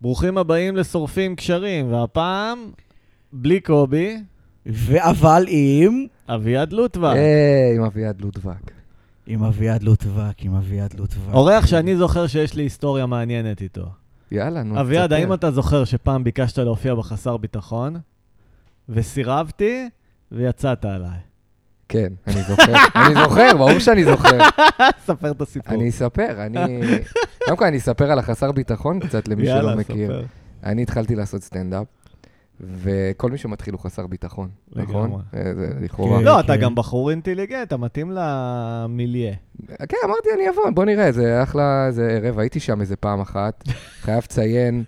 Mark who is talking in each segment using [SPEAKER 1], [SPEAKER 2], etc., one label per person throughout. [SPEAKER 1] ברוכים הבאים לשורפים קשרים, והפעם, בלי קובי,
[SPEAKER 2] אבל עם...
[SPEAKER 1] אביעד לוטווה.
[SPEAKER 3] היי, עם אביעד לודבק.
[SPEAKER 2] עם אביעד לוטבק, עם אביעד לוטבק.
[SPEAKER 1] אורח שאני זוכר שיש לי היסטוריה מעניינת איתו.
[SPEAKER 3] יאללה, נו.
[SPEAKER 1] אביעד,
[SPEAKER 3] תספר.
[SPEAKER 1] האם אתה זוכר שפעם ביקשת להופיע בחסר ביטחון, וסירבתי, ויצאת עליי?
[SPEAKER 3] כן, אני זוכר. אני זוכר, ברור שאני זוכר.
[SPEAKER 1] ספר את הסיפור.
[SPEAKER 3] אני אספר, אני... קודם כל, אני אספר על החסר ביטחון קצת למי שלא מכיר. אני התחלתי לעשות סטנדאפ, וכל מי שמתחיל הוא חסר ביטחון, נכון? אה, זה לכאורה.
[SPEAKER 2] כן.
[SPEAKER 1] לא, אתה
[SPEAKER 2] כן.
[SPEAKER 1] גם בחור אינטליגנט, אתה מתאים למיליה.
[SPEAKER 3] כן, אמרתי, אני אבוא, בוא נראה, זה אחלה, זה ערב, הייתי שם איזה פעם אחת, חייב לציין,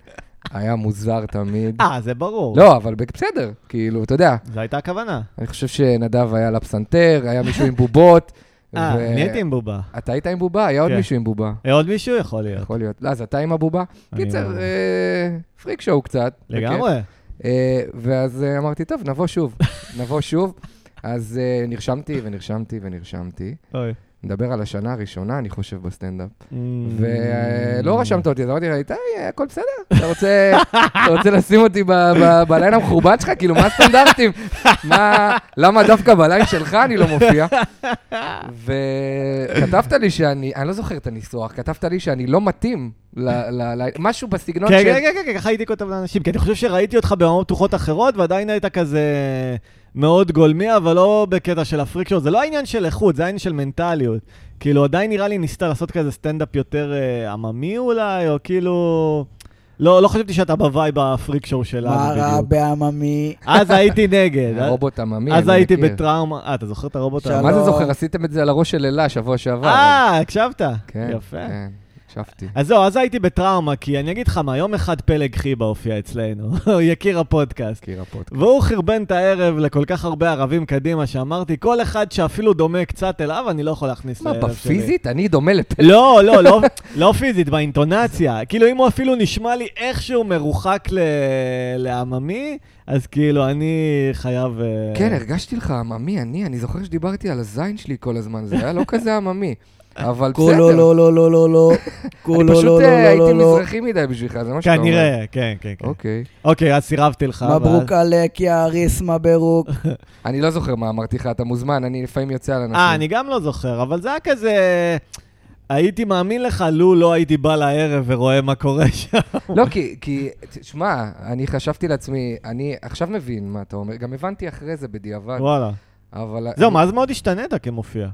[SPEAKER 3] היה מוזר תמיד.
[SPEAKER 1] אה, זה ברור.
[SPEAKER 3] לא, אבל בסדר, כאילו, אתה יודע,
[SPEAKER 1] זו הייתה הכוונה.
[SPEAKER 3] אני חושב שנדב היה על הפסנתר, היה מישהו עם בובות.
[SPEAKER 1] אה,
[SPEAKER 3] ו-
[SPEAKER 1] אני הייתי עם בובה.
[SPEAKER 3] אתה היית עם בובה? היה עוד
[SPEAKER 1] כן.
[SPEAKER 3] מישהו עם בובה.
[SPEAKER 1] אה, עוד מישהו יכול להיות.
[SPEAKER 3] יכול להיות. לא, אז אתה עם הבובה?
[SPEAKER 1] אני עם
[SPEAKER 3] קיצר,
[SPEAKER 1] הבובה.
[SPEAKER 3] אה, פריק שואו קצת.
[SPEAKER 1] לגמרי.
[SPEAKER 3] בכיף. אה, ואז אה, אמרתי, טוב, נבוא שוב. נבוא שוב. אז אה, נרשמתי ונרשמתי ונרשמתי.
[SPEAKER 1] אוי.
[SPEAKER 3] נדבר על השנה הראשונה, אני חושב, בסטנדאפ.
[SPEAKER 1] Mm.
[SPEAKER 3] ולא רשמת אותי, אז אמרתי לה, איתי, הכל בסדר? אתה רוצה, אתה רוצה לשים אותי ב- ב- בליין המחורבן שלך? כאילו, מה הסטנדרטים? מה, למה דווקא בליין שלך אני לא מופיע? וכתבת לי שאני, אני לא זוכר את הניסוח, כתבת לי שאני לא מתאים ל- ל- ל- משהו בסגנון
[SPEAKER 1] כן,
[SPEAKER 3] של...
[SPEAKER 1] כן, כן, כן, ככה הייתי כותב לאנשים, כי אני חושב שראיתי אותך במאות פתוחות אחרות, ועדיין היית כזה מאוד גולמי, אבל לא בקטע של הפריק שואו. זה לא העניין של איכות, זה העניין של מנטליות. כאילו, עדיין נראה לי ניסית לעשות כזה סטנדאפ יותר אה, עממי אולי, או כאילו... לא, לא חשבתי שאתה בווייב הפריק שואו
[SPEAKER 2] מה
[SPEAKER 1] שלנו
[SPEAKER 2] רע
[SPEAKER 1] בדיוק.
[SPEAKER 2] בעממי?
[SPEAKER 1] אז הייתי נגד. אז-
[SPEAKER 3] הרובוט עממי,
[SPEAKER 1] כן. אז
[SPEAKER 3] אני
[SPEAKER 1] הייתי
[SPEAKER 3] מכיר.
[SPEAKER 1] בטראומה. אה, אתה זוכר את הרובוט?
[SPEAKER 2] שלום.
[SPEAKER 1] ה-
[SPEAKER 3] מה זה זוכר? עשיתם את זה על הראש של אלה שבוע שעבר.
[SPEAKER 1] אה, הקשבת?
[SPEAKER 3] כן,
[SPEAKER 1] יפה.
[SPEAKER 3] כן, הקשבתי.
[SPEAKER 1] אז זהו, אז הייתי בטראומה, כי אני אגיד לך מה, יום אחד פלג חיבה הופיע אצלנו, יקיר הפודקאסט.
[SPEAKER 3] קיר הפודקאסט.
[SPEAKER 1] והוא חרבן את הערב לכל כך הרבה ערבים קדימה, שאמרתי, כל אחד שאפילו דומה קצת אליו, אני לא יכול להכניס
[SPEAKER 3] מה,
[SPEAKER 1] לערב שלי.
[SPEAKER 3] בפיזית? אני דומה לפ...
[SPEAKER 1] לא, לא, לא, לא פיזית, באינטונציה. כאילו, אם הוא אפילו נשמע לי איכשהו מרוחק ל... לעממי, אז כאילו, אני חייב... אה,
[SPEAKER 3] כן, הרגשתי לך עממי, אני, אני זוכר שדיברתי על הזין שלי כל הזמן, זה היה לא כזה עממי, אבל בסדר.
[SPEAKER 2] כולו לא לא לא לא לא.
[SPEAKER 3] אני
[SPEAKER 2] כולו לא
[SPEAKER 3] פשוט אה,
[SPEAKER 2] לא
[SPEAKER 3] הייתי
[SPEAKER 2] לא לא.
[SPEAKER 3] מזרחי מדי בשבילך, זה מה שאתה אומר.
[SPEAKER 1] כנראה, כן, כן, כן.
[SPEAKER 3] אוקיי.
[SPEAKER 1] אוקיי, אז סירבתי לך. אבל-
[SPEAKER 2] מברוק עלק, יא אריס מברוק.
[SPEAKER 3] אני לא זוכר מה אמרתי לך, אתה מוזמן, אני לפעמים יוצא על אנשים.
[SPEAKER 1] אה, אני גם לא זוכר, אבל זה היה כזה... הייתי מאמין לך לו לא הייתי בא לערב ורואה מה קורה שם.
[SPEAKER 3] לא, כי, כי, תשמע, אני חשבתי לעצמי, אני עכשיו מבין מה אתה אומר, גם הבנתי אחרי זה בדיעבד,
[SPEAKER 1] וואלה.
[SPEAKER 3] אבל...
[SPEAKER 1] זהו,
[SPEAKER 3] אני-
[SPEAKER 1] מאז מאוד השתנית כמופיע.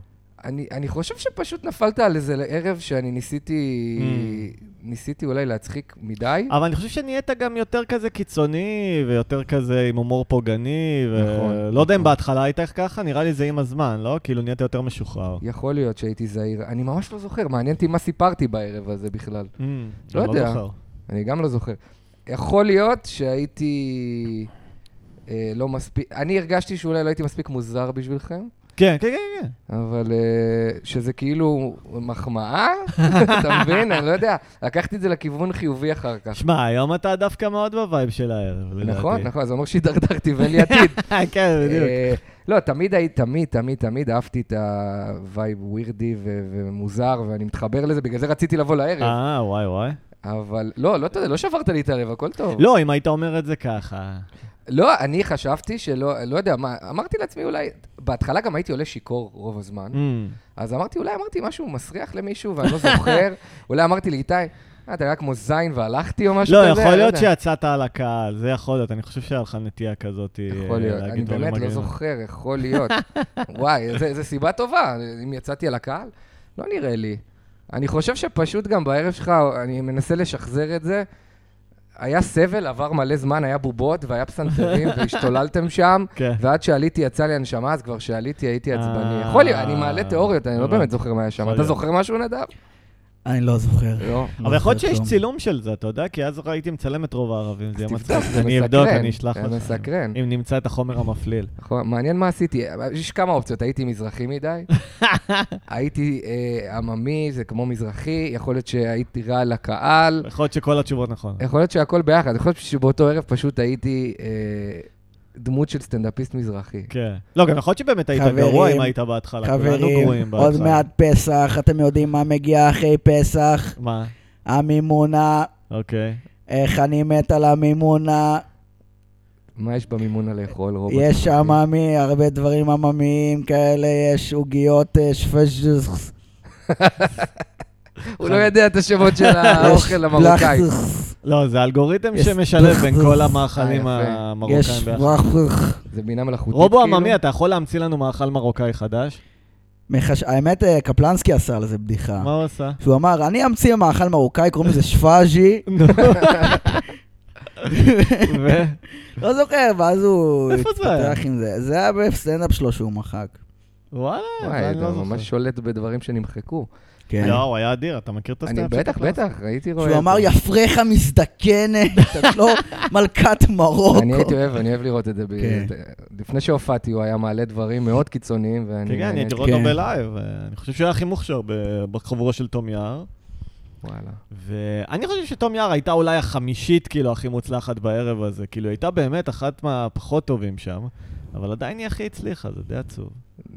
[SPEAKER 3] אני, אני חושב שפשוט נפלת על איזה ערב שאני ניסיתי,
[SPEAKER 1] Mm.
[SPEAKER 3] ניסיתי אולי להצחיק מדי.
[SPEAKER 1] אבל אני חושב שנהיית גם יותר כזה קיצוני, ויותר כזה עם הומור פוגעני,
[SPEAKER 3] נכון,
[SPEAKER 1] ולא יודע אם
[SPEAKER 3] נכון.
[SPEAKER 1] בהתחלה היית ככה, נראה לי זה עם הזמן, לא? כאילו נהיית יותר משוחרר.
[SPEAKER 3] יכול להיות שהייתי זהיר, אני ממש לא זוכר, מעניין אותי מה סיפרתי בערב הזה בכלל.
[SPEAKER 1] Mm,
[SPEAKER 3] לא
[SPEAKER 1] אני
[SPEAKER 3] יודע.
[SPEAKER 1] זוכר.
[SPEAKER 3] אני גם לא זוכר. יכול להיות שהייתי אה, לא מספיק, אני הרגשתי שאולי לא הייתי מספיק מוזר בשבילכם,
[SPEAKER 1] כן, כן, כן, כן.
[SPEAKER 3] אבל אה, שזה כאילו מחמאה, אתה מבין? אני לא יודע, לקחתי את זה לכיוון חיובי אחר כך.
[SPEAKER 1] שמע, היום אתה דווקא מאוד בווייב של הערב, לדעתי.
[SPEAKER 3] נכון, נכון, זה אומר שהידרדרתי ואין לי עתיד.
[SPEAKER 1] כן, בדיוק.
[SPEAKER 3] אה, לא, תמיד הייתי, תמיד, תמיד, תמיד אהבתי את הווייב ווירדי ו- ומוזר, ואני מתחבר לזה, בגלל זה רציתי לבוא לערב.
[SPEAKER 1] אה, וואי, וואי.
[SPEAKER 3] אבל לא, לא, לא שברת לי את הלב, הכל טוב.
[SPEAKER 1] לא, אם היית אומר את זה ככה.
[SPEAKER 3] לא, אני חשבתי שלא, לא יודע מה, אמרתי לעצמי אולי, בהתחלה גם הייתי עולה שיכור רוב הזמן,
[SPEAKER 1] Mm.
[SPEAKER 3] אז אמרתי, אולי אמרתי משהו מסריח למישהו ואני לא זוכר, אולי אמרתי לי, איתי, "אה, אתה נראה כמו זין והלכתי או משהו
[SPEAKER 1] לא,
[SPEAKER 3] כזה,
[SPEAKER 1] יכול
[SPEAKER 3] אני
[SPEAKER 1] להיות
[SPEAKER 3] יודע.
[SPEAKER 1] שיצאת על הקהל, זה יכול להיות. אני חושב שהיה לך נטייה כזאת אה,
[SPEAKER 3] יכול להיות, אני
[SPEAKER 1] להגיד דברים
[SPEAKER 3] באמת לא
[SPEAKER 1] מגעילים.
[SPEAKER 3] זוכר, יכול להיות. וואי, זה- זה סיבה טובה, אם יצאתי על הקהל? לא נראה לי. אני חושב שפשוט גם בערב שלך, אני מנסה לשחזר את זה. היה סבל, עבר מלא זמן, היה בובות והיה פסנתרים והשתוללתם שם,
[SPEAKER 1] כן.
[SPEAKER 3] ועד שעליתי יצא לי הנשמה, אז כבר שעליתי הייתי עצבני.
[SPEAKER 1] אה,
[SPEAKER 3] יכול להיות, אני מעלה תיאוריות, אני לא
[SPEAKER 1] הבנתי.
[SPEAKER 3] באמת זוכר מה היה שם.
[SPEAKER 1] יכול
[SPEAKER 3] אתה
[SPEAKER 1] להיות.
[SPEAKER 3] זוכר משהו, נדב?
[SPEAKER 2] אני לא זוכר.
[SPEAKER 3] לא.
[SPEAKER 2] לא
[SPEAKER 1] אבל יכול להיות
[SPEAKER 2] זוכר
[SPEAKER 1] שיש
[SPEAKER 2] כלום.
[SPEAKER 1] צילום של זה, אתה יודע? כי אז הייתי מצלם את רוב הערבים, זה יהיה
[SPEAKER 3] תבדוק,
[SPEAKER 1] מצחיק.
[SPEAKER 3] זה
[SPEAKER 1] אני אבדוק,
[SPEAKER 3] מסקרן,
[SPEAKER 1] אני אשלח
[SPEAKER 3] זה
[SPEAKER 1] לך.
[SPEAKER 3] מסקרן.
[SPEAKER 1] אם נמצא את החומר המפליל.
[SPEAKER 3] נכון, מעניין מה עשיתי. יש כמה אופציות, הייתי מזרחי מדי, הייתי אה, עממי, זה כמו מזרחי, יכול להיות שהייתי רע לקהל,
[SPEAKER 1] יכול להיות שכל התשובות נכון.
[SPEAKER 3] יכול להיות שהכל ביחד, יכול להיות שבאותו ערב פשוט הייתי אה, דמות של סטנדאפיסט מזרחי.
[SPEAKER 1] כן. לא, גם יכול להיות שבאמת היית
[SPEAKER 2] חברים,
[SPEAKER 1] גרוע אם היית בהתחלה. כולנו
[SPEAKER 2] חברים,
[SPEAKER 1] גרועים בהתחלה.
[SPEAKER 2] עוד מעט פסח, אתם יודעים מה מגיע אחרי פסח?
[SPEAKER 1] מה?
[SPEAKER 2] המימונה.
[SPEAKER 1] אוקיי.
[SPEAKER 2] איך אני מת על המימונה,
[SPEAKER 3] מה יש במימונה לאכול,
[SPEAKER 1] לא
[SPEAKER 3] רוברט?
[SPEAKER 2] יש עממי, הרבה דברים עממיים כאלה, יש עוגיות אה, שפשזס.
[SPEAKER 3] הוא לא יודע את השמות של האוכל המרוקאי.
[SPEAKER 1] לא, זה אלגוריתם
[SPEAKER 2] יש
[SPEAKER 1] שמשלב בין כל
[SPEAKER 3] אה,
[SPEAKER 1] המאכלים
[SPEAKER 3] יפה.
[SPEAKER 2] יש
[SPEAKER 1] המרוקאים ביחד.
[SPEAKER 2] פרחך.
[SPEAKER 3] זה בינה מלאכותית, כאילו.
[SPEAKER 1] רובו עממי, אתה יכול להמציא לנו מאכל מרוקאי חדש?
[SPEAKER 2] מחש- האמת, אה, קפלנסקי עשה על זה בדיחה.
[SPEAKER 1] מה הוא עשה?
[SPEAKER 2] שהוא אמר, אני אמציא מאכל מרוקאי, קוראים לזה שפאז'י.
[SPEAKER 1] נו. ו-
[SPEAKER 2] לא זוכר, ואז הוא
[SPEAKER 1] איפה זה היה?
[SPEAKER 2] התפתח עם זה. זה היה בסטנדאפ שלו שהוא מחק.
[SPEAKER 1] וואלה,
[SPEAKER 3] וואי,
[SPEAKER 1] אני
[SPEAKER 3] אתה
[SPEAKER 1] לא זוכר.
[SPEAKER 3] ממש שולט בדברים שנמחקו.
[SPEAKER 2] כן.
[SPEAKER 1] לא, הוא היה אדיר, אתה מכיר את
[SPEAKER 3] אני
[SPEAKER 1] הסטנדאפ?
[SPEAKER 3] בטח, בטח, הייתי
[SPEAKER 1] לא.
[SPEAKER 3] רואה.
[SPEAKER 2] שהוא
[SPEAKER 3] את
[SPEAKER 2] אמר,
[SPEAKER 3] זה.
[SPEAKER 2] יפרחה מזדקנת, את לא מלכת
[SPEAKER 3] אני
[SPEAKER 2] מרוקו.
[SPEAKER 3] הייתי אוהב, אני אוהב לראות את זה. ב-
[SPEAKER 2] כן.
[SPEAKER 3] את- לפני שהופעתי הוא היה מעלה דברים מאוד קיצוניים, ואני...
[SPEAKER 1] כן, כן, אני
[SPEAKER 3] נהניתי.
[SPEAKER 1] הייתי רואה אותו
[SPEAKER 2] כן.
[SPEAKER 1] בלייב. אה, אני חושב שהוא היה הכי מוכשר ב- בחבורה של תום יער.
[SPEAKER 3] וואלה.
[SPEAKER 1] ואני חושב שתום יער הייתה אולי החמישית, כאילו, הכי מוצלחת בערב הזה. כאילו, היא הייתה באמת אחת מהפחות טובים שם, אבל עדיין היא הכי הצליחה, זה די עצוב.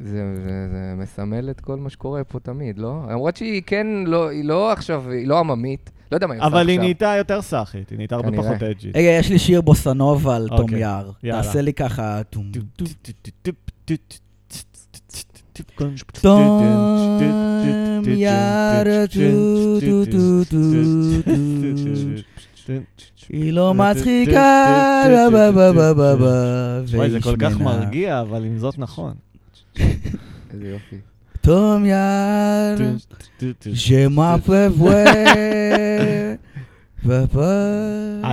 [SPEAKER 3] זה, זה, זה מסמל את כל מה שקורה פה תמיד, לא? למרות שהיא כן, לא, היא לא עכשיו, היא לא עממית. לא יודע מה היא עושה עכשיו.
[SPEAKER 1] אבל היא נהייתה יותר סאחית, היא נהייתה הרבה
[SPEAKER 3] כנראה.
[SPEAKER 1] פחות אג'ית.
[SPEAKER 2] רגע, יש לי שיר בוסנובה על תום
[SPEAKER 1] אוקיי,
[SPEAKER 2] יער.
[SPEAKER 1] יאללה.
[SPEAKER 2] תעשה לי ככה... טום.
[SPEAKER 1] טום
[SPEAKER 2] יער, טו, טו, טו, טו, טו. היא לא מצחיקה, לה, בה, בה, בה, בה, בה,
[SPEAKER 1] וואי, זה
[SPEAKER 2] והיא
[SPEAKER 1] כל כך
[SPEAKER 2] שמנה.
[SPEAKER 1] מרגיע, אבל עם זאת נכון.
[SPEAKER 3] איזה יופי.
[SPEAKER 2] תום יער, ז'מה פבווה, ופה...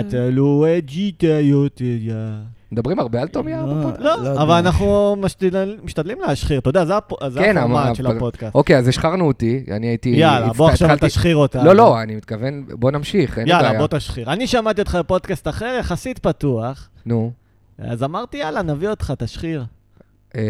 [SPEAKER 1] את לא אג'ית יותר.
[SPEAKER 3] מדברים הרבה על תום יער
[SPEAKER 2] לא.
[SPEAKER 3] בפודקאסט?
[SPEAKER 1] לא,
[SPEAKER 2] יודע.
[SPEAKER 1] אבל אנחנו משתדל- משתדלים להשחיר, אתה יודע, זה הפ- זה
[SPEAKER 3] כן,
[SPEAKER 1] הפורמט
[SPEAKER 3] אמר-
[SPEAKER 1] של הפודקאסט.
[SPEAKER 3] אוקיי, אז השחרנו אותי, אני הייתי...
[SPEAKER 1] יאללה, בוא
[SPEAKER 3] הצט-
[SPEAKER 1] עכשיו
[SPEAKER 3] התחלתי-
[SPEAKER 1] תשחיר אותה.
[SPEAKER 3] לא, לא, אני מתכוון, בוא נמשיך, אין לי
[SPEAKER 1] יאללה,
[SPEAKER 3] בעיה.
[SPEAKER 1] בוא תשחיר. אני שמעתי אותך בפודקאסט אחר, יחסית פתוח,
[SPEAKER 3] נו.
[SPEAKER 1] אז אמרתי, יאללה, נביא אותך, תשחיר.
[SPEAKER 3] אה,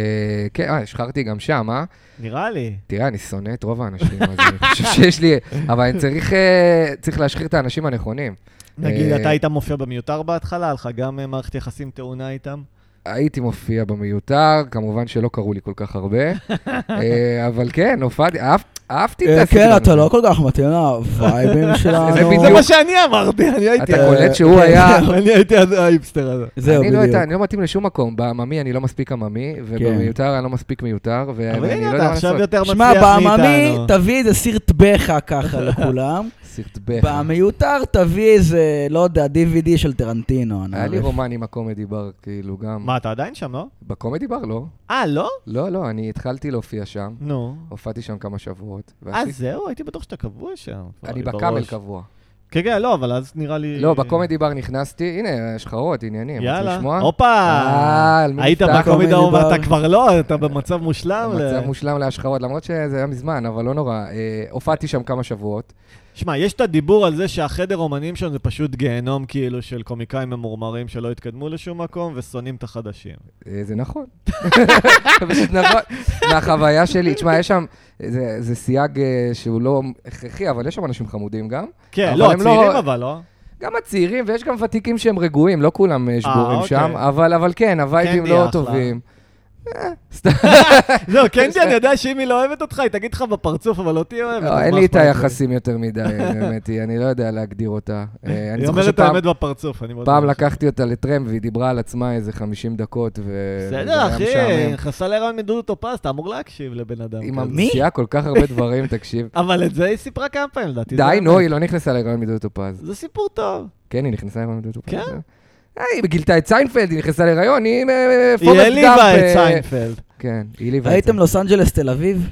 [SPEAKER 3] כן, אה, השחרתי גם שם, אה?
[SPEAKER 1] נראה לי.
[SPEAKER 3] תראה, אני שונא את רוב האנשים, אז אני חושב שיש לי... אבל אני צריך, אה, צריך להשחיר את האנשים הנכונים.
[SPEAKER 1] נגיד,
[SPEAKER 3] אה,
[SPEAKER 1] אתה היית מופיע במיותר בהתחלה, היה לך גם אה, מערכת יחסים טעונה איתם?
[SPEAKER 3] הייתי מופיע במיותר, כמובן שלא קראו לי כל כך הרבה, אה, אבל כן, הופעתי, אהב- אהבתי את
[SPEAKER 2] אה, כן,
[SPEAKER 3] הסגנון
[SPEAKER 2] אתה
[SPEAKER 3] הזה.
[SPEAKER 2] לא כל כך מתאים לווייבים שלנו.
[SPEAKER 3] זה
[SPEAKER 1] זה
[SPEAKER 3] בדיוק-
[SPEAKER 1] מה שאני אמרתי, אני הייתי... ה-
[SPEAKER 3] אתה קולט שהוא
[SPEAKER 2] אה,
[SPEAKER 3] היה...
[SPEAKER 1] אני הייתי ה- האיפסטר הזה.
[SPEAKER 2] זהו,
[SPEAKER 3] אני לא,
[SPEAKER 2] בדיוק. כן.
[SPEAKER 3] הייתה, אני לא מתאים לשום מקום, בעממי אני לא מספיק עממי, ובמיותר אני לא מספיק מיותר,
[SPEAKER 1] אבל
[SPEAKER 3] ואני לא
[SPEAKER 1] הנה,
[SPEAKER 3] יודע
[SPEAKER 1] אתה
[SPEAKER 3] מה
[SPEAKER 1] עכשיו
[SPEAKER 3] לעשות.
[SPEAKER 1] יותר מצליח
[SPEAKER 2] שמע,
[SPEAKER 1] מאיתנו.
[SPEAKER 2] בעממי, תביא איזה סיר טבחה ככה לכולם.
[SPEAKER 3] סרטבח.
[SPEAKER 2] במיותר תביא איזה, לא יודע, DVD של טרנטינו. אני
[SPEAKER 3] היה לי
[SPEAKER 2] מעריך.
[SPEAKER 3] רומן עם הקומדי בר, כאילו גם...
[SPEAKER 1] מה, אתה עדיין שם, לא?
[SPEAKER 3] בקומדי בר לא.
[SPEAKER 1] אה, לא?
[SPEAKER 3] לא, לא, אני התחלתי להופיע שם,
[SPEAKER 1] נו.
[SPEAKER 3] הופעתי שם כמה שבועות.
[SPEAKER 1] אה,
[SPEAKER 3] ועשיתי-
[SPEAKER 1] זהו? הייתי בטוח שאתה קבוע שם. כבר,
[SPEAKER 3] אוקיי.
[SPEAKER 1] לי
[SPEAKER 3] אני בקאמל
[SPEAKER 1] בראש.
[SPEAKER 3] קבוע.
[SPEAKER 1] כן, כן, לא, אבל אז נראה לי...
[SPEAKER 3] לא, בקומדי בר נכנסתי, הנה, שחרות, עניינים. רוצים
[SPEAKER 1] יאללה. אוקיי.
[SPEAKER 3] לשמוע?
[SPEAKER 1] הופה!
[SPEAKER 3] אה, על מי
[SPEAKER 1] היית
[SPEAKER 3] נפתח?
[SPEAKER 1] בקומדי
[SPEAKER 2] קומדי
[SPEAKER 1] דרום
[SPEAKER 2] בר.
[SPEAKER 1] ואתה כבר לא, אתה במצב מושלם. ל-
[SPEAKER 3] מצב מושלם להשחרות, למרות שזה היה מזמן, אבל לא נורא. אה, הופעתי שם כמה שבועות.
[SPEAKER 1] שמע, יש את הדיבור על זה שהחדר אומנים שם זה פשוט גיהנום כאילו של קומיקאים ממורמרים שלא התקדמו לשום מקום ושונאים את החדשים.
[SPEAKER 3] אה, זה נכון. פשוט נכון. מהחוויה שלי, תשמע, יש שם, זה זה סייג אה, שהוא לא הכרחי, אבל יש שם אנשים חמודים גם.
[SPEAKER 1] כן,
[SPEAKER 3] אבל
[SPEAKER 1] לא,
[SPEAKER 3] הם לא-
[SPEAKER 1] הצעירים אבל, לא?
[SPEAKER 3] גם הצעירים, ויש גם ותיקים שהם רגועים, לא כולם אה, שבורים
[SPEAKER 1] אוקיי.
[SPEAKER 3] שם, אבל אבל כן, הווייבים
[SPEAKER 1] קנדי
[SPEAKER 3] לא
[SPEAKER 1] אחלה.
[SPEAKER 3] טובים. אה, סתם,
[SPEAKER 1] זהו, קנדי, אני יודע שאם היא לא אוהבת אותך, היא תגיד לך בפרצוף, אבל אותי היא אוהבת.
[SPEAKER 3] לא,
[SPEAKER 1] אז
[SPEAKER 3] אין
[SPEAKER 1] מה
[SPEAKER 3] לי את
[SPEAKER 1] אכפת
[SPEAKER 3] היחסים יותר מדי, האמת היא, אני לא יודע להגדיר אותה. אה, אני
[SPEAKER 1] היא
[SPEAKER 3] זוכר
[SPEAKER 1] אומרת את
[SPEAKER 3] שפעם-
[SPEAKER 1] האמת לא בפרצוף, אני מאוד...
[SPEAKER 3] פעם
[SPEAKER 1] אוהב.
[SPEAKER 3] לקחתי אותה לטרמפ והיא דיברה על עצמה איזה 50 דקות, ו... וזה
[SPEAKER 1] בסדר,
[SPEAKER 3] היה משעמם.
[SPEAKER 1] אחי, נכנסה להיריון מדודו טופז, אתה אמור להקשיב לבן אדם.
[SPEAKER 3] היא
[SPEAKER 1] כזה.
[SPEAKER 3] ממציאה כן. כל כך הרבה דברים, תקשיב.
[SPEAKER 1] אבל את זה היא סיפרה כמה פעמים, לדעתי. זה
[SPEAKER 3] די,
[SPEAKER 1] האמת.
[SPEAKER 3] נו, היא לא נכנסה להיריון מדודו טופז.
[SPEAKER 1] זה סיפור טוב.
[SPEAKER 3] כן, היא נכנסה להיריון מדודו טופז.
[SPEAKER 1] כן.
[SPEAKER 3] אה, היא גילתה את סיינפלד, היא נכנסה להיריון, היא אה, אה,
[SPEAKER 1] היא
[SPEAKER 3] פורסט גאמפ,
[SPEAKER 1] העליבה
[SPEAKER 3] אה,
[SPEAKER 1] את סיינפלד.
[SPEAKER 3] כן, היא העליבה את
[SPEAKER 2] ראיתם
[SPEAKER 3] סיינפלד.
[SPEAKER 2] לוס אנג'לס תל אביב?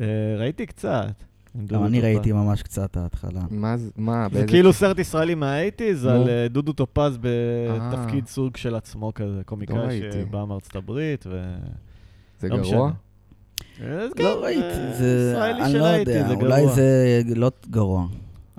[SPEAKER 1] אה, ראיתי קצת. עם דודו
[SPEAKER 2] גם אני
[SPEAKER 1] טופז.
[SPEAKER 2] ראיתי ממש קצת ההתחלה.
[SPEAKER 3] מה זה, מה,
[SPEAKER 1] זה
[SPEAKER 3] באיזה...
[SPEAKER 1] כאילו סרט ישראלי מהאייטיז
[SPEAKER 3] נו.
[SPEAKER 1] על אה, דודו טופז
[SPEAKER 3] אה.
[SPEAKER 1] בתפקיד סוג של עצמו כזה,
[SPEAKER 3] לא
[SPEAKER 1] קומיקאי
[SPEAKER 3] ראיתי.
[SPEAKER 1] שבא מארצות הברית, ו...
[SPEAKER 3] זה
[SPEAKER 1] לא
[SPEAKER 3] גרוע?
[SPEAKER 1] משנה. אז כן,
[SPEAKER 2] לא ראיתי,
[SPEAKER 1] אה,
[SPEAKER 2] זה...
[SPEAKER 1] ישראלי
[SPEAKER 2] אני לא
[SPEAKER 1] שראיתי,
[SPEAKER 2] יודע,
[SPEAKER 1] זה
[SPEAKER 2] אולי
[SPEAKER 1] גרוע.
[SPEAKER 2] זה לא גרוע.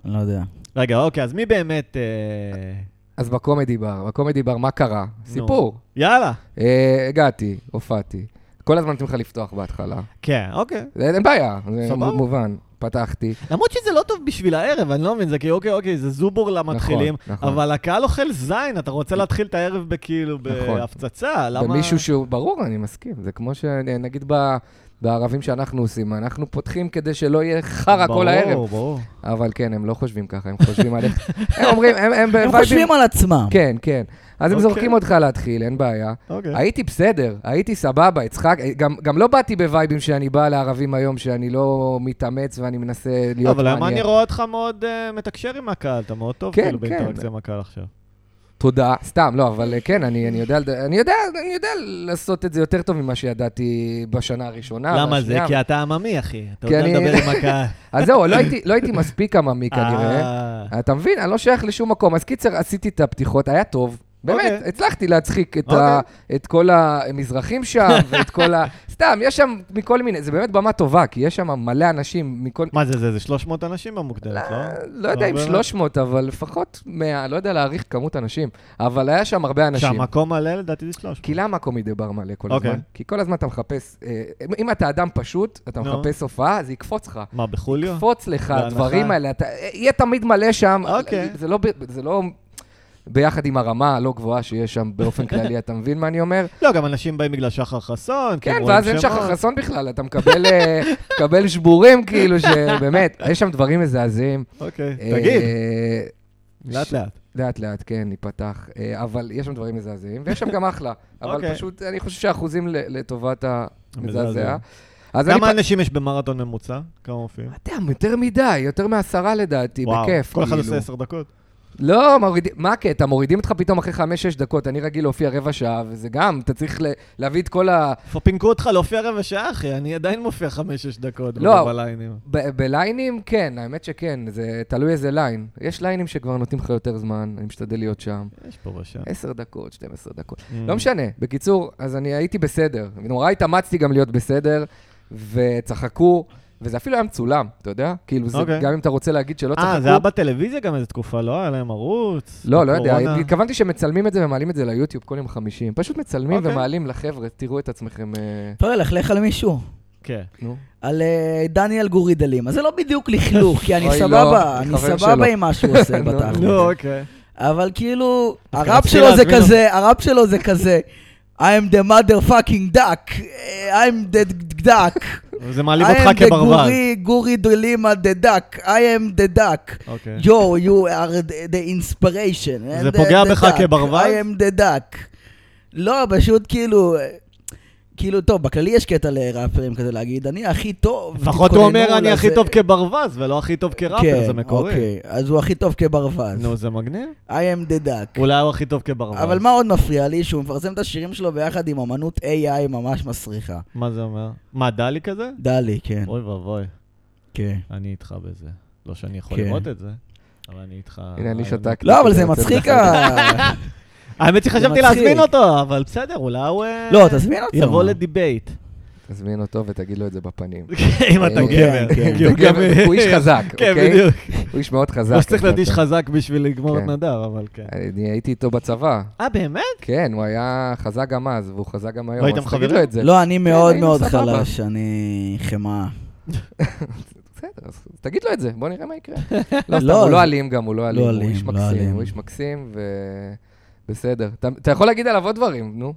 [SPEAKER 2] אני לא יודע.
[SPEAKER 1] רגע, אוקיי, אז מי באמת... אה,
[SPEAKER 3] אז בקומדי בר, בקומדי בר, מה קרה? סיפור.
[SPEAKER 1] יאללה.
[SPEAKER 3] אה, הגעתי, הופעתי. כל הזמן נותנים לך לפתוח בהתחלה.
[SPEAKER 1] כן, אוקיי.
[SPEAKER 3] אין אין בעיה, זה
[SPEAKER 1] סבבה.
[SPEAKER 3] מובן. פתחתי.
[SPEAKER 1] למרות שזה לא טוב בשביל הערב, אני לא מבין, זה כאילו, אוקיי, אוקיי, זה זובור למתחילים,
[SPEAKER 3] נכון, נכון.
[SPEAKER 1] אבל הקהל אוכל זין, אתה רוצה להתחיל את הערב בכאילו,
[SPEAKER 3] נכון.
[SPEAKER 1] בהפצצה, למה...
[SPEAKER 3] במישהו שהוא, ברור, אני מסכים. זה כמו שנגיד ב... בערבים שאנחנו עושים, אנחנו פותחים כדי שלא יהיה חרא כל הערב.
[SPEAKER 1] ברור, ברור.
[SPEAKER 3] אבל כן, הם לא חושבים ככה, הם חושבים על איך... הם אומרים, הם, הם
[SPEAKER 2] הם
[SPEAKER 3] בווייבים...
[SPEAKER 2] חושבים על עצמם.
[SPEAKER 3] כן, כן. אז הם
[SPEAKER 1] אוקיי.
[SPEAKER 3] זורקים אותך להתחיל, אין בעיה.
[SPEAKER 1] אוקיי.
[SPEAKER 3] הייתי בסדר, הייתי סבבה, הצחק... גם, גם לא באתי בווייבים שאני בא לערבים היום, שאני לא מתאמץ ואני מנסה להיות
[SPEAKER 1] אבל היום
[SPEAKER 3] מעניין.
[SPEAKER 1] אני רואה אותך מאוד אה, מתקשר עם הקהל, אתה מאוד טוב
[SPEAKER 3] כן,
[SPEAKER 1] כאילו
[SPEAKER 3] כן.
[SPEAKER 1] באינטראקציה עם הקהל עכשיו.
[SPEAKER 3] תודה, סתם, לא, אבל אה, כן, אני, אני, יודע, לד- אני, יודע, אני יודע לעשות את זה יותר טוב ממה שידעתי בשנה הראשונה.
[SPEAKER 1] למה זה?
[SPEAKER 3] והשנייה.
[SPEAKER 1] כי אתה עממי, אחי. אתה
[SPEAKER 3] כי
[SPEAKER 1] יודע
[SPEAKER 3] אני-
[SPEAKER 1] לדבר עם הקהל.
[SPEAKER 3] אז זהו, לא הייתי, לא הייתי מספיק עממי כנראה.
[SPEAKER 1] אה,
[SPEAKER 3] אתה מבין? אני לא שייך לשום מקום. אז קיצר, עשיתי את הפתיחות, היה טוב. באמת,
[SPEAKER 1] אוקיי.
[SPEAKER 3] הצלחתי להצחיק את ה- את כל המזרחים שם, ואת כל ה... סתם, יש שם מכל מיני, זה באמת במה טובה, כי יש שם מלא אנשים מכל...
[SPEAKER 1] מה זה, זה? זה 300 אנשים במוקדמת, לא?
[SPEAKER 3] לא יודע אם
[SPEAKER 1] באמת?
[SPEAKER 3] 300, אבל לפחות 100, לא יודע להעריך כמות אנשים. אבל היה שם הרבה אנשים.
[SPEAKER 1] שהמקום מלא, לדעתי זה 300.
[SPEAKER 3] כי למה קומדי בר מלא כל
[SPEAKER 1] אוקיי.
[SPEAKER 3] הזמן? כי כל הזמן אתה מחפש, אה, אם אתה אדם פשוט, אתה
[SPEAKER 1] נו.
[SPEAKER 3] מחפש הופעה, זה יקפוץ לך.
[SPEAKER 1] מה, בחוליו?
[SPEAKER 3] יקפוץ לך,
[SPEAKER 1] לא. בהנחה.
[SPEAKER 3] הדברים האלה, אתה- יהיה תמיד מלא שם.
[SPEAKER 1] אוקיי.
[SPEAKER 3] זה לא ב- זה לא ביחד עם הרמה הלא גבוהה שיש שם באופן כללי, אתה מבין מה אני אומר?
[SPEAKER 1] לא, גם אנשים באים בגלל שחר חסון, כי
[SPEAKER 3] כן,
[SPEAKER 1] הם רואים
[SPEAKER 3] ואז אין
[SPEAKER 1] שמות.
[SPEAKER 3] שחר חסון בכלל, אתה מקבל, אה, מקבל שבורים, כאילו, שבאמת, יש שם דברים מזעזעים.
[SPEAKER 1] אוקיי, תגיד,
[SPEAKER 3] אה,
[SPEAKER 1] לאט לאט.
[SPEAKER 3] לאט לאט, כן, ניפתח. אה, אבל יש שם דברים מזעזעים, ויש שם גם אחלה. אבל
[SPEAKER 1] אוקיי.
[SPEAKER 3] פשוט, אני חושב שהאחוזים ל- לטובת המזעזע.
[SPEAKER 1] המזעזע.
[SPEAKER 3] אז אני...
[SPEAKER 1] כמה
[SPEAKER 3] פ-
[SPEAKER 1] אנשים יש במרתון ממוצע? כמה מופיעים?
[SPEAKER 3] אתה יודע, יותר מדי, יותר מעשרה לדעתי,
[SPEAKER 1] וואו,
[SPEAKER 3] בכיף.
[SPEAKER 1] כל אחד
[SPEAKER 3] כאילו.
[SPEAKER 1] עושה עשר דקות.
[SPEAKER 3] לא, מורידים, מה הקטע? מורידים אותך פתאום אחרי חמש-שש דקות, אני רגיל להופיע רבע שעה, וזה גם, אתה צריך ל- להביא את כל ה...
[SPEAKER 1] כבר פינקו אותך להופיע רבע שעה, אחי, אני עדיין מופיע חמש-שש דקות.
[SPEAKER 3] לא.
[SPEAKER 1] בליינים.
[SPEAKER 3] ב- בליינים, כן, האמת שכן, זה תלוי איזה ליין. יש ליינים שכבר נותנים לך יותר זמן, אני משתדל להיות שם.
[SPEAKER 1] יש פה רשע.
[SPEAKER 3] עשר דקות, 12 דקות.
[SPEAKER 1] Mm.
[SPEAKER 3] לא משנה. בקיצור, אז אני הייתי בסדר. נורא התאמצתי גם להיות בסדר, וצחקו, וזה אפילו היה מצולם, אתה יודע? כאילו, זה,
[SPEAKER 1] אוקיי.
[SPEAKER 3] גם אם אתה רוצה להגיד שלא צחקו...
[SPEAKER 1] אה, זה היה בטלוויזיה גם איזו תקופה, לא? היה להם ערוץ?
[SPEAKER 3] לא, לא יודע,
[SPEAKER 1] בקורונה.
[SPEAKER 3] התכוונתי שמצלמים את זה ומעלים את זה ליוטיוב כל יום חמישים. פשוט מצלמים
[SPEAKER 1] אוקיי.
[SPEAKER 3] ומעלים לחבר'ה, תראו את עצמכם, אה,
[SPEAKER 2] אתה ללכלך על מישהו.
[SPEAKER 1] כן.
[SPEAKER 3] נו.
[SPEAKER 2] על אה, דניאל גורידלים. אז זה לא בדיוק לכלוך, כי אני
[SPEAKER 3] אוי, לא,
[SPEAKER 2] סבבה,
[SPEAKER 3] אני
[SPEAKER 2] אני
[SPEAKER 3] חבר
[SPEAKER 2] סבבה
[SPEAKER 3] שלו.
[SPEAKER 2] עם מה שהוא עושה
[SPEAKER 3] נו, לא.
[SPEAKER 2] בתכל'ס.
[SPEAKER 1] נו, אוקיי.
[SPEAKER 2] אבל כאילו,
[SPEAKER 1] אז
[SPEAKER 2] הראפ
[SPEAKER 1] רציתי
[SPEAKER 2] שלו זה
[SPEAKER 1] להזמין
[SPEAKER 2] כזה, הראפ שלו זה כזה, I'm the motherfucking duck, אה, I'm the duck,
[SPEAKER 1] זה מעליב
[SPEAKER 2] I am
[SPEAKER 1] אותך
[SPEAKER 2] the
[SPEAKER 1] כברווז.
[SPEAKER 2] גורי, גורי דולימה the duck, I am the duck.
[SPEAKER 1] אוקיי.
[SPEAKER 2] Yo, you are the- the inspiration.
[SPEAKER 1] זה
[SPEAKER 2] I'm the-
[SPEAKER 1] פוגע
[SPEAKER 2] the
[SPEAKER 1] בך
[SPEAKER 2] duck.
[SPEAKER 1] כברווז?
[SPEAKER 2] I am the duck. לא, פשוט כאילו... כאילו, טוב, בכללי יש קטע לראפרים כזה להגיד, אני הכי טוב.
[SPEAKER 1] לפחות הוא
[SPEAKER 2] תתכוננו
[SPEAKER 1] אומר, אני הכי
[SPEAKER 2] לזה."
[SPEAKER 1] טוב כברווז, ולא הכי טוב כראפר,
[SPEAKER 2] כן,
[SPEAKER 1] זה מקורי.
[SPEAKER 2] אוקיי, אז הוא הכי טוב כברווז.
[SPEAKER 1] נו, זה מגניב.
[SPEAKER 2] I am the duck.
[SPEAKER 1] אולי לא הוא הכי טוב כברווז.
[SPEAKER 2] אבל מה עוד מפריע לי? שהוא מפרסם את השירים שלו ביחד עם אמנות AI ממש מסריחה.
[SPEAKER 1] מה זה אומר? מה, דלי כזה?
[SPEAKER 2] דלי, כן.
[SPEAKER 1] אוי ואבוי,
[SPEAKER 2] כן.
[SPEAKER 1] אני איתך בזה. לא שאני יכול
[SPEAKER 2] כן.
[SPEAKER 1] לראות את זה, אבל אני איתך.
[SPEAKER 3] הנה, אני
[SPEAKER 1] על-
[SPEAKER 3] שתקתי.
[SPEAKER 2] לא, אבל
[SPEAKER 3] כדי
[SPEAKER 2] זה
[SPEAKER 3] לתת
[SPEAKER 2] מצחיק אה.
[SPEAKER 3] לך.
[SPEAKER 2] ה...
[SPEAKER 1] האמת שחשבתי
[SPEAKER 2] מצחיק.
[SPEAKER 1] להזמין אותו, אבל בסדר, אולי הוא... אה,
[SPEAKER 2] לא, תזמין אותו.
[SPEAKER 1] יבוא לדיבייט.
[SPEAKER 3] כן, תזמין
[SPEAKER 2] אה.
[SPEAKER 3] אותו ותגיד לו את זה בפנים.
[SPEAKER 1] אם אתה
[SPEAKER 3] אה,
[SPEAKER 1] גבר.
[SPEAKER 2] כן,
[SPEAKER 1] כי כן, הוא
[SPEAKER 3] כן,
[SPEAKER 1] גבר.
[SPEAKER 3] הוא איש חזק,
[SPEAKER 1] כן,
[SPEAKER 3] אוקיי?
[SPEAKER 1] בדיוק.
[SPEAKER 3] הוא איש מאוד חזק.
[SPEAKER 1] לא שצריך להיות איש
[SPEAKER 3] אתה-
[SPEAKER 1] חזק בשביל לגמור את
[SPEAKER 3] כן.
[SPEAKER 1] נדב, אבל כן.
[SPEAKER 3] אני הייתי איתו בצבא.
[SPEAKER 1] אה, באמת?
[SPEAKER 3] כן, הוא היה חזק גם אז, והוא חזק גם היום.
[SPEAKER 1] הייתם
[SPEAKER 3] אז תגיד לו
[SPEAKER 1] חברים?
[SPEAKER 3] את זה.
[SPEAKER 2] לא, אני מאוד
[SPEAKER 3] היינו
[SPEAKER 2] מאוד
[SPEAKER 3] סבבה.
[SPEAKER 2] חלש, אני חמאה.
[SPEAKER 3] בסדר, אז תגיד לו את זה, בוא נראה מה יקרה. לא, סתם,
[SPEAKER 2] לא,
[SPEAKER 3] הוא לא
[SPEAKER 2] זה-
[SPEAKER 3] אלים גם, הוא לא אלים, הוא
[SPEAKER 2] אלים,
[SPEAKER 3] איש
[SPEAKER 2] לא
[SPEAKER 3] מקסים,
[SPEAKER 2] אלים.
[SPEAKER 3] הוא איש מקסים, ו... בסדר. אתה- אתה יכול להגיד עליו עוד דברים, נו.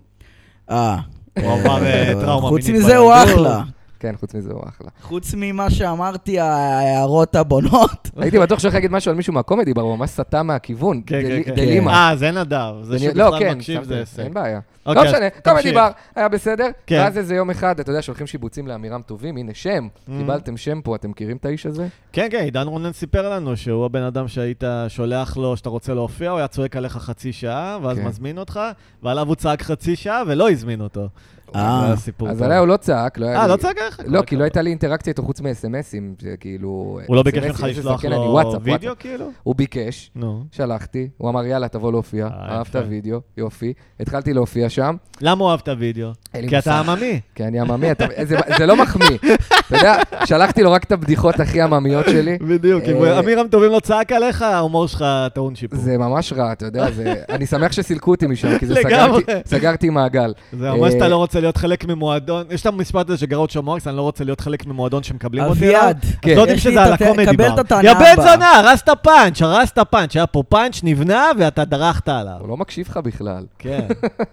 [SPEAKER 2] אה.
[SPEAKER 1] הוא עבר, אה, טראומה
[SPEAKER 2] חוץ
[SPEAKER 1] מינית
[SPEAKER 2] מזה הוא
[SPEAKER 1] בילדות.
[SPEAKER 2] אחלה.
[SPEAKER 3] כן, חוץ מזה הוא אחלה.
[SPEAKER 2] חוץ ממה שאמרתי, ההערות הבונות.
[SPEAKER 3] הייתי בטוח שהולך להגיד משהו על מישהו מהקומדי בר, הוא ממש סטה מהכיוון.
[SPEAKER 1] כן,
[SPEAKER 3] דלי-
[SPEAKER 1] כן, כן.
[SPEAKER 3] דלימה.
[SPEAKER 1] אה, זה נדב. זה
[SPEAKER 3] אני- לא,
[SPEAKER 1] שבכלל
[SPEAKER 3] כן,
[SPEAKER 1] מקשיב
[SPEAKER 3] שמתי
[SPEAKER 1] זה
[SPEAKER 3] לב,
[SPEAKER 1] הישג.
[SPEAKER 3] אין בעיה.
[SPEAKER 1] אוקיי,
[SPEAKER 3] לא
[SPEAKER 1] אז
[SPEAKER 3] משנה,
[SPEAKER 1] תמשיך.
[SPEAKER 3] קומדי בר, היה בסדר,
[SPEAKER 1] כן.
[SPEAKER 3] ואז איזה יום אחד, אתה יודע, שולחים שיבוצים לעמירם טובים, הנה שם,
[SPEAKER 1] Mm.
[SPEAKER 3] קיבלתם שם פה, אתם מכירים את האיש הזה?
[SPEAKER 1] כן, כן, עידן רונן סיפר לנו שהוא הבן אדם שהיית שולח לו שאתה רוצה להופיע, הוא היה צועק עליך חצי שעה, ואז
[SPEAKER 3] כן.
[SPEAKER 1] מזמין אותך, ועליו הוא צעק חצי שעה ולא הזמין אותו. זה
[SPEAKER 2] אה.
[SPEAKER 1] הסיפור.
[SPEAKER 3] אז
[SPEAKER 1] פה.
[SPEAKER 3] עליי הוא לא צעק, לא היה
[SPEAKER 1] אה,
[SPEAKER 3] לי-
[SPEAKER 1] לא צעק עליך?
[SPEAKER 3] לא,
[SPEAKER 1] כל
[SPEAKER 3] כי לא
[SPEAKER 1] הכבוד.
[SPEAKER 3] הייתה לי אינטראקציה איתו חוץ מסמסים, שכאילו...
[SPEAKER 1] הוא לא ביקש
[SPEAKER 3] SMS,
[SPEAKER 1] ממך
[SPEAKER 3] איזה
[SPEAKER 1] לשלוח
[SPEAKER 3] זקן כן, אני,
[SPEAKER 1] לו
[SPEAKER 3] וואטסאפ, וואטסאפ.
[SPEAKER 1] וידאו, כאילו?
[SPEAKER 3] הוא ביקש,
[SPEAKER 1] נו.
[SPEAKER 3] שלחתי, הוא אמר, יאללה, תבוא להופיע.
[SPEAKER 1] אה,
[SPEAKER 3] אהבת
[SPEAKER 1] יפה.
[SPEAKER 3] וידאו, יופי. התחלתי להופיע שם,
[SPEAKER 1] למה אוהבת וידאו?
[SPEAKER 3] אין לי
[SPEAKER 1] כי אתה
[SPEAKER 3] מושג.
[SPEAKER 1] עממי.
[SPEAKER 3] כי אני עממי, אתה- זה- זה לא מחמיא. אתה יודע, שלחתי לו רק את הבדיחות הכי עממיות שלי.
[SPEAKER 1] בדיוק, אם
[SPEAKER 3] אה,
[SPEAKER 1] אמירם טובים לא צעק עליך, ההומור שלך טעון שיפור.
[SPEAKER 3] זה ממש רע, אתה יודע, זה... אני שמח שסילקו אותי משם, כי זה
[SPEAKER 1] לגמרי.
[SPEAKER 3] סגרתי- סגרתי מעגל.
[SPEAKER 1] זה אומר
[SPEAKER 3] אה,
[SPEAKER 1] שאתה לא רוצה רוצה להיות חלק ממועדון, יש את המשפט הזה שגרע אותו מרקס, אני לא רוצה להיות חלק ממועדון שמקבלים אותי
[SPEAKER 2] אביעד.
[SPEAKER 1] אליו.
[SPEAKER 2] כן.
[SPEAKER 1] אז לא יודעים
[SPEAKER 2] יש לי
[SPEAKER 1] שזה
[SPEAKER 2] את
[SPEAKER 1] על
[SPEAKER 2] הת-
[SPEAKER 1] הקומדי
[SPEAKER 2] קבל
[SPEAKER 1] בר.
[SPEAKER 2] את הטענה
[SPEAKER 1] יא בן
[SPEAKER 2] הבאה.
[SPEAKER 1] זונה, הרסת פאנץ', הרסת פאנץ'. היה פה פאנץ' נבנה ואתה דרכת עליו.
[SPEAKER 3] הוא לא מקשיב לך בכלל.
[SPEAKER 1] כן.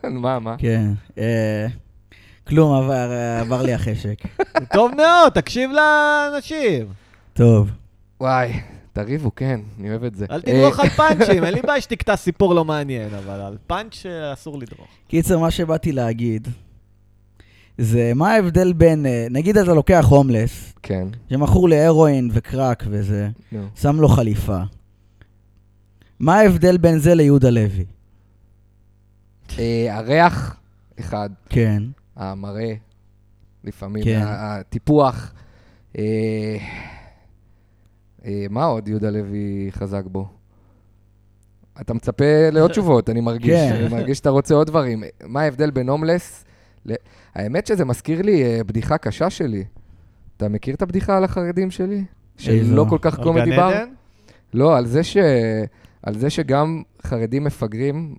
[SPEAKER 3] מה, מה?
[SPEAKER 2] כן. אה, כלום, עבר עבר לי החשק.
[SPEAKER 1] טוב מאוד, תקשיב לאנשים.
[SPEAKER 2] טוב.
[SPEAKER 3] וואי, תריבו, כן, אני אוהב את זה.
[SPEAKER 1] אל
[SPEAKER 3] אה,
[SPEAKER 1] תדרוך על פאנצ'ים, אין לי בעיה שתקטע סיפור לא מעניין, אבל על פאנץ' אה, אסור לדרוך.
[SPEAKER 2] קיצר, מה שבאתי להגיד, זה מה ההבדל בין, אה, נגיד אתה לוקח הומלס,
[SPEAKER 3] כן,
[SPEAKER 2] שמכור להרואין וקראק וזה,
[SPEAKER 3] נו.
[SPEAKER 2] שם לו חליפה. מה ההבדל בין זה ליהודה לוי?
[SPEAKER 3] אה, הריח, אחד.
[SPEAKER 2] כן.
[SPEAKER 3] המראה, לפעמים,
[SPEAKER 2] כן.
[SPEAKER 3] כן. הטיפוח. אה, אה, מה עוד יהודה לוי חזק בו? אתה מצפה לעוד תשובות, אני מרגיש.
[SPEAKER 2] כן.
[SPEAKER 3] אני מרגיש שאתה רוצה עוד דברים. מה ההבדל בין הומלס ל... האמת שזה מזכיר לי אה, בדיחה קשה שלי. אתה מכיר את הבדיחה על החרדים שלי? שהיא
[SPEAKER 2] איזו?
[SPEAKER 3] לא כל כך
[SPEAKER 1] על
[SPEAKER 3] קומדי
[SPEAKER 1] גן
[SPEAKER 3] בר?
[SPEAKER 1] עדן?
[SPEAKER 3] לא, על זה, ש... על זה שגם חרדים מפגרים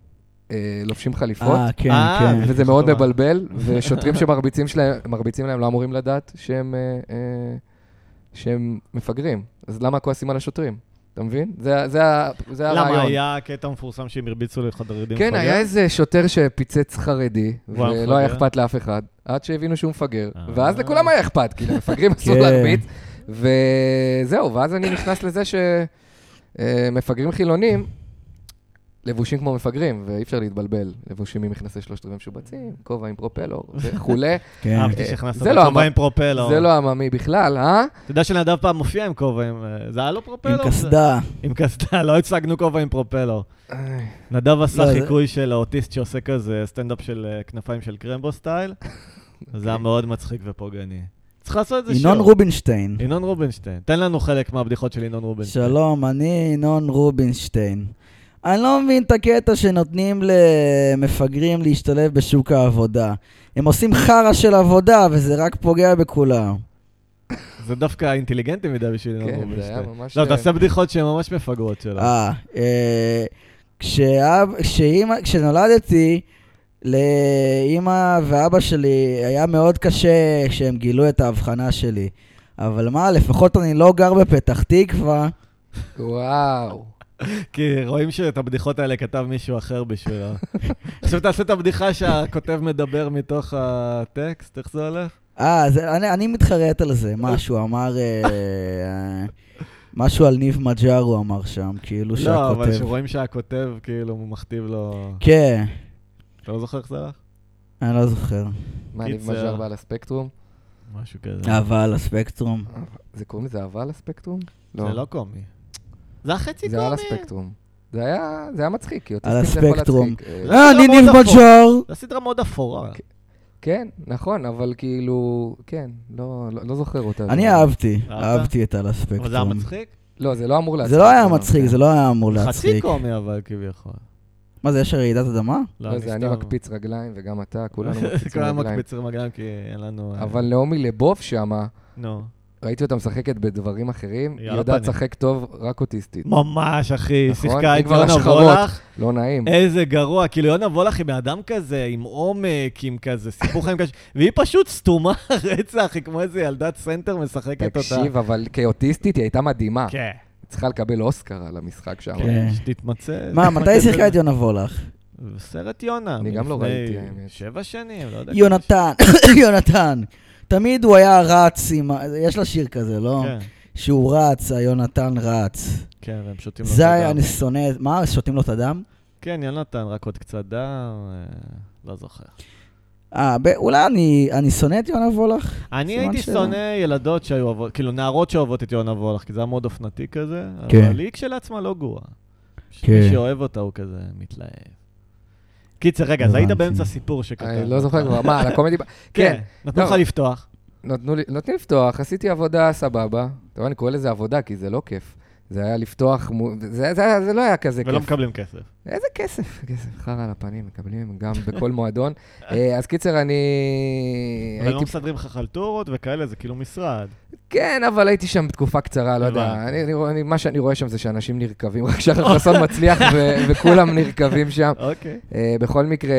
[SPEAKER 3] אה, לובשים חליפות.
[SPEAKER 2] אה, כן,
[SPEAKER 1] אה,
[SPEAKER 2] כן.
[SPEAKER 1] ו-
[SPEAKER 3] וזה מאוד
[SPEAKER 1] טוב.
[SPEAKER 3] מבלבל, ושוטרים שמרביצים שלהם, מרביצים להם לא אמורים לדעת שהם, אה, אה, שהם מפגרים. אז למה כועסים על השוטרים? אתה מבין? זה, זה, ה- זה הרעיון.
[SPEAKER 1] למה, היה קטע מפורסם שהם הרביצו לחרדים?
[SPEAKER 3] כן,
[SPEAKER 1] מפגר?
[SPEAKER 3] היה איזה שוטר שפיצץ חרדי,
[SPEAKER 1] והוא היה
[SPEAKER 3] ולא היה
[SPEAKER 1] מפגר?
[SPEAKER 3] אכפת לאף אחד, עד שהבינו שהוא מפגר.
[SPEAKER 1] אה.
[SPEAKER 3] ואז לכולם היה אכפת, כי למפגרים אסור
[SPEAKER 2] כן.
[SPEAKER 3] להרביץ. וזהו, ואז אני נכנס לזה שמפגרים חילונים, לבושים כמו מפגרים, ואי אפשר להתבלבל. לבושים עם מכנסי שלושת רבעי משובצים, כובע עם פרופלור וכולי.
[SPEAKER 2] כן.
[SPEAKER 1] אהבתי
[SPEAKER 3] אה,
[SPEAKER 1] שהכנסת
[SPEAKER 3] זה לא
[SPEAKER 1] אותו כובע
[SPEAKER 3] אמר-
[SPEAKER 1] עם פרופלור.
[SPEAKER 3] זה לא עממי בכלל, אה?
[SPEAKER 1] אתה יודע שנדב פעם מופיע עם כובע עם... אה, זה היה לו
[SPEAKER 2] עם
[SPEAKER 1] פרופלור?
[SPEAKER 2] קסדה.
[SPEAKER 1] עם קסדה, לא הצגנו כובע עם פרופלור. נדב עשה
[SPEAKER 2] לא, זה-
[SPEAKER 1] חיקוי של האוטיסט שעושה כזה סטנדאפ של אה, כנפיים של קרמבו סטייל. זה היה מאוד מצחיק ופוגעני. צריך לעשות את זה שוב.
[SPEAKER 2] ינון רובינשטיין.
[SPEAKER 1] ינון רובינשטיין. תן לנו חלק מהבדיחות של ינון רובינשטיין.
[SPEAKER 2] שלום, אני ינון רובינשטיין. אני לא מבין את הקטע שנותנים למפגרים להשתלב בשוק העבודה. הם עושים חרא של עבודה, וזה רק פוגע בכולם.
[SPEAKER 1] זה דווקא אינטליגנטי מדי בשביל ינון
[SPEAKER 3] כן, זה היה
[SPEAKER 1] רובינשטיין.
[SPEAKER 3] ממש...
[SPEAKER 1] לא, תעשה בדיחות שהן ממש מפגרות שלו.
[SPEAKER 2] אה, אה, כשאב- כשאימא- כשנולדתי, לאימא ואבא שלי היה מאוד קשה כשהם גילו את ההבחנה שלי. אבל מה, לפחות אני לא גר בפתח תקווה.
[SPEAKER 3] וואו.
[SPEAKER 1] כי רואים שאת הבדיחות האלה כתב מישהו אחר בשבילו. עכשיו תעשה את הבדיחה שהכותב מדבר מתוך הטקסט, איך זה הולך?
[SPEAKER 2] אה, זה- אני, אני מתחרט על זה, מה שהוא אמר, אה, אה, משהו על ניב מג'אר הוא אמר שם, כאילו
[SPEAKER 1] לא, אבל
[SPEAKER 2] שהכותב.
[SPEAKER 1] שרואים שהכותב, כאילו, הוא מכתיב לו...
[SPEAKER 2] כן,
[SPEAKER 1] אתה לא זוכר איך זה הלך?
[SPEAKER 2] אני לא זוכר.
[SPEAKER 3] מה, ניב
[SPEAKER 1] קיצר.
[SPEAKER 3] מג'אר ועל הספקטרום?
[SPEAKER 1] משהו כזה.
[SPEAKER 2] אבל הספקטרום.
[SPEAKER 3] זה קוראים לזה אבל הספקטרום?
[SPEAKER 1] זה לא קומי. זה החצי
[SPEAKER 3] זה על
[SPEAKER 1] קומי.
[SPEAKER 3] הספקטרום. זה היה, זה היה מצחיק, כי
[SPEAKER 2] על
[SPEAKER 3] אוטיסטים זה יכול
[SPEAKER 2] הספקטרום.
[SPEAKER 3] להצחיק. אה,
[SPEAKER 1] לא,
[SPEAKER 2] אה, אני
[SPEAKER 1] מאוד
[SPEAKER 2] ניב
[SPEAKER 1] אפור.
[SPEAKER 2] מג'אר!
[SPEAKER 1] זו סדרה מאוד אפורה.
[SPEAKER 3] כן, נכון, אבל כאילו, כן, לא, לא, לא זוכר אותה.
[SPEAKER 2] אני אהבתי,
[SPEAKER 1] אהבת?
[SPEAKER 2] אהבתי את על
[SPEAKER 1] אבל זה היה
[SPEAKER 2] הספקטרום.
[SPEAKER 1] מצחיק?
[SPEAKER 3] לא, זה לא אמור להצחיק.
[SPEAKER 2] זה לא היה
[SPEAKER 1] אוקיי.
[SPEAKER 3] אה,
[SPEAKER 2] מצחיק,
[SPEAKER 3] כן.
[SPEAKER 2] זה לא היה אמור
[SPEAKER 1] חצי
[SPEAKER 2] להצחיק.
[SPEAKER 1] קומי, אבל כביכול.
[SPEAKER 2] מה זה, יש רעידת אדמה?
[SPEAKER 3] לא, זה אני
[SPEAKER 1] סתם-
[SPEAKER 3] מקפיץ רגליים, וגם אתה, כולנו מקפיצים
[SPEAKER 1] כולם
[SPEAKER 3] רגליים.
[SPEAKER 1] מקפיצים רגליים, כי אין לנו... אה,
[SPEAKER 3] אבל נעמי לבוב שמה,
[SPEAKER 1] נו.
[SPEAKER 3] ראיתי אותה משחקת בדברים אחרים,
[SPEAKER 1] היא
[SPEAKER 3] היא יודעת
[SPEAKER 1] יפנית.
[SPEAKER 3] לשחק טוב, רק אוטיסטית.
[SPEAKER 1] ממש, אחי,
[SPEAKER 3] נכון?
[SPEAKER 1] שיחקה
[SPEAKER 3] היא
[SPEAKER 1] את
[SPEAKER 3] כבר
[SPEAKER 1] יונה
[SPEAKER 3] השחרות.
[SPEAKER 1] וולך.
[SPEAKER 3] לא נעים.
[SPEAKER 2] אה,
[SPEAKER 1] איזה גרוע, כאילו יונה וולך היא בן אדם כזה, עם עומק, עם כזה סיפור חיים קשה, והיא פשוט סתומה רצח, היא כמו איזה ילדת סנטר
[SPEAKER 3] כן,
[SPEAKER 1] משחקת אותה.
[SPEAKER 3] תקשיב, אבל כאוטיסטית היא הייתה מדהימה.
[SPEAKER 1] כן,
[SPEAKER 3] היא צריכה לקבל אוסקר על המשחק שם.
[SPEAKER 1] כן, שתתמצא.
[SPEAKER 2] מה, מתי היא שיחקה את
[SPEAKER 1] יונה?
[SPEAKER 2] יונה וולך?
[SPEAKER 1] סרט יונה.
[SPEAKER 3] אני גם לא
[SPEAKER 1] מלפני
[SPEAKER 3] ראיתי, האמת.
[SPEAKER 1] שבע שנים, לא יודע.
[SPEAKER 2] יונתן, יונתן. תמיד הוא היה רץ עם... ה- יש לה שיר כזה, לא?
[SPEAKER 1] כן,
[SPEAKER 2] שהוא רץ, היונתן רץ.
[SPEAKER 1] כן, והם שותים לו את
[SPEAKER 2] זה היה,
[SPEAKER 1] הדם.
[SPEAKER 2] אני שונא... את- מה, שותים לו את הדם?
[SPEAKER 1] כן, יונתן, רק עוד קצת דם, אה, לא זוכר.
[SPEAKER 2] אה, ב- אולי אני, אני שונא את יונה וולך?
[SPEAKER 1] אני
[SPEAKER 2] סימן
[SPEAKER 1] הייתי
[SPEAKER 2] שאלה.
[SPEAKER 1] שונא ילדות שהיו אוהבות, כאילו נערות שאוהבות את יונה וולך, כי זה היה מאוד אופנתי כזה,
[SPEAKER 2] כן.
[SPEAKER 1] אבל היא כשלעצמה לא גרועה.
[SPEAKER 2] כן.
[SPEAKER 1] מי שאוהב אותה הוא כזה מתלהב. קיצר, רגע, אז היית
[SPEAKER 2] הבנתי.
[SPEAKER 1] באמצע סיפור שכתב.
[SPEAKER 3] אני לא זוכר כבר, מה, על הקומדי... ב- כן,
[SPEAKER 1] נתנו
[SPEAKER 3] לא.
[SPEAKER 1] לך לפתוח.
[SPEAKER 3] נתנו לי- נותנים לפתוח, עשיתי עבודה סבבה. אתה רואה, אני קורא לזה עבודה, כי זה לא כיף. זה היה לפתוח, מו- זה, זה, היה- זה לא היה כזה
[SPEAKER 1] ולא
[SPEAKER 3] כיף.
[SPEAKER 1] מקבלים כסף.
[SPEAKER 3] איזה כסף, כסף, חרא על הפנים, מקבלים גם בכל מועדון. אה, אז קיצר, אני...
[SPEAKER 1] אבל לא
[SPEAKER 3] הייתי...
[SPEAKER 1] מסדרים לך חלטורות וכאלה, זה כאילו משרד.
[SPEAKER 3] כן, אבל הייתי שם תקופה קצרה, לא יודע.
[SPEAKER 1] הבנתי.
[SPEAKER 3] אני, אני, רואה- אני, מה שאני רואה שם זה שאנשים נרקבים, רק שהחסון מצליח ו, וכולם נרקבים שם.
[SPEAKER 1] אוקיי.
[SPEAKER 3] אה, בכל מקרה,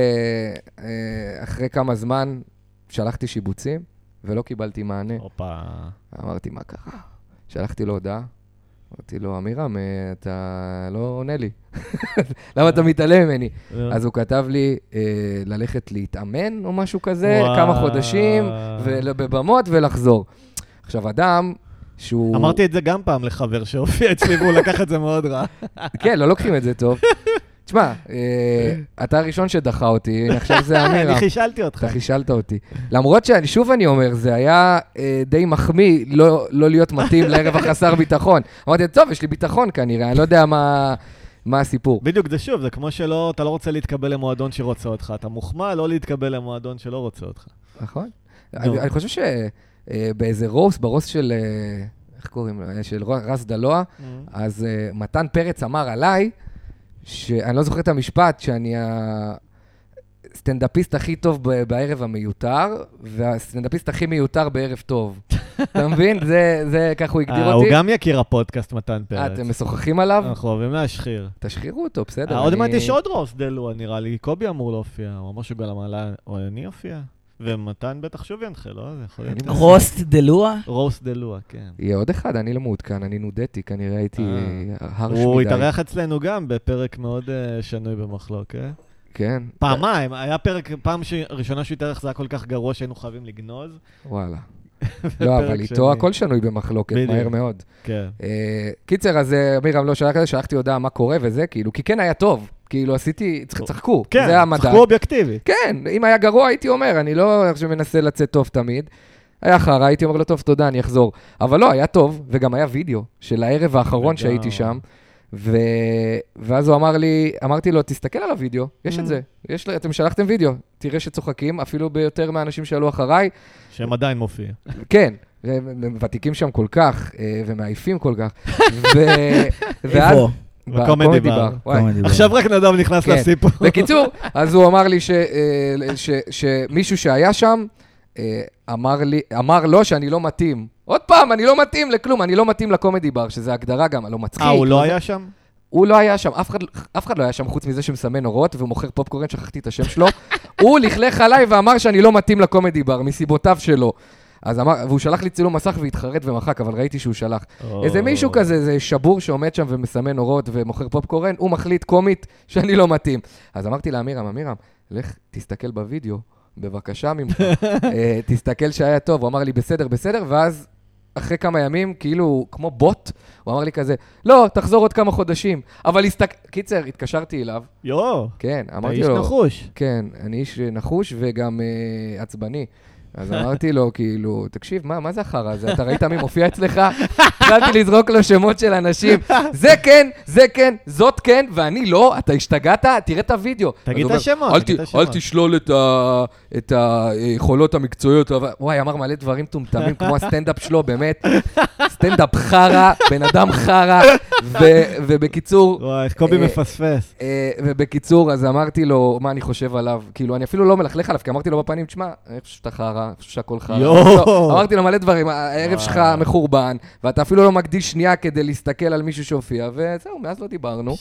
[SPEAKER 3] אה, אחרי כמה זמן, שלחתי שיבוצים ולא קיבלתי מענה.
[SPEAKER 1] הופה.
[SPEAKER 3] אמרתי, מה קרה? שלחתי לו הודעה, אמרתי לו, אמירם, אה, אתה לא עונה לי. למה אתה מתעלם ממני? אז הוא כתב לי אה, ללכת להתאמן או משהו כזה,
[SPEAKER 1] וואו.
[SPEAKER 3] כמה חודשים, ול- בבמות ולחזור. עכשיו, אדם שהוא...
[SPEAKER 1] אמרתי את זה גם פעם לחבר שהופיע אצלי והוא לקח את זה מאוד רע.
[SPEAKER 3] כן, לא לוקחים את זה טוב. תשמע, אה, אתה הראשון שדחה אותי, עכשיו זה
[SPEAKER 1] אני
[SPEAKER 3] אמירם.
[SPEAKER 1] חישלתי אותך.
[SPEAKER 3] אתה חישלת אותי. למרות שאני, שוב אני אומר, זה היה אה, די מחמיא לא, לא להיות מתאים לערב החסר ביטחון. אמרתי, טוב, יש לי ביטחון כנראה, אני לא יודע מה, מה הסיפור.
[SPEAKER 1] בדיוק, זה שוב, זה כמו שלא, אתה לא רוצה להתקבל למועדון שרוצה אותך, אתה מוחמא לא להתקבל למועדון שלא רוצה אותך.
[SPEAKER 3] נכון?
[SPEAKER 1] נו.
[SPEAKER 3] אני, אני חושב שבאיזה רוס, ברוס של, אה, איך קוראים לו? אה, של רו- רס דלואה, אז אה, מתן פרץ אמר עליי, שאני לא זוכר את המשפט, שאני הסטנדאפיסט הכי טוב ב- בערב המיותר, והסטנדאפיסט הכי מיותר בערב טוב. אתה מבין? זה, זה, ככה הוא הגדיר
[SPEAKER 1] אה,
[SPEAKER 3] אותי.
[SPEAKER 1] הוא גם יקיר הפודקאסט מתן
[SPEAKER 3] אה,
[SPEAKER 1] פרץ.
[SPEAKER 3] אתם משוחחים עליו?
[SPEAKER 1] אנחנו אוהבים להשחיר.
[SPEAKER 3] תשחררו אותו, בסדר.
[SPEAKER 1] אה, עוד
[SPEAKER 3] אני-
[SPEAKER 1] מעט יש עוד רוס דלו, נראה לי. קובי אמור להופיע, הוא אמר שהוא גם עלה, או אני אופיע. ומתן בטח שוב ינחה, לא? זה יכול להיות.
[SPEAKER 3] אני-
[SPEAKER 2] רוסט דלואה?
[SPEAKER 1] רוס דלואה, כן.
[SPEAKER 3] יהיה עוד אחד, אני לא מעודכן, אני נודתי, כנראה הייתי
[SPEAKER 1] אה.
[SPEAKER 3] אה, הרש מדי.
[SPEAKER 1] הוא התארח אצלנו גם בפרק מאוד אה, שנוי במחלוקת.
[SPEAKER 3] כן,
[SPEAKER 1] פעמיים, היה פרק, פעם ש- ראשונה שהוא התארח זה היה כל כך גרוע שהיינו חייבים לגנוז.
[SPEAKER 3] וואלה. לא, אבל
[SPEAKER 1] פרק
[SPEAKER 3] איתו
[SPEAKER 1] שני.
[SPEAKER 3] הכל שנוי במחלוקת,
[SPEAKER 1] בדיוק.
[SPEAKER 3] מהר מאוד.
[SPEAKER 1] כן.
[SPEAKER 3] אה, קיצר, אז אה, אמירם לא שלח את זה, שלחתי הודעה מה קורה וזה, כאילו, כי כן היה טוב. כאילו, עשיתי, צח- צחקו,
[SPEAKER 1] כן,
[SPEAKER 3] זה המדע.
[SPEAKER 1] צחקו אובייקטיבית.
[SPEAKER 3] כן, אם היה גרוע הייתי אומר, אני לא עכשיו מנסה לצאת טוב תמיד. היה חרא, הייתי אומר לו, טוב, תודה, אני אחזור. אבל לא, היה טוב, וגם היה וידאו של הערב האחרון
[SPEAKER 1] לגמרי.
[SPEAKER 3] שהייתי שם. ו... ואז הוא אמר לי, אמרתי לו, תסתכל על הוידאו, יש
[SPEAKER 1] Mm.
[SPEAKER 3] את זה, יש... ל- אתם שלחתם וידאו, תראה שצוחקים, אפילו ביותר מהאנשים שעלו אחריי,
[SPEAKER 1] שהם עדיין מופיעים.
[SPEAKER 3] כן, הם הם ותיקים שם כל כך, אה, ומעייפים כל כך. ו...
[SPEAKER 2] איפה?
[SPEAKER 1] בקומדי
[SPEAKER 3] בקומדי
[SPEAKER 1] בר.
[SPEAKER 3] בר, וואי.
[SPEAKER 2] קומדי בר.
[SPEAKER 1] עכשיו רק נדב נכנס
[SPEAKER 3] כן.
[SPEAKER 1] לסיפור.
[SPEAKER 3] בקיצור, אז הוא אמר לי ש, אה, ש, שמישהו שהיה שם, אה, אמר, לי, אמר לו שאני לא מתאים. עוד פעם, אני לא מתאים לכלום, אני לא מתאים לקומדי בר, שזה הגדרה גם, לא מצחיק.
[SPEAKER 1] אה, הוא לא היה שם?
[SPEAKER 3] הוא לא היה שם, אף אחד, אף אחד לא היה שם חוץ מזה שמסמן אורות והוא מוכר פופקורן, שכחתי את השם שלו. הוא לכלך עליי ואמר שאני לא מתאים לקומדי בר, מסיבותיו שלו. אז אמר, והוא שלח לי צילום מסך והתחרט ומחק, אבל ראיתי שהוא שלח.
[SPEAKER 1] אוקיי.
[SPEAKER 3] איזה מישהו כזה, איזה שבור שעומד שם ומסמן אורות ומוכר פופקורן, הוא מחליט קומית שאני לא מתאים. אז אמרתי לאמירם, אמירם, לך תסתכל בווידאו, בבקשה ממך, אה, תסתכל שהיה טוב. הוא אמר לי, בסדר, בסדר, ואז אחרי כמה ימים, כאילו, כמו בוט, הוא אמר לי כזה, לא, תחזור עוד כמה חודשים. אבל הסתכל... קיצר, התקשרתי אליו,
[SPEAKER 1] יואו,
[SPEAKER 3] כן,
[SPEAKER 1] אתה
[SPEAKER 3] אמרתי
[SPEAKER 1] איש
[SPEAKER 3] לו...
[SPEAKER 1] נחוש.
[SPEAKER 3] כן, אני איש נחוש וגם אה, עצבני. אז אמרתי לו, כאילו, תקשיב, מה, מה זה החרא הזה? אתה ראית מי מופיע אצלך? התחלתי לזרוק לו שמות של אנשים. זה כן, זה כן, זאת כן, ואני לא, אתה השתגעת? תראה את הוידאו.
[SPEAKER 1] תגיד
[SPEAKER 3] אז הוא
[SPEAKER 1] את
[SPEAKER 3] אומר,
[SPEAKER 1] השמות,
[SPEAKER 3] "אל
[SPEAKER 1] תגיד
[SPEAKER 3] ת-
[SPEAKER 1] את השמות."
[SPEAKER 3] אל תשלול את ה- את היכולות המקצועיות. אבל- וואי, אמר מלא דברים מטומטמים, כמו הסטנדאפ שלו, באמת. סטנדאפ חרא, בן אדם חרא, ו- ובקיצור,
[SPEAKER 1] וואי, איך קובי
[SPEAKER 3] אה,
[SPEAKER 1] מפספס.
[SPEAKER 3] אה, ובקיצור, אז אמרתי לו, מה אני חושב עליו? כאילו, אני אפילו לא מלכלך עליו, כי אמרתי לו בפנים, תשמע, אני חושב שאתה חרא, אני חושב שהכל חרא.
[SPEAKER 1] יואו.
[SPEAKER 3] לא, אמרתי לו מלא דברים, הערב
[SPEAKER 1] וואי.
[SPEAKER 3] שלך מחורבן, ואתה אפילו לא מקדיש שנייה כדי להסתכל על מישהו שהופיע, וזהו, מאז לא דיברנו,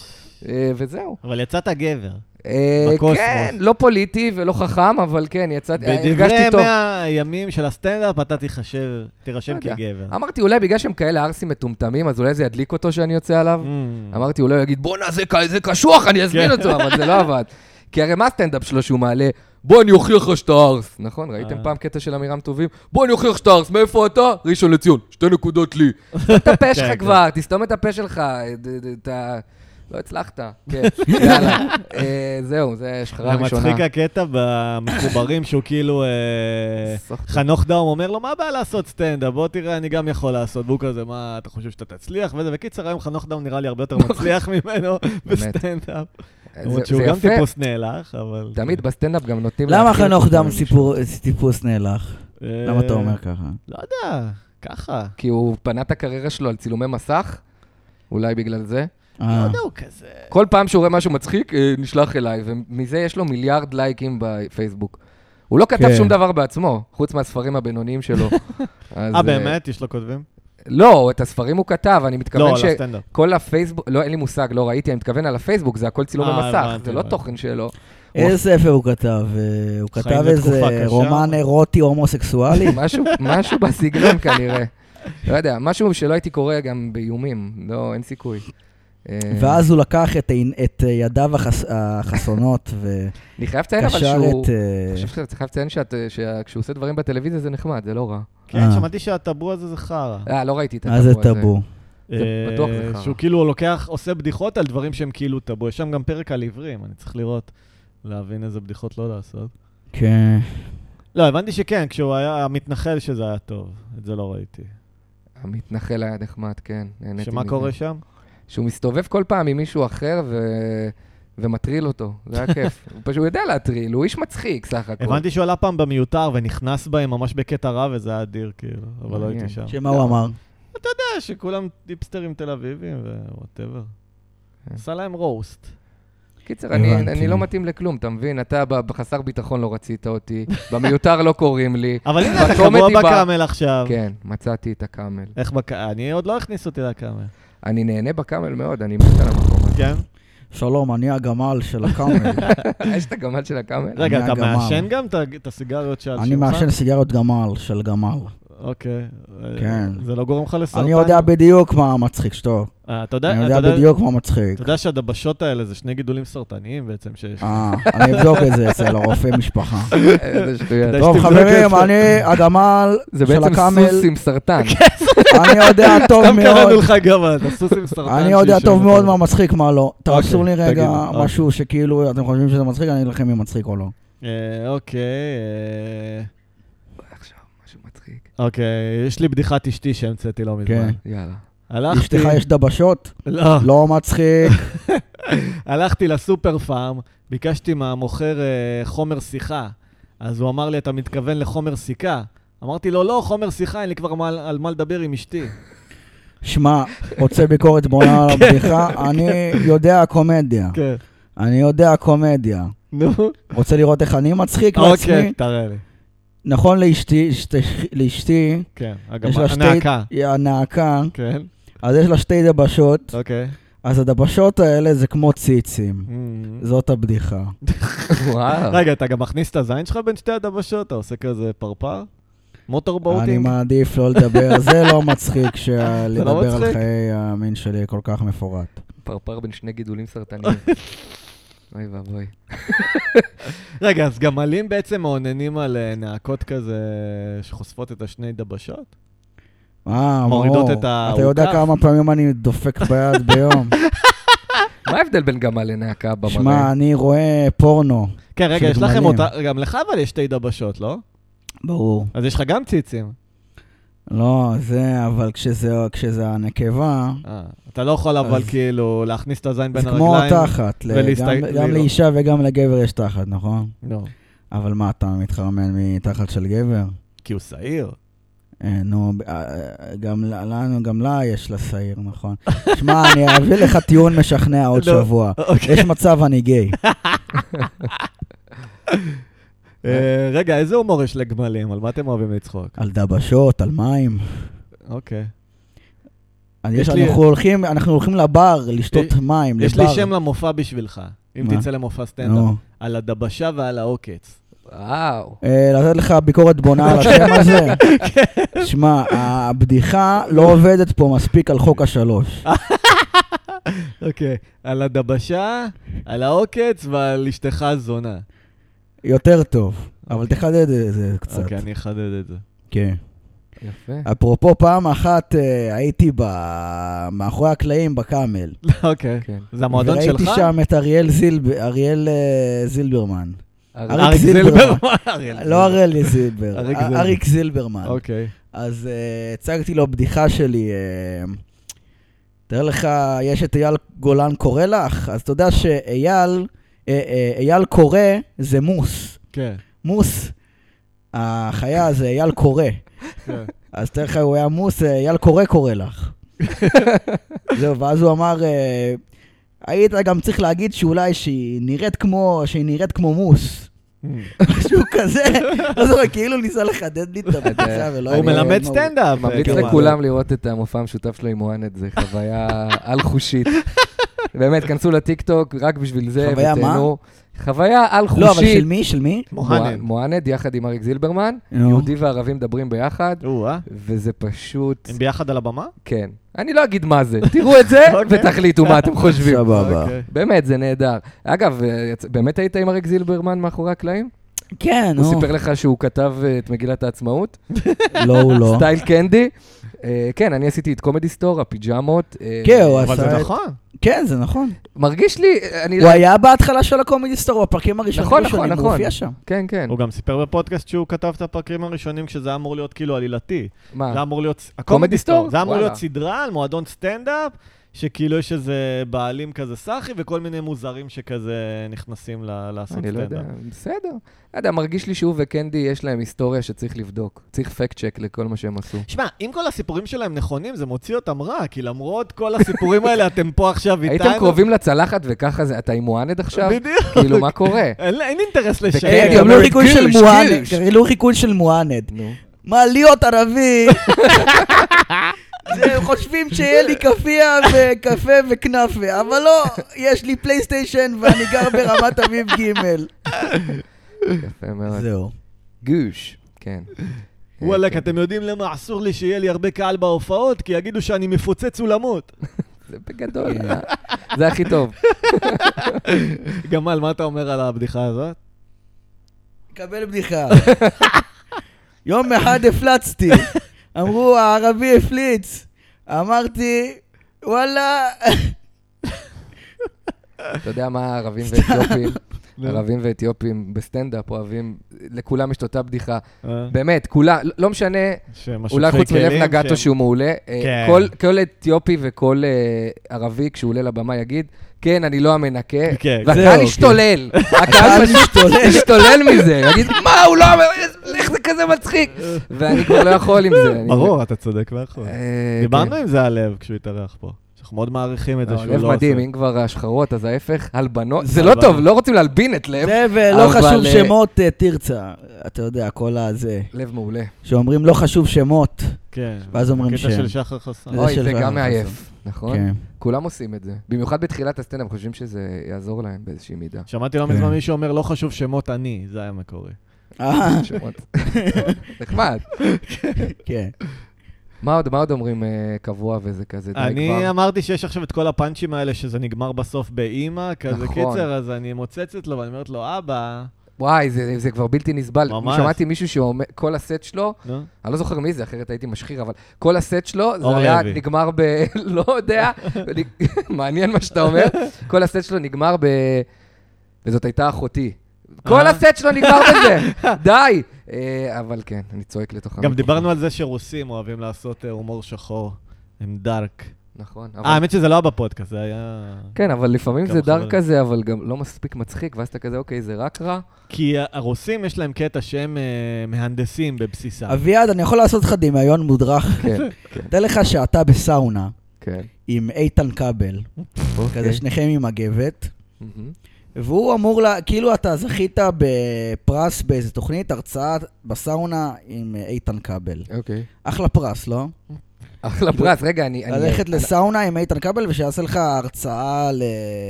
[SPEAKER 3] אה, וזהו.
[SPEAKER 1] אבל יצאת גבר.
[SPEAKER 3] אה,
[SPEAKER 1] בקוסמוס.
[SPEAKER 3] כן, לא פוליטי ולא חכם, אבל כן, יצאתי, אה,
[SPEAKER 1] בדברי
[SPEAKER 3] הרגשתי טוב.
[SPEAKER 1] 100 הימים של הסטנדאפ אתה תיחשב, תירשם
[SPEAKER 3] לא יודע.
[SPEAKER 1] כגבר.
[SPEAKER 3] אמרתי, אולי בגלל שהם כאלה ערסים מטומטמים, אז אולי זה ידליק אותו שאני יוצא עליו?
[SPEAKER 1] Mm.
[SPEAKER 3] אמרתי, אולי הוא יגיד, בואנה, זה, ק- זה קשוח, אני אזמין
[SPEAKER 1] כן.
[SPEAKER 3] אותו, אבל זה לא עבד. כי הרי מה הסטנדאפ שלו שהוא מעלה? בוא, אני אוכיח לך שאתה ארס. נכון, ראיתם
[SPEAKER 1] אה.
[SPEAKER 3] פעם קטע של אמירם טובים? בוא, אני אוכיח שאתה ארס, מאיפה אתה? ראשון לציון, שתי נקודות לי. סתום את הפה
[SPEAKER 1] כן,
[SPEAKER 3] שלך
[SPEAKER 1] כן.
[SPEAKER 3] כבר, תסתום את הפה שלך, אה, ד- ד- אתה... לא הצלחת, כן, יאללה. אה, זהו, זה שחרה
[SPEAKER 1] זה
[SPEAKER 3] ראשונה.
[SPEAKER 1] מצחיק הקטע במחוברים שהוא כאילו... אה,
[SPEAKER 3] סוף.
[SPEAKER 1] חנוך דאום אומר לו, מה הבעיה לעשות סטנדאפ? בוא תראה, אני גם יכול לעשות. והוא כזה, מה, אתה חושב שאתה תצליח? וזה, בקיצר, היום חנוך דאום נראה לי הרבה יותר
[SPEAKER 3] נכון.
[SPEAKER 1] מצליח ממנו בסטנדאפ.
[SPEAKER 3] זה-
[SPEAKER 1] למרות שהוא
[SPEAKER 3] זה
[SPEAKER 1] גם
[SPEAKER 3] יפה,
[SPEAKER 1] טיפוס נאלח, אבל...
[SPEAKER 3] תמיד בסטנדאפ גם נותנים...
[SPEAKER 2] למה
[SPEAKER 3] להתחיל את
[SPEAKER 2] חנוך דם
[SPEAKER 3] הסיפורים
[SPEAKER 2] סיפור- טיפוס נאלח?
[SPEAKER 1] אה,
[SPEAKER 2] למה אתה אומר ככה?
[SPEAKER 1] לא יודע, ככה.
[SPEAKER 3] כי הוא בנה את הקריירה שלו על צילומי מסך, אולי בגלל זה.
[SPEAKER 1] לא
[SPEAKER 2] אה,
[SPEAKER 1] יודע, הוא כזה...
[SPEAKER 3] כל פעם שהוא רואה משהו מצחיק, אה, נשלח אליי, ומזה יש לו מיליארד לייקים בפייסבוק. הוא לא כתב
[SPEAKER 2] כן.
[SPEAKER 3] שום דבר בעצמו, חוץ מהספרים הבינוניים שלו. אז,
[SPEAKER 1] אה, באמת? יש לו כותבים?
[SPEAKER 3] לא, את הספרים הוא כתב, אני
[SPEAKER 1] לא,
[SPEAKER 3] מתכוון
[SPEAKER 1] על
[SPEAKER 3] ש...
[SPEAKER 1] הסטנדאפ.
[SPEAKER 3] כל הפייסבוק, לא, אין לי מושג, לא ראיתי, אני מתכוון על הפייסבוק, זה הכל צילומי
[SPEAKER 1] אה,
[SPEAKER 3] מסך,
[SPEAKER 1] הבנתי,
[SPEAKER 3] זה לא
[SPEAKER 1] הבנתי.
[SPEAKER 3] תוכן שלו.
[SPEAKER 2] איזה ספר הוא כתב? אה, הוא
[SPEAKER 1] חיים
[SPEAKER 2] כתב
[SPEAKER 1] בתקופה
[SPEAKER 2] איזה
[SPEAKER 1] קשה.
[SPEAKER 2] רומן אירוטי הומוסקסואלי?
[SPEAKER 3] משהו- משהו בסגנון כנראה. לא יודע, משהו שלא הייתי קורא גם באיומים, לא, אין סיכוי. אה,
[SPEAKER 1] כן.
[SPEAKER 2] ואז הוא לקח את עינ- את אה, ידיו החס- החסונות וקשר
[SPEAKER 3] אני חייב לציין אבל שהוא...
[SPEAKER 2] את... אה,
[SPEAKER 3] אני חושב שאתה חייב לציין שאת- שכשהוא עושה דברים בטלוויזיה זה נחמד, זה לא רע.
[SPEAKER 1] כן,
[SPEAKER 2] אה.
[SPEAKER 1] שמעתי שהטאבו הזה זה חרא.
[SPEAKER 3] אה, לא ראיתי את הטאבו
[SPEAKER 2] מה זה
[SPEAKER 3] הזה.
[SPEAKER 2] טאבו?
[SPEAKER 3] זה בטוח זה
[SPEAKER 1] אה,
[SPEAKER 3] חרא.
[SPEAKER 1] שהוא כאילו לוקח, עושה בדיחות על דברים שהם כאילו טאבו. יש שם גם פרק על עיוורים, אני צריך לראות, להבין איזה בדיחות לא לעשות.
[SPEAKER 2] כן.
[SPEAKER 1] לא, הבנתי שכן, כשהוא היה המתנחל שזה היה טוב. את זה לא ראיתי.
[SPEAKER 3] המתנחל היה נחמד, כן. נהניתי
[SPEAKER 1] שמה
[SPEAKER 3] מזה.
[SPEAKER 1] קורה שם?
[SPEAKER 3] שהוא מסתובב כל פעם עם מישהו אחר ו... ומטריל אותו, זה היה כיף. הוא פשוט הוא יודע להטריל, הוא איש מצחיק סך הכל.
[SPEAKER 1] הבנתי שהוא עלה פעם במיותר ונכנס בהם ממש בקטע רע, וזה היה אדיר, כאילו, אבל לא
[SPEAKER 3] מעניין.
[SPEAKER 1] הייתי שם.
[SPEAKER 2] שמה הוא אמר?
[SPEAKER 1] יודע שכולם דיפסטרים תל אביבים ווואטאבר.
[SPEAKER 3] כן.
[SPEAKER 1] עשה להם רוסט.
[SPEAKER 3] קיצר, אני,
[SPEAKER 2] הבנתי.
[SPEAKER 3] אני לא מתאים לכלום, אתה מבין? אתה ב- בחסר ביטחון לא רצית אותי, במיותר לא קוראים לי.
[SPEAKER 1] אבל הנה, אתה
[SPEAKER 3] בקומדי
[SPEAKER 1] קבוע
[SPEAKER 3] בא-
[SPEAKER 1] בקאמל עכשיו.
[SPEAKER 3] כן, מצאתי את הקאמל.
[SPEAKER 1] איך בק... אני עוד לא הכניס אותי לקאמל.
[SPEAKER 3] אני נהנה בקאמל מאוד, אני מת על המקום הזה.
[SPEAKER 1] כן?
[SPEAKER 2] שלום, אני הגמל של הקאמל.
[SPEAKER 3] יש את הגמל של הקאמל?
[SPEAKER 1] רגע,
[SPEAKER 2] אני
[SPEAKER 1] אתה
[SPEAKER 2] הגמל.
[SPEAKER 1] מעשן גם את ה- את הסיגריות שעל
[SPEAKER 2] אני מעשן סיגריות גמל של גמל.
[SPEAKER 1] אוקיי.
[SPEAKER 2] כן.
[SPEAKER 1] אה, זה לא גורם לך לסרטן?
[SPEAKER 2] אני יודע בדיוק מה מצחיק, שתוק.
[SPEAKER 1] אה, אתה יודע,
[SPEAKER 2] אני
[SPEAKER 1] אתה
[SPEAKER 2] יודע
[SPEAKER 1] יודע-
[SPEAKER 2] בדיוק מה מצחיק.
[SPEAKER 1] אתה יודע שהדבשות האלה זה שני גידולים סרטניים בעצם שיש.
[SPEAKER 2] אה, אני אבדוק את זה אצל הרופא משפחה.
[SPEAKER 3] איזה שטויות.
[SPEAKER 1] כדאי
[SPEAKER 2] טוב,
[SPEAKER 1] שתבדוק
[SPEAKER 2] חברים,
[SPEAKER 1] את זה.
[SPEAKER 2] אני הגמל
[SPEAKER 3] זה
[SPEAKER 2] של
[SPEAKER 3] בעצם סוס
[SPEAKER 2] הקאמל. כן.
[SPEAKER 3] עם סרטן.
[SPEAKER 2] אני יודע טוב
[SPEAKER 1] סתם קראנו
[SPEAKER 2] מאוד.
[SPEAKER 1] לך גמל, אתה סוס עם סרטן.
[SPEAKER 2] אני יודע
[SPEAKER 1] שיושב
[SPEAKER 2] טוב
[SPEAKER 1] לך.
[SPEAKER 2] מאוד מה מצחיק, מה לא. תעשו לי רגע
[SPEAKER 1] תגידו, אוקיי.
[SPEAKER 2] משהו שכאילו אתם חושבים שזה מצחיק, אני אגיד לכם אם מצחיק או לא.
[SPEAKER 1] אה, אוקיי, אה,
[SPEAKER 3] עכשיו, משהו מצחיק.
[SPEAKER 1] אוקיי, יש לי בדיחת אשתי שהמצאתי לא
[SPEAKER 2] כן.
[SPEAKER 1] מזמן.
[SPEAKER 3] יאללה.
[SPEAKER 1] הלכתי...
[SPEAKER 2] אשתך יש דבשות?
[SPEAKER 1] לא.
[SPEAKER 2] לא מצחיק.
[SPEAKER 1] הלכתי לסופר פארם, ביקשתי מהמוכר אה, חומר שיחה. אז הוא אמר לי, אתה מתכוון לחומר סיכה? אמרתי לו, לא, חומר שיחה, אין לי כבר מה, על מה לדבר עם אשתי.
[SPEAKER 2] שמע, רוצה ביקורת בונה על הבדיחה? אני יודע קומדיה.
[SPEAKER 1] כן.
[SPEAKER 2] אני יודע קומדיה.
[SPEAKER 1] נו,
[SPEAKER 2] רוצה לראות איך אני מצחיק
[SPEAKER 1] אוקיי,
[SPEAKER 2] לעצמי?
[SPEAKER 1] תראה לי.
[SPEAKER 2] נכון לאשתי, אשת- לאשתי,
[SPEAKER 1] כן, אגב,
[SPEAKER 2] יש לה שתי-
[SPEAKER 1] הנעקה.
[SPEAKER 2] היא הנעקה,
[SPEAKER 1] כן,
[SPEAKER 2] אז יש לה שתי דבשות,
[SPEAKER 1] אוקיי.
[SPEAKER 2] אז הדבשות האלה זה כמו ציצים. זאת הבדיחה.
[SPEAKER 3] וואו.
[SPEAKER 1] Mm. רגע, אתה גם מכניס את הזין שלך בין שתי הדבשות? אתה עושה כזה פרפר? מוטור
[SPEAKER 2] אני
[SPEAKER 1] בוטינג?
[SPEAKER 2] מעדיף לא לדבר, זה לא מצחיק שלדבר על
[SPEAKER 1] לא מצחיק?
[SPEAKER 2] חיי המין שלי כל כך מפורט.
[SPEAKER 3] פרפר בין שני גידולים סרטניים. אוי ואבוי.
[SPEAKER 1] רגע, אז גמלים בעצם מאוננים על אה, נעקות כזה שחושפות את השני דבשות?
[SPEAKER 2] אה,
[SPEAKER 1] מורידות
[SPEAKER 2] מאור,
[SPEAKER 1] את ה-
[SPEAKER 2] אתה יודע
[SPEAKER 1] העוקף?
[SPEAKER 2] כמה פעמים אני דופק ביד ביום?
[SPEAKER 3] מה ההבדל בין גמל לנעקה במראה?
[SPEAKER 2] שמע, אני רואה פורנו.
[SPEAKER 1] כן, רגע,
[SPEAKER 2] של
[SPEAKER 1] יש לכם
[SPEAKER 2] גמלים.
[SPEAKER 1] אותה... גם לך אבל יש שתי דבשות, לא?
[SPEAKER 2] ברור.
[SPEAKER 1] אז יש לך גם ציצים.
[SPEAKER 2] לא, זה, אבל כשזה, כשזה הנקבה,
[SPEAKER 1] אה, אתה לא יכול אבל
[SPEAKER 2] אז-
[SPEAKER 1] כאילו להכניס את הזין בין
[SPEAKER 2] זה כמו
[SPEAKER 1] הרגליים.
[SPEAKER 2] תחת. ל-
[SPEAKER 1] ולהסת-
[SPEAKER 2] גם- גם
[SPEAKER 1] לראות.
[SPEAKER 2] לאישה וגם לגבר יש תחת, נכון?
[SPEAKER 1] נו,
[SPEAKER 2] אבל מה, אתה מתחרמן מתחת של גבר?
[SPEAKER 1] כי הוא שעיר.
[SPEAKER 2] אה, נו, ב- אה, אה, גם ל- לנו, גם לה יש לה שעיר, נכון. שמע, אני אביא לך טיעון משכנע עוד
[SPEAKER 1] לא.
[SPEAKER 2] שבוע.
[SPEAKER 1] אוקיי.
[SPEAKER 2] יש מצב אני גיי.
[SPEAKER 1] אה, רגע, איזה הומור יש לגמלים? על מה אתם אוהבים לצחוק?
[SPEAKER 2] על דבשות, על מים.
[SPEAKER 1] אוקיי.
[SPEAKER 2] אז
[SPEAKER 1] יש
[SPEAKER 2] יש-
[SPEAKER 1] לי-
[SPEAKER 2] אנחנו הולכים- אנחנו הולכים לבר לשתות
[SPEAKER 1] יש-
[SPEAKER 2] מים, לבר.
[SPEAKER 1] יש לי שם למופע בשבילך, אם
[SPEAKER 2] מה?
[SPEAKER 1] תצא למופע סטנדאפ.
[SPEAKER 2] נו.
[SPEAKER 1] על הדבשה ועל העוקץ.
[SPEAKER 3] וואו.
[SPEAKER 2] אה, לתת לך ביקורת בונה על השם הזה.
[SPEAKER 1] כן.
[SPEAKER 2] שמע, הבדיחה לא עובדת פה מספיק על חוק השלוש.
[SPEAKER 1] אה. אוקיי. על הדבשה, על העוקץ ועל אשתך הזונה.
[SPEAKER 2] יותר טוב, אבל תחדד את זה קצת.
[SPEAKER 1] אוקיי, אני אחדד את זה.
[SPEAKER 2] כן.
[SPEAKER 3] יפה.
[SPEAKER 2] אפרופו, פעם אחת אה, הייתי ב- מאחורי הקלעים בקאמל.
[SPEAKER 1] אוקיי.
[SPEAKER 3] כן.
[SPEAKER 1] זה המועדון שלך?
[SPEAKER 2] וראיתי שם את אריאל זילב- אריאל, אה, זילברמן.
[SPEAKER 3] הרי-
[SPEAKER 2] אריק
[SPEAKER 1] אריק
[SPEAKER 2] זילברמן.
[SPEAKER 1] זילברמן. אריאל
[SPEAKER 2] לא
[SPEAKER 1] זילברמן.
[SPEAKER 2] אריאל זילבר,
[SPEAKER 1] אריק
[SPEAKER 2] אה,
[SPEAKER 1] זילבר.
[SPEAKER 2] אריק זילברמן.
[SPEAKER 1] אוקיי.
[SPEAKER 2] אז אה, הצגתי לו בדיחה שלי. אה, תאר לך, יש את אייל גולן קורא לך, אז אתה יודע שאייל, אה, אה, אייל קורא זה מוס.
[SPEAKER 1] כן.
[SPEAKER 2] מוס, החיה זה אייל קורא.
[SPEAKER 1] כן.
[SPEAKER 2] אז תאר לך, הוא היה מוס, אה, אייל קורא קורא לך. זהו, ואז הוא אמר, אה, היית גם צריך להגיד שאולי שהיא נראית כמו, שהיא נראית כמו מוס.
[SPEAKER 1] Mm.
[SPEAKER 2] משהו כזה, לא זוכר, כאילו ניסה לחדד לי את הבדיחה ולא...
[SPEAKER 1] לא, הוא
[SPEAKER 2] אני-
[SPEAKER 1] מלמד סטנדאפ.
[SPEAKER 3] אה, ממליץ
[SPEAKER 1] אה, כמובן.
[SPEAKER 3] לכולם לראות את המופע המשותף שלו עם מוהנד, זה חוויה על-חושית. באמת, כנסו לטיקטוק, רק בשביל זה,
[SPEAKER 2] חוויה מה?
[SPEAKER 3] חוויה על חושית.
[SPEAKER 2] לא, אבל של מי? של מי?
[SPEAKER 1] מוהנד.
[SPEAKER 3] מואנד, יחד עם אריק זילברמן.
[SPEAKER 2] נו.
[SPEAKER 3] יהודי וערבי מדברים ביחד,
[SPEAKER 1] או-אה.
[SPEAKER 3] וזה פשוט...
[SPEAKER 1] אה? הם ביחד על הבמה?
[SPEAKER 3] כן. אני לא אגיד מה זה. תראו את זה
[SPEAKER 1] אוקיי.
[SPEAKER 3] ותחליטו מה אתם חושבים.
[SPEAKER 2] סבבה.
[SPEAKER 1] אוקיי.
[SPEAKER 3] באמת, זה נהדר. אגב, אה, יצ- באמת היית עם אריק זילברמן מאחורי הקלעים?
[SPEAKER 2] כן, נו.
[SPEAKER 3] הוא סיפר לך שהוא כתב אה, את מגילת העצמאות?
[SPEAKER 2] לא, הוא לא.
[SPEAKER 3] סטייל קנדי? אה, כן, אני עשיתי את קומדי סטור, הפיג'מות. אה,
[SPEAKER 2] כן, הוא
[SPEAKER 1] אבל
[SPEAKER 2] עשה
[SPEAKER 1] זה
[SPEAKER 2] את-
[SPEAKER 1] נכון.
[SPEAKER 2] כן, זה נכון.
[SPEAKER 3] מרגיש לי, אה, אני...
[SPEAKER 2] הוא היה בהתחלה של הקומדי סטור, בפרקים הראשונים
[SPEAKER 3] נכון,
[SPEAKER 2] הראשונים,
[SPEAKER 3] נכון,
[SPEAKER 2] הוא
[SPEAKER 3] נכון.
[SPEAKER 2] הופיע שם.
[SPEAKER 3] כן, כן.
[SPEAKER 1] הוא גם סיפר בפודקאסט שהוא כתב את הפרקים הראשונים כשזה היה אמור להיות כאילו עלילתי. זה היה
[SPEAKER 3] מה?
[SPEAKER 1] אמור להיות...
[SPEAKER 3] אה. קומדי
[SPEAKER 1] הקומדי
[SPEAKER 3] סטור?
[SPEAKER 1] סטור. זה היה אמור
[SPEAKER 3] וואלה.
[SPEAKER 1] להיות סדרה על מועדון סטנדאפ, שכאילו יש איזה בעלים כזה סאחי וכל מיני מוזרים שכזה נכנסים ל- לעשות
[SPEAKER 3] אני לא יודע,
[SPEAKER 1] סטנדאפ.
[SPEAKER 3] בסדר. לא יודע, מרגיש לי שהוא וקנדי, יש להם היסטוריה שצריך לבדוק. צריך פקט צ'ק לכל מה שהם עשו.
[SPEAKER 1] שמע, אם כל הסיפורים שלהם נכונים, זה מוציא אותם רע, כי למרות כל הסיפורים האלה, אתם פה עכשיו איתנו.
[SPEAKER 3] הייתם קרובים לצלחת וככה זה, אתה עם מואנד עכשיו?
[SPEAKER 1] בדיוק.
[SPEAKER 3] כאילו, מה קורה?
[SPEAKER 1] אין אין אינטרס
[SPEAKER 2] כן,
[SPEAKER 1] לשקר.
[SPEAKER 3] גם
[SPEAKER 2] קיבלו
[SPEAKER 3] לא
[SPEAKER 2] חיקוי של
[SPEAKER 3] גירש,
[SPEAKER 2] מואנד,
[SPEAKER 3] גירש.
[SPEAKER 2] קיבלו חיקוי של מואנד.
[SPEAKER 3] נו.
[SPEAKER 2] מה, להיות ערבי? זה, הם חושבים שיהיה לי כאפיה וקפה וכנאפה, אבל לא, יש לי פלייסטיישן ואני גר ברמת אביב ג'.
[SPEAKER 3] יפה מאוד.
[SPEAKER 2] זהו.
[SPEAKER 3] גוש. כן.
[SPEAKER 1] וואלכ, אתם יודעים למה אסור לי שיהיה לי הרבה קהל בהופעות? כי יגידו שאני מפוצץ אולמות.
[SPEAKER 3] זה בגדול,
[SPEAKER 1] כן.
[SPEAKER 3] אה? זה הכי טוב.
[SPEAKER 1] גמל, מה אתה אומר על הבדיחה הזאת?
[SPEAKER 2] קבל בדיחה. יום אחד הפלצתי, אמרו, הערבי הפליץ. אמרתי, וואלה,
[SPEAKER 3] אתה יודע מה ערבים ואתיופים, ערבים ואתיופים בסטנדאפ אוהבים, לכולם יש את אותה בדיחה.
[SPEAKER 1] אה?
[SPEAKER 3] באמת, כולם, לא משנה,
[SPEAKER 1] שהם
[SPEAKER 3] אולי
[SPEAKER 1] השוטפי
[SPEAKER 3] חוץ מלב
[SPEAKER 1] כלים
[SPEAKER 3] נגטו
[SPEAKER 1] שהם-
[SPEAKER 3] שהוא מעולה, אה,
[SPEAKER 1] כן.
[SPEAKER 3] כל- כל אתיופי וכל אה, ערבי, כשהוא עולה לבמה, יגיד, כן, אני לא המנקה,
[SPEAKER 1] כן.
[SPEAKER 3] והקהל
[SPEAKER 2] זהו,
[SPEAKER 3] ישתולל. הקהל
[SPEAKER 2] הקהל
[SPEAKER 3] פשוט
[SPEAKER 2] משתולל.
[SPEAKER 3] ישתולל מזה, יגיד, מה, הוא לא... אומר, איך זה כזה מצחיק? ואני כבר לא יכול עם זה. אני-
[SPEAKER 1] אה. ברור, אתה צודק מאחור.
[SPEAKER 3] אה,
[SPEAKER 1] דיברנו
[SPEAKER 3] כן.
[SPEAKER 1] עם זה על לב כשהוא התארח פה. שאנחנו מאוד מעריכים את זה שהוא לא עושה.
[SPEAKER 3] אה, לב מדהים, אם כבר השחרות, אז ההפך, הלבנות. זה לא
[SPEAKER 1] הלבנות.
[SPEAKER 3] טוב, לא רוצים להלבין את לב.
[SPEAKER 2] זה ולא
[SPEAKER 3] אבל,
[SPEAKER 2] לא חשוב
[SPEAKER 3] אה,
[SPEAKER 2] שמות אה, תרצה. אתה יודע, כל הזה.
[SPEAKER 3] לב מעולה.
[SPEAKER 2] שאומרים לא חשוב שמות.
[SPEAKER 1] כן.
[SPEAKER 2] ואז אומרים אה.
[SPEAKER 1] קטע
[SPEAKER 2] שם.
[SPEAKER 1] של שחר חסן.
[SPEAKER 2] זה
[SPEAKER 3] אוי,
[SPEAKER 2] של
[SPEAKER 3] זה
[SPEAKER 2] רן
[SPEAKER 3] גם
[SPEAKER 2] חסון.
[SPEAKER 3] מעייף, נכון?
[SPEAKER 2] כן.
[SPEAKER 3] כולם עושים את זה. במיוחד בתחילת הסטנדאפ, חושבים שזה יעזור להם באיזושהי מידה.
[SPEAKER 1] שמעתי לא
[SPEAKER 2] כן.
[SPEAKER 1] מזמן מישהו אומר, לא חשוב שמות אני, זה היה מקורי.
[SPEAKER 2] אה,
[SPEAKER 3] שמות. נחמד.
[SPEAKER 2] כן.
[SPEAKER 3] מה עוד, מה עוד אומרים אה, קבוע וזה כזה? די
[SPEAKER 1] אני אמ-
[SPEAKER 3] כבר.
[SPEAKER 1] אמרתי שיש עכשיו את כל הפאנצ'ים האלה, שזה נגמר בסוף באימא, כזה
[SPEAKER 3] נכון.
[SPEAKER 1] קיצר, אז אני מוצצת לו, ואני אומרת לו, אבא,
[SPEAKER 3] וואי, זה זה כבר בלתי נסבל.
[SPEAKER 1] ממש.
[SPEAKER 3] שמעתי מישהו שאומר, כל הסט שלו,
[SPEAKER 1] נו.
[SPEAKER 3] אני לא זוכר מי זה, אחרת הייתי משחיר, אבל כל הסט שלו, זה
[SPEAKER 1] אור
[SPEAKER 3] היה
[SPEAKER 1] לוי.
[SPEAKER 3] נגמר ב... לא יודע, ונג- מעניין מה שאתה אומר. כל הסט שלו נגמר ב... וזאת הייתה אחותי. כל
[SPEAKER 1] אה.
[SPEAKER 3] הסט שלו נגמר בזה, די! אה, אבל כן, אני צועק לתוך
[SPEAKER 1] גם
[SPEAKER 3] המיקרופון.
[SPEAKER 1] דיברנו על זה שרוסים אוהבים לעשות אה, הומור שחור, הם דארק.
[SPEAKER 3] נכון. אבל-
[SPEAKER 1] אה, האמת שזה לא היה בפודקאסט, זה היה...
[SPEAKER 3] כן, אבל לפעמים
[SPEAKER 1] גם
[SPEAKER 3] זה דארק
[SPEAKER 1] חבל.
[SPEAKER 3] כזה, אבל גם לא מספיק מצחיק, ואז אתה כזה, אוקיי, זה רק רע.
[SPEAKER 1] כי הרוסים, יש להם קטע שהם אה, מהנדסים בבסיסה.
[SPEAKER 2] אביעד, אני יכול לעשות לך דמיון מודרך.
[SPEAKER 3] כן,
[SPEAKER 2] תאר לך שאתה בסאונה
[SPEAKER 3] כן.
[SPEAKER 2] עם איתן כבל, כזה
[SPEAKER 3] אוקיי.
[SPEAKER 2] שניכם עם מגבת,
[SPEAKER 3] מהמם.
[SPEAKER 2] והוא אמור, לה, כאילו אתה זכית בפרס באיזה תוכנית, הרצאה בסאונה עם איתן כבל.
[SPEAKER 3] אוקיי.
[SPEAKER 2] אחלה פרס, לא?
[SPEAKER 3] אחלה פרס, רגע, אני... אני-
[SPEAKER 2] ללכת
[SPEAKER 3] על-
[SPEAKER 2] לסאונה עם איתן כבל ושיעשה לך הרצאה על,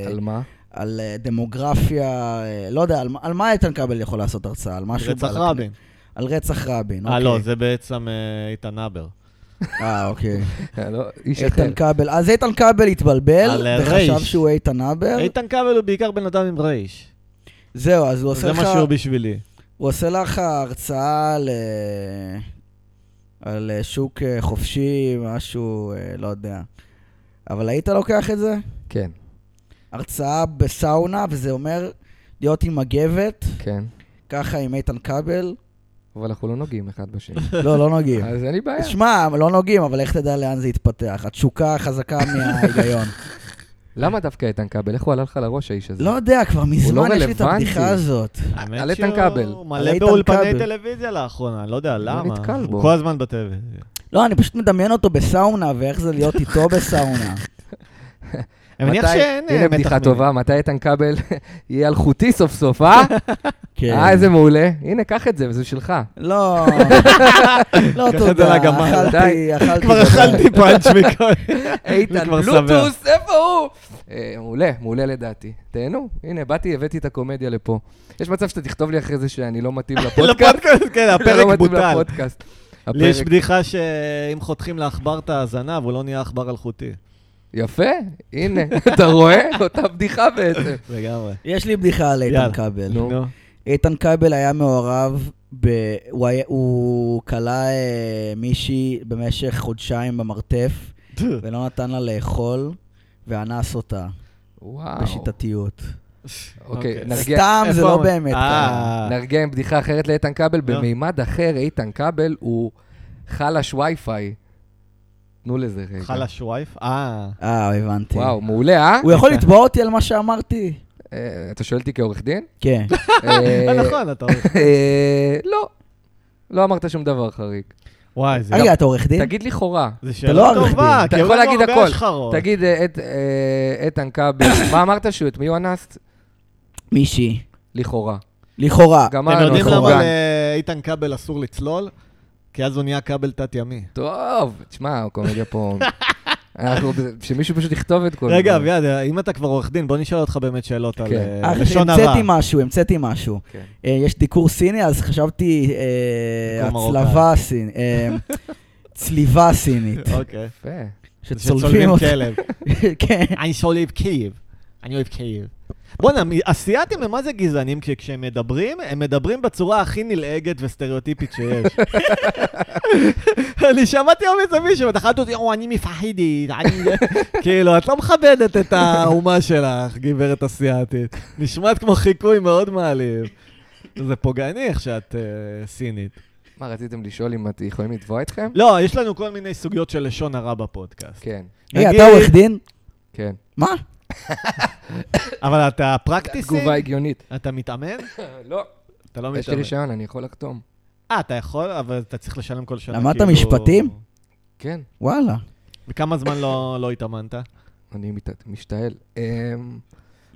[SPEAKER 3] על
[SPEAKER 2] על...
[SPEAKER 3] מה?
[SPEAKER 2] על אה, דמוגרפיה, אה, לא יודע, על, מה- על מה איתן כבל יכול לעשות הרצאה? על משהו...
[SPEAKER 1] רצח
[SPEAKER 2] על-
[SPEAKER 1] רבין.
[SPEAKER 2] על רצח רבין,
[SPEAKER 1] אה,
[SPEAKER 2] אוקיי.
[SPEAKER 1] לא, זה בעצם אה, איתן הבר.
[SPEAKER 2] אה, אוקיי.
[SPEAKER 3] לא, איש אחר.
[SPEAKER 2] איתן כבל. אז איתן כבל התבלבל,
[SPEAKER 1] על, אה,
[SPEAKER 2] וחשב
[SPEAKER 1] רייש.
[SPEAKER 2] שהוא איתן
[SPEAKER 3] אה,
[SPEAKER 2] הבר.
[SPEAKER 1] איתן כבל הוא בעיקר בן אדם עם רייש.
[SPEAKER 2] זהו, אז הוא עושה
[SPEAKER 1] זה
[SPEAKER 2] לך...
[SPEAKER 1] מה שהוא בשבילי.
[SPEAKER 2] הוא עושה לך הרצאה על... אה, על אה, שוק אה, חופשי, משהו, אה, לא יודע. אבל היית לוקח את זה?
[SPEAKER 3] כן,
[SPEAKER 2] הרצאה בסאונה, וזה אומר להיות עם מגבת,
[SPEAKER 3] כן.
[SPEAKER 2] ככה עם איתן כבל.
[SPEAKER 3] אבל אנחנו לא נוגעים אחד בשני.
[SPEAKER 2] לא, לא נוגעים.
[SPEAKER 3] אז אין לי בעיה.
[SPEAKER 2] שמע, לא נוגעים, אבל איך תדע לאן זה יתפתח? התשוקה חזקה מההיגיון.
[SPEAKER 3] למה דווקא איתן כבל? איך הוא עלה לך לראש, האיש הזה?
[SPEAKER 2] לא יודע, כבר מזמן יש לי את
[SPEAKER 3] רלוונטי.
[SPEAKER 2] הבדיחה הזאת.
[SPEAKER 1] האמת
[SPEAKER 3] על איתן
[SPEAKER 1] שהוא
[SPEAKER 3] כבל.
[SPEAKER 1] מלא
[SPEAKER 2] על איתן
[SPEAKER 1] באולפני
[SPEAKER 2] כבל.
[SPEAKER 1] טלוויזיה לאחרונה, אני לא יודע למה.
[SPEAKER 3] נתקל בו.
[SPEAKER 1] הוא כל הזמן בטלוויזיה.
[SPEAKER 2] לא, אני פשוט מדמיין אותו בסאונה, ואיך זה להיות איתו בסאונה.
[SPEAKER 1] אני מניח
[SPEAKER 3] מתי-
[SPEAKER 1] שאין אה,
[SPEAKER 3] הנה
[SPEAKER 1] מתח
[SPEAKER 3] בדיחה
[SPEAKER 1] מיני.
[SPEAKER 3] טובה, מתי איתן כבל יהיה אלחוטי סוף סוף, אה?
[SPEAKER 2] כן.
[SPEAKER 3] אה, איזה מעולה. הנה, קח את זה, זה שלך.
[SPEAKER 2] לא, לא
[SPEAKER 1] קח את זה
[SPEAKER 2] תודה,
[SPEAKER 1] לגמל.
[SPEAKER 2] אכלתי, אכלתי.
[SPEAKER 1] כבר
[SPEAKER 2] תודה.
[SPEAKER 1] אכלתי פאנץ' מכל...
[SPEAKER 3] איתן,
[SPEAKER 1] כבר
[SPEAKER 3] בלוטוס, איפה הוא? אה, מעולה, מעולה לדעתי. תהנו. הנה, באתי, הבאתי את הקומדיה לפה. יש מצב שאתה תכתוב לי אחרי זה שאני לא מתאים לפודקאסט?
[SPEAKER 1] לפודקאסט, כן,
[SPEAKER 3] לא
[SPEAKER 1] הפרק
[SPEAKER 3] מתאים
[SPEAKER 1] בוטל.
[SPEAKER 3] לפודקאסט.
[SPEAKER 1] לי יש
[SPEAKER 3] הפרק-
[SPEAKER 1] בדיחה שאם חותכים לעכבר את הזנב, הוא לא נהיה עכבר אלחוטי.
[SPEAKER 3] יפה, הנה, אתה רואה? אותה בדיחה בעצם.
[SPEAKER 1] לגמרי.
[SPEAKER 2] יש לי בדיחה על איתן
[SPEAKER 1] יאללה.
[SPEAKER 2] כבל.
[SPEAKER 3] נו.
[SPEAKER 1] נו.
[SPEAKER 2] איתן כבל היה מעורב, ב... הוא, היה... הוא כלא אה, מישהי במשך חודשיים במרתף, ולא נתן לה לאכול, ואנס אותה
[SPEAKER 3] וואו.
[SPEAKER 2] בשיטתיות.
[SPEAKER 3] אוקיי, נרגיע.
[SPEAKER 2] סתם, זה
[SPEAKER 1] איפה
[SPEAKER 2] לא
[SPEAKER 1] אמר-
[SPEAKER 2] באמת ככה.
[SPEAKER 1] אה,
[SPEAKER 3] נרגיע עם בדיחה אחרת לאיתן כבל.
[SPEAKER 1] לא.
[SPEAKER 3] במימד אחר, איתן כבל הוא חלש וי-פיי. תנו לזה רגע.
[SPEAKER 1] חלש וייף? אה.
[SPEAKER 2] אה, הבנתי.
[SPEAKER 3] וואו, מעולה, אה?
[SPEAKER 2] הוא
[SPEAKER 1] אוקיי.
[SPEAKER 2] יכול לתבוע אותי על מה שאמרתי?
[SPEAKER 3] אה, אתה שואל אותי כעורך דין?
[SPEAKER 2] כן.
[SPEAKER 1] אה,
[SPEAKER 3] אה,
[SPEAKER 1] נכון, אתה אומר.
[SPEAKER 3] אה, לא. לא אמרת שום דבר חריג.
[SPEAKER 1] וואי, זה...
[SPEAKER 2] רגע, אתה עורך דין?
[SPEAKER 3] תגיד לכאורה.
[SPEAKER 1] זה שאלה
[SPEAKER 2] לא עורך
[SPEAKER 1] טובה,
[SPEAKER 2] דין.
[SPEAKER 1] כי
[SPEAKER 3] אתה יכול
[SPEAKER 1] היו לנו
[SPEAKER 3] להגיד
[SPEAKER 1] הרבה
[SPEAKER 3] הכל.
[SPEAKER 1] השחרות.
[SPEAKER 3] תגיד, אה, את- אה, איתן כבל, מה אמרת שהוא? את מי הוא אנס?
[SPEAKER 2] מישהי.
[SPEAKER 3] לכאורה.
[SPEAKER 2] לכאורה.
[SPEAKER 3] גם
[SPEAKER 1] אתם
[SPEAKER 3] אה,
[SPEAKER 1] יודעים
[SPEAKER 3] נכון.
[SPEAKER 1] למה
[SPEAKER 3] גם.
[SPEAKER 1] לאיתן כבל אסור לצלול? כי אז הוא נהיה כבל תת-ימי.
[SPEAKER 3] טוב, תשמע, הקומדיה פה... אנחנו, שמישהו פשוט יכתוב את כל זה.
[SPEAKER 1] רגע, אביעד, אם אתה כבר עורך דין, בוא נשאל אותך באמת שאלות על
[SPEAKER 3] לא. כן.
[SPEAKER 1] אה,
[SPEAKER 2] אח,
[SPEAKER 1] לשון הרע.
[SPEAKER 2] המצאתי משהו, המצאתי משהו.
[SPEAKER 3] כן.
[SPEAKER 2] אה, יש דיקור סיני, אז חשבתי אה,
[SPEAKER 1] דיקור
[SPEAKER 2] הצלבה סינית. אה, צליבה סינית.
[SPEAKER 1] אוקיי.
[SPEAKER 3] יפה.
[SPEAKER 2] שצולבים אותה.
[SPEAKER 1] כלב.
[SPEAKER 2] כן.
[SPEAKER 1] אני שואל קייב. אני אוהב קייב. בואנה, מ- אסיאתים הם מה זה גזענים? כי כשהם מדברים, הם מדברים בצורה הכי נלעגת וסטריאוטיפית שיש. אני שמעתי היום איזה מישהו, אתה חייב אותי, או, אני מפחידית, אני... כאילו, את לא מכבדת את האומה שלך, גברת אסיאתית. נשמעת כמו חיקוי מאוד מעליב. זה פוגעני איך שאת אה, סינית.
[SPEAKER 3] מה, רציתם לשאול אם אתם יכולים לתבוע אתכם?
[SPEAKER 1] לא, יש לנו כל מיני סוגיות של לשון הרע בפודקאסט.
[SPEAKER 3] כן,
[SPEAKER 2] רגע,
[SPEAKER 1] נגיד-
[SPEAKER 2] אתה עורך דין?
[SPEAKER 3] כן.
[SPEAKER 2] מה?
[SPEAKER 1] אבל אתה פרקטיסינג?
[SPEAKER 3] תגובה הגיונית.
[SPEAKER 1] אתה מתאמן?
[SPEAKER 3] לא.
[SPEAKER 1] אתה לא
[SPEAKER 3] יש לי
[SPEAKER 1] מתאמן.
[SPEAKER 3] רישיון, אני יכול לחתום.
[SPEAKER 1] אה, אתה יכול, אבל אתה צריך לשלם כל שנה.
[SPEAKER 2] למדת
[SPEAKER 1] כאילו-
[SPEAKER 2] משפטים?
[SPEAKER 3] כן,
[SPEAKER 2] וואלה.
[SPEAKER 1] וכמה זמן לא לא התאמנת?
[SPEAKER 3] אני מת- משתעל. אמ,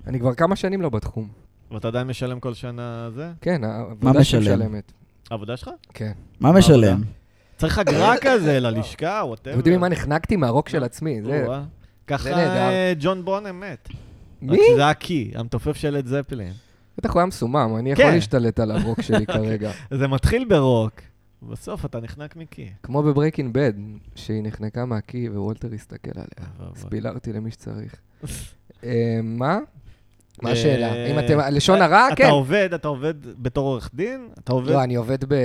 [SPEAKER 3] אני כבר כמה שנים לא בתחום.
[SPEAKER 1] ואתה עדיין משלם כל שנה זה?
[SPEAKER 3] כן, העבודה
[SPEAKER 2] משלם?
[SPEAKER 3] שמשלמת.
[SPEAKER 1] עבודה שלך?
[SPEAKER 3] כן.
[SPEAKER 2] מה משלם?
[SPEAKER 3] אוקיי.
[SPEAKER 1] צריך אגרה כזה ללשכה, ווטאבר.
[SPEAKER 3] אתם יודעים ממה נחנקתי? מהרוק
[SPEAKER 1] אה,
[SPEAKER 3] של עצמי. זה...
[SPEAKER 1] ככה
[SPEAKER 3] נהדר.
[SPEAKER 1] אה, ג'ון בונם מת.
[SPEAKER 3] מי?
[SPEAKER 1] רק שזה היה הקי, המתופף של את זפלין.
[SPEAKER 3] בטח הוא היה מסומם, אני
[SPEAKER 1] כן.
[SPEAKER 3] יכול
[SPEAKER 1] אוקיי.
[SPEAKER 3] להשתלט על הרוק שלי כרגע.
[SPEAKER 1] זה מתחיל ברוק, בסוף אתה נחנק מקי.
[SPEAKER 3] כמו בברייקינג בד, שהיא נחנקה מהקי ווולטר הסתכל עליה. אז
[SPEAKER 1] אבל-
[SPEAKER 3] פילרתי למי שצריך. אה, מה? מה
[SPEAKER 1] אה,
[SPEAKER 3] השאלה? אם אתם... לשון הרע? כן.
[SPEAKER 1] אתה עובד, אתה עובד בתור עורך דין? אתה עובד?
[SPEAKER 3] לא, אני לא, עובד ב-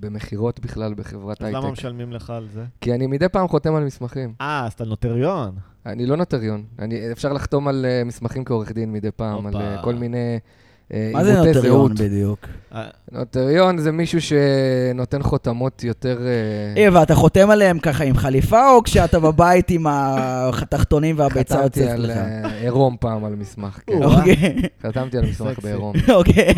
[SPEAKER 3] במכירות בכלל בחברת
[SPEAKER 1] אז למה
[SPEAKER 3] הייטק.
[SPEAKER 1] משלמים לך על זה?
[SPEAKER 3] כי אני מדי פעם חותם על מסמכים.
[SPEAKER 1] אה, אז אתה נוטריון.
[SPEAKER 3] אני לא נוטריון. אני, אפשר לחתום על אה, מסמכים כעורך דין מדי פעם, על אה,
[SPEAKER 1] הופה.
[SPEAKER 3] כל מיני... אה,
[SPEAKER 2] מה זה
[SPEAKER 3] עימותי זהות.
[SPEAKER 2] נוטריון בדיוק?
[SPEAKER 1] אה,
[SPEAKER 3] נוטריון זה מישהו שנותן חותמות יותר... אה,
[SPEAKER 2] אה, ואתה חותם עליהם ככה עם חליפה, או כשאתה בבית עם התחתונים והביצה
[SPEAKER 3] חתמתי
[SPEAKER 2] יוצאת
[SPEAKER 3] על
[SPEAKER 2] לך?
[SPEAKER 3] אה, עירום פעם על מסמך, כן.
[SPEAKER 1] או.
[SPEAKER 2] אוקיי.
[SPEAKER 3] חתמתי על מסמך
[SPEAKER 1] סקסי.
[SPEAKER 3] בעירום.
[SPEAKER 2] אוקיי.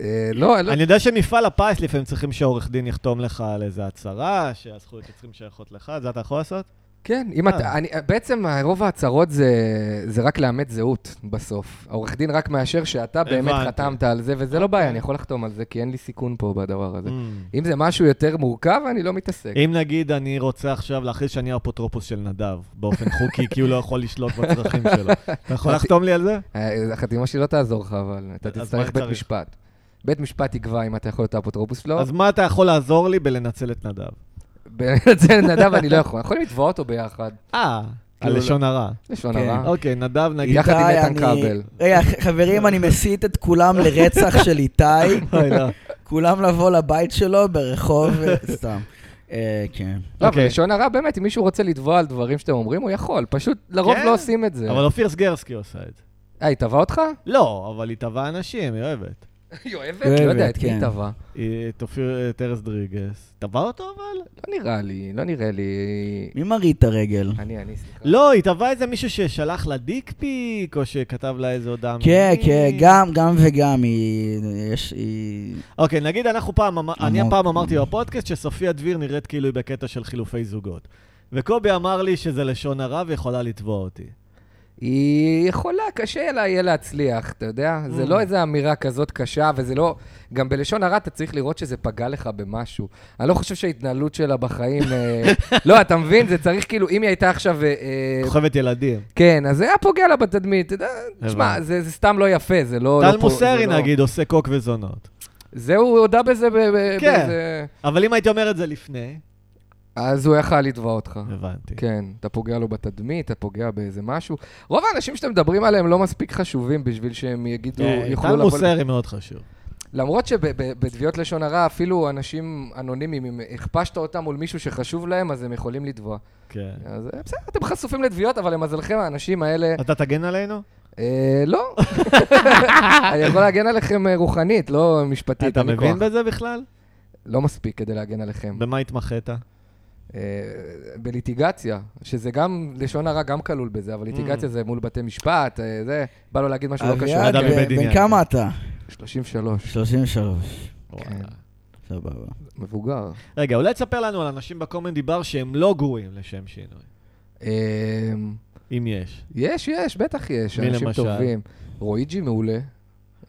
[SPEAKER 3] אה, לא, לא,
[SPEAKER 1] אני יודע שמפעל הפיס לפעמים צריכים שהעורך דין יחתום לך על איזה הצהרה, שהזכויות יוצרים שייכות לך, זה אתה יכול לעשות?
[SPEAKER 3] כן, אם אתה...
[SPEAKER 1] אה.
[SPEAKER 3] אני- בעצם רוב ההצהרות זה- זה רק לאמת זהות בסוף. העורך דין רק מאשר שאתה באמת
[SPEAKER 1] הבנתי. אוקיי.
[SPEAKER 3] חתמת על זה, וזה לא בעיה, אני יכול לחתום על זה, כי אין לי סיכון פה בדבר הזה. אם זה משהו יותר מורכב, אני לא מתעסק.
[SPEAKER 1] אם נגיד אני רוצה עכשיו להכריז שאני האפוטרופוס של נדב, באופן חוקי, כי הוא לא יכול לשלוט בצרכים שלו, אתה יכול לחתום לי על זה?
[SPEAKER 3] אה, החתימה שלי לא תעזור לך, אבל אתה
[SPEAKER 1] אז מה
[SPEAKER 3] תצטרך בית
[SPEAKER 1] צריך?
[SPEAKER 3] משפט. בית משפט יקבע אם אתה יכול להיות האפוטרופוס לא. שלו.
[SPEAKER 1] אז מה אתה יכול לעזור לי בלנצל את נדב?
[SPEAKER 3] בנצל נדב אני לא יכול. אנחנו יכולים לתבוע אותו ביחד,
[SPEAKER 1] אה, על
[SPEAKER 3] כאילו, אה.
[SPEAKER 1] לשון הרע.
[SPEAKER 3] לשון
[SPEAKER 2] כן.
[SPEAKER 3] הרע.
[SPEAKER 1] אוקיי, נדב נגיד...
[SPEAKER 3] יחד עם
[SPEAKER 2] איתי,
[SPEAKER 3] איתן
[SPEAKER 2] אני-
[SPEAKER 3] כבל.
[SPEAKER 2] רגע, ח- חברים, אני מסית את כולם לרצח של איתי.
[SPEAKER 1] אוי, לא.
[SPEAKER 2] כולם לבוא לבית שלו ברחוב, סתם. אה, כן.
[SPEAKER 3] לא, אבל
[SPEAKER 1] אוקיי.
[SPEAKER 3] לשון הרע באמת, אם מישהו רוצה לתבוע על דברים שאתם אומרים, הוא יכול. פשוט לרוב
[SPEAKER 1] כן.
[SPEAKER 3] לא עושים את זה.
[SPEAKER 1] אבל אופיר סגרסקי עושה את זה.
[SPEAKER 3] אה, היא תבעה אותך?
[SPEAKER 1] לא, אבל היא טבעה אנשים, היא אוהבת.
[SPEAKER 3] היא אוהבת?
[SPEAKER 2] אוהבת,
[SPEAKER 3] לא יודע, את מי היא
[SPEAKER 2] כן.
[SPEAKER 3] תבעה?
[SPEAKER 1] היא- אה, את אופיר את ארז דריגס. טבע אותו אבל?
[SPEAKER 3] לא נראה לי, לא נראה לי.
[SPEAKER 2] מי מראה את הרגל?
[SPEAKER 3] אני, אני, סליחה.
[SPEAKER 1] לא, היא טבעה איזה מישהו ששלח לה דיק פיק, או שכתב לה איזה הודעה.
[SPEAKER 2] כן,
[SPEAKER 1] מינית.
[SPEAKER 2] כן, גם, גם וגם, היא... יש... היא...
[SPEAKER 1] אוקיי, נגיד אנחנו פעם, אמר- אני
[SPEAKER 2] עמוק.
[SPEAKER 1] הפעם אמרתי בפודקאסט שסופיה דביר נראית כאילו היא בקטע של חילופי זוגות. וקובי אמר לי שזה לשון הרע ויכולה לתבוע אותי.
[SPEAKER 3] היא יכולה, קשה לה יהיה להצליח, אתה יודע? זה
[SPEAKER 1] Mm.
[SPEAKER 3] לא איזו אמירה כזאת קשה, וזה לא... גם בלשון הרע אתה צריך לראות שזה פגע לך במשהו. אני לא חושב שההתנהלות שלה בחיים... אה, לא, אתה מבין? זה צריך כאילו, אם היא הייתה עכשיו... אה, אה,
[SPEAKER 1] כוכבת ילדים.
[SPEAKER 3] כן, אז זה היה פוגע לה בתדמית. אתה יודע, תשמע,
[SPEAKER 1] הבנתי.
[SPEAKER 3] זה זה סתם לא יפה, זה לא...
[SPEAKER 1] טל
[SPEAKER 3] לא פה- זה
[SPEAKER 1] מוסרי
[SPEAKER 3] לא-
[SPEAKER 1] נגיד עושה קוק וזונות.
[SPEAKER 3] זה, הוא הודה בזה ב- ב-
[SPEAKER 1] כן.
[SPEAKER 3] באיזה...
[SPEAKER 1] אבל אם הייתי אומר את זה לפני,
[SPEAKER 3] אז הוא יכל לתבוע אותך.
[SPEAKER 1] הבנתי.
[SPEAKER 3] אה, כן, אתה פוגע לו בתדמית, אתה פוגע באיזה משהו. רוב האנשים שאתם מדברים עליהם לא מספיק חשובים בשביל שהם יגידו,
[SPEAKER 1] כן,
[SPEAKER 3] יוכלו
[SPEAKER 1] טל
[SPEAKER 3] אה, לבוא...
[SPEAKER 1] מוסרי מאוד חשוב.
[SPEAKER 3] למרות שבתביעות לשון הרע, אפילו אנשים אנונימיים, אם הכפשת אותם מול מישהו שחשוב להם, אז הם יכולים לתבוע.
[SPEAKER 1] כן.
[SPEAKER 3] אז אה, בסדר, אתם חשופים לתביעות, אבל למזלכם, האנשים האלה...
[SPEAKER 1] אתה תגן עלינו?
[SPEAKER 3] אה, לא. אני יכול להגן עליכם אה, רוחנית, לא משפטית.
[SPEAKER 1] אתה
[SPEAKER 3] אין לי
[SPEAKER 1] מבין
[SPEAKER 3] כוח.
[SPEAKER 1] בזה בכלל?
[SPEAKER 3] לא מספיק כדי להגן עליכם.
[SPEAKER 1] במה התמחית?
[SPEAKER 3] אה, בליטיגציה, שזה גם, לשון הרע גם כלול בזה, אבל ליטיגציה
[SPEAKER 1] Mm.
[SPEAKER 3] זה מול בתי משפט, אה, זה, בא לו להגיד משהו לא קשור. אה,
[SPEAKER 2] אביעד,
[SPEAKER 1] אדם
[SPEAKER 3] כן.
[SPEAKER 1] בבית
[SPEAKER 2] בן-
[SPEAKER 1] עניין.
[SPEAKER 2] בן כמה אתה?
[SPEAKER 3] 33,
[SPEAKER 2] 33.
[SPEAKER 1] וואלה.
[SPEAKER 2] סבבה.
[SPEAKER 3] מבוגר.
[SPEAKER 1] רגע, אולי תספר לנו על אנשים בקומנדי בר שהם לא גרועים לשם שינוי,
[SPEAKER 3] אה,
[SPEAKER 1] אם יש.
[SPEAKER 3] יש, יש, בטח יש,
[SPEAKER 1] מי
[SPEAKER 3] אנשים
[SPEAKER 1] למשל?
[SPEAKER 3] טובים. רואיג'י מעולה,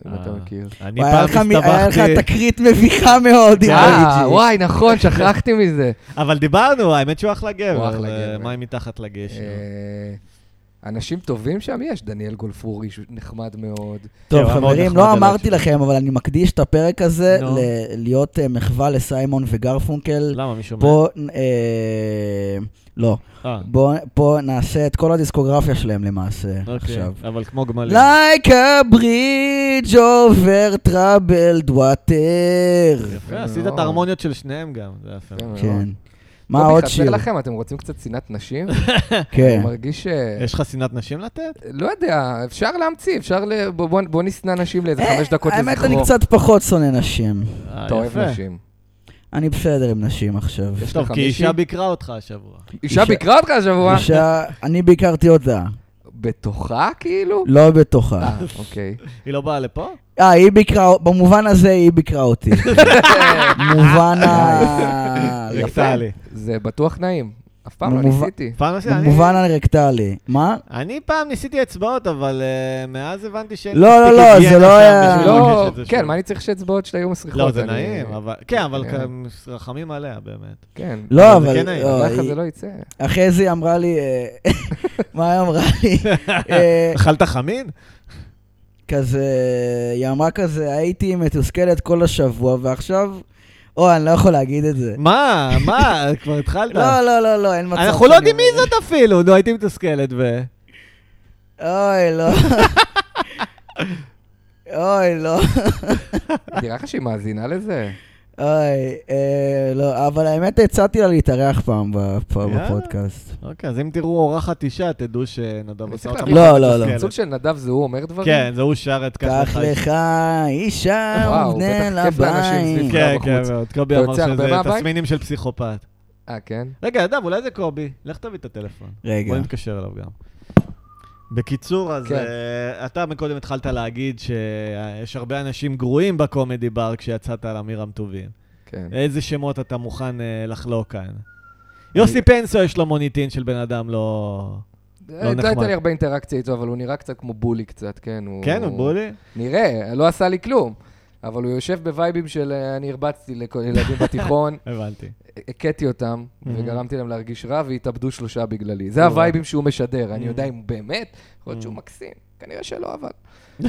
[SPEAKER 3] אם אתה
[SPEAKER 1] אה.
[SPEAKER 3] מכיר.
[SPEAKER 1] אני
[SPEAKER 2] וואי, היה
[SPEAKER 1] פעם
[SPEAKER 2] לך מ- היה לך
[SPEAKER 1] הסתבכתי,
[SPEAKER 2] תקרית מביכה מאוד, עם
[SPEAKER 3] אה,
[SPEAKER 2] רואיג'י.
[SPEAKER 3] וואי, נכון, שכחתי מזה.
[SPEAKER 1] אבל דיברנו, האמת שהוא אחלה גבר.
[SPEAKER 3] אחלה
[SPEAKER 1] אה,
[SPEAKER 3] גבר.
[SPEAKER 1] מים מתחת לגשר.
[SPEAKER 3] אה, אנשים טובים שם יש, דניאל גולפורי שהוא נחמד מאוד.
[SPEAKER 2] טוב,
[SPEAKER 1] כן, הוא היה מאוד
[SPEAKER 2] חברים,
[SPEAKER 1] נחמד
[SPEAKER 2] לא
[SPEAKER 1] אליי
[SPEAKER 2] אמרתי
[SPEAKER 1] שם.
[SPEAKER 2] לכם, אבל אני מקדיש את הפרק הזה
[SPEAKER 1] נו. לא,
[SPEAKER 2] ל- להיות אה, מחווה לסיימון וגרפונקל.
[SPEAKER 1] למה, מישהו...
[SPEAKER 2] פה, אה, לא,
[SPEAKER 1] מה- אה,
[SPEAKER 2] בוא- פה נעשה את כל הדיסקוגרפיה שלהם למעשה
[SPEAKER 1] אוקיי,
[SPEAKER 2] עכשיו. לא!
[SPEAKER 1] אבל כמו גמלים.
[SPEAKER 2] Like a bridge over troubled water.
[SPEAKER 1] יפה, עשית את ההרמוניות של שניהם גם, זה יפה.
[SPEAKER 3] יפה מאוד.
[SPEAKER 2] כן. מה
[SPEAKER 3] קובי,
[SPEAKER 2] עוד
[SPEAKER 3] חסר
[SPEAKER 2] שיר?
[SPEAKER 3] לכם, אתם רוצים קצת שנאת נשים?
[SPEAKER 2] כן.
[SPEAKER 3] אני מרגיש אה, ש...
[SPEAKER 1] יש לך שנאת נשים לתת?
[SPEAKER 3] לא יודע, אפשר להמציא, אפשר ל... בוא- בוא בוא נשנא נשים לאיזה חמש דקות לזכרו.
[SPEAKER 2] אה, האמת, אני קצת פחות שונא נשים.
[SPEAKER 1] אה,
[SPEAKER 3] אתה אוהב
[SPEAKER 1] יפה.
[SPEAKER 3] נשים.
[SPEAKER 2] אני בסדר עם נשים עכשיו.
[SPEAKER 3] יש לך
[SPEAKER 1] טוב, כי
[SPEAKER 3] מישהי?
[SPEAKER 1] אישה ביקרה אותך השבוע.
[SPEAKER 3] אישה
[SPEAKER 2] אישה-
[SPEAKER 3] ביקרה אותך השבוע?
[SPEAKER 2] אישה, אני ביקרתי אותה,
[SPEAKER 1] לא.
[SPEAKER 3] בתוכה, כאילו?
[SPEAKER 2] לא בתוכה.
[SPEAKER 3] אה, אוקיי.
[SPEAKER 1] היא לא באה לפה?
[SPEAKER 2] אה, היא ביקרה, במובן הזה היא ביקרה אותי. במובן ה...
[SPEAKER 3] יפה.
[SPEAKER 1] רקטלי.
[SPEAKER 3] זה בטוח נעים. אף פעם לא
[SPEAKER 2] במובן-
[SPEAKER 3] ניסיתי.
[SPEAKER 1] פעם נוסעת, אני-
[SPEAKER 2] במובן הרקטלי. מה?
[SPEAKER 1] אני פעם ניסיתי אצבעות, אבל אה, מאז הבנתי שאין
[SPEAKER 2] לא, לא,
[SPEAKER 1] מספיק
[SPEAKER 2] לא, זה
[SPEAKER 1] היגיינה
[SPEAKER 2] לא
[SPEAKER 1] שם
[SPEAKER 2] היה-
[SPEAKER 1] בשביל
[SPEAKER 3] לא,
[SPEAKER 1] לבקש את זה
[SPEAKER 3] כן,
[SPEAKER 1] שוב.
[SPEAKER 3] מה אני צריך שאצבעות שלה יהיו מסריחות?
[SPEAKER 1] לא, זה
[SPEAKER 3] אני-
[SPEAKER 1] נעים, אבל... כן, אבל
[SPEAKER 3] כן.
[SPEAKER 1] כ- רחמים עליה, באמת.
[SPEAKER 3] כן.
[SPEAKER 2] לא,
[SPEAKER 1] אבל זה
[SPEAKER 2] אבל...
[SPEAKER 1] כן היה.
[SPEAKER 2] לא,
[SPEAKER 3] ככה
[SPEAKER 2] היא-
[SPEAKER 3] זה לא יצא.
[SPEAKER 2] אחרי זה היא אמרה לי... אה, מה היא אמרה לי? אה,
[SPEAKER 1] אכלת חמין?
[SPEAKER 2] כזה... היא אמרה כזה, הייתי מתוסכלת כל השבוע, ועכשיו... או, אני לא יכול להגיד את זה.
[SPEAKER 1] מה? מה? כבר התחלת?
[SPEAKER 2] לא, לא, לא, לא, אין מצב.
[SPEAKER 1] אנחנו לא
[SPEAKER 2] שאני
[SPEAKER 1] יודעים מי
[SPEAKER 2] אומר.
[SPEAKER 1] זאת אפילו, נו, הייתי מתוסכלת ו...
[SPEAKER 2] אוי, לא. אוי, לא.
[SPEAKER 3] נראה לך שהיא מאזינה לזה?
[SPEAKER 1] כן.
[SPEAKER 2] אוי, אה, לא. אבל האמת, הצעתי לה להתארח פעם בפ-
[SPEAKER 1] יאללה.
[SPEAKER 2] בפודקאסט.
[SPEAKER 1] אוקיי, אז אם תראו אורחת אישה, תדעו שנדב עושה
[SPEAKER 3] צריך
[SPEAKER 1] אותך.
[SPEAKER 3] להבין.
[SPEAKER 2] לא, לא, לא.
[SPEAKER 1] מתוסכלת.
[SPEAKER 3] סוג של נדב זה הוא אומר דברים?
[SPEAKER 1] כן, זה הוא שר את
[SPEAKER 2] קח
[SPEAKER 1] ככה.
[SPEAKER 2] לך אישה
[SPEAKER 3] וואו,
[SPEAKER 2] ובנה
[SPEAKER 3] בטח כיף לאנשים
[SPEAKER 2] לבית.
[SPEAKER 3] סביבך.
[SPEAKER 1] כן,
[SPEAKER 3] בחוץ.
[SPEAKER 1] כן, מאוד. קובי
[SPEAKER 3] אתה
[SPEAKER 1] אמר
[SPEAKER 3] יוצא הרבה
[SPEAKER 1] שזה
[SPEAKER 3] מהבית?
[SPEAKER 1] תסמינים של פסיכופת.
[SPEAKER 3] אה, כן?
[SPEAKER 1] רגע, נדב, אולי זה קובי? לך תביא את הטלפון.
[SPEAKER 2] רגע.
[SPEAKER 1] בוא נתקשר אליו גם. בקיצור, אז
[SPEAKER 3] כן.
[SPEAKER 1] אה, אתה מקודם התחלת להגיד שיש הרבה אנשים גרועים בקומדי בר כשיצאת על אמירם טובים.
[SPEAKER 3] כן.
[SPEAKER 1] איזה שמות אתה מוכן אה, לחלוק כאן? יוסי פנסו יש לו מוניטין של בן אדם לא...
[SPEAKER 3] לא
[SPEAKER 1] נחמד.
[SPEAKER 3] הייתה לי הרבה אינטראקציה איתו, אבל הוא נראה קצת כמו בולי קצת, כן?
[SPEAKER 1] כן, הוא בולי?
[SPEAKER 3] נראה, לא עשה לי כלום. אבל הוא יושב בווייבים של אה, אני הרבצתי לכל ילדים בתיכון,
[SPEAKER 1] הבנתי.
[SPEAKER 3] הכיתי אותם,
[SPEAKER 1] Mhm.
[SPEAKER 3] וגרמתי להם להרגיש רע, והתאבדו שלושה בגללי. זה
[SPEAKER 1] וואו.
[SPEAKER 3] הווייבים שהוא משדר, אני
[SPEAKER 1] Mhm.
[SPEAKER 3] יודע אם הוא באמת, יכול להיות שהוא
[SPEAKER 1] Mhm.
[SPEAKER 3] מקסים, כנראה שלא, אבל...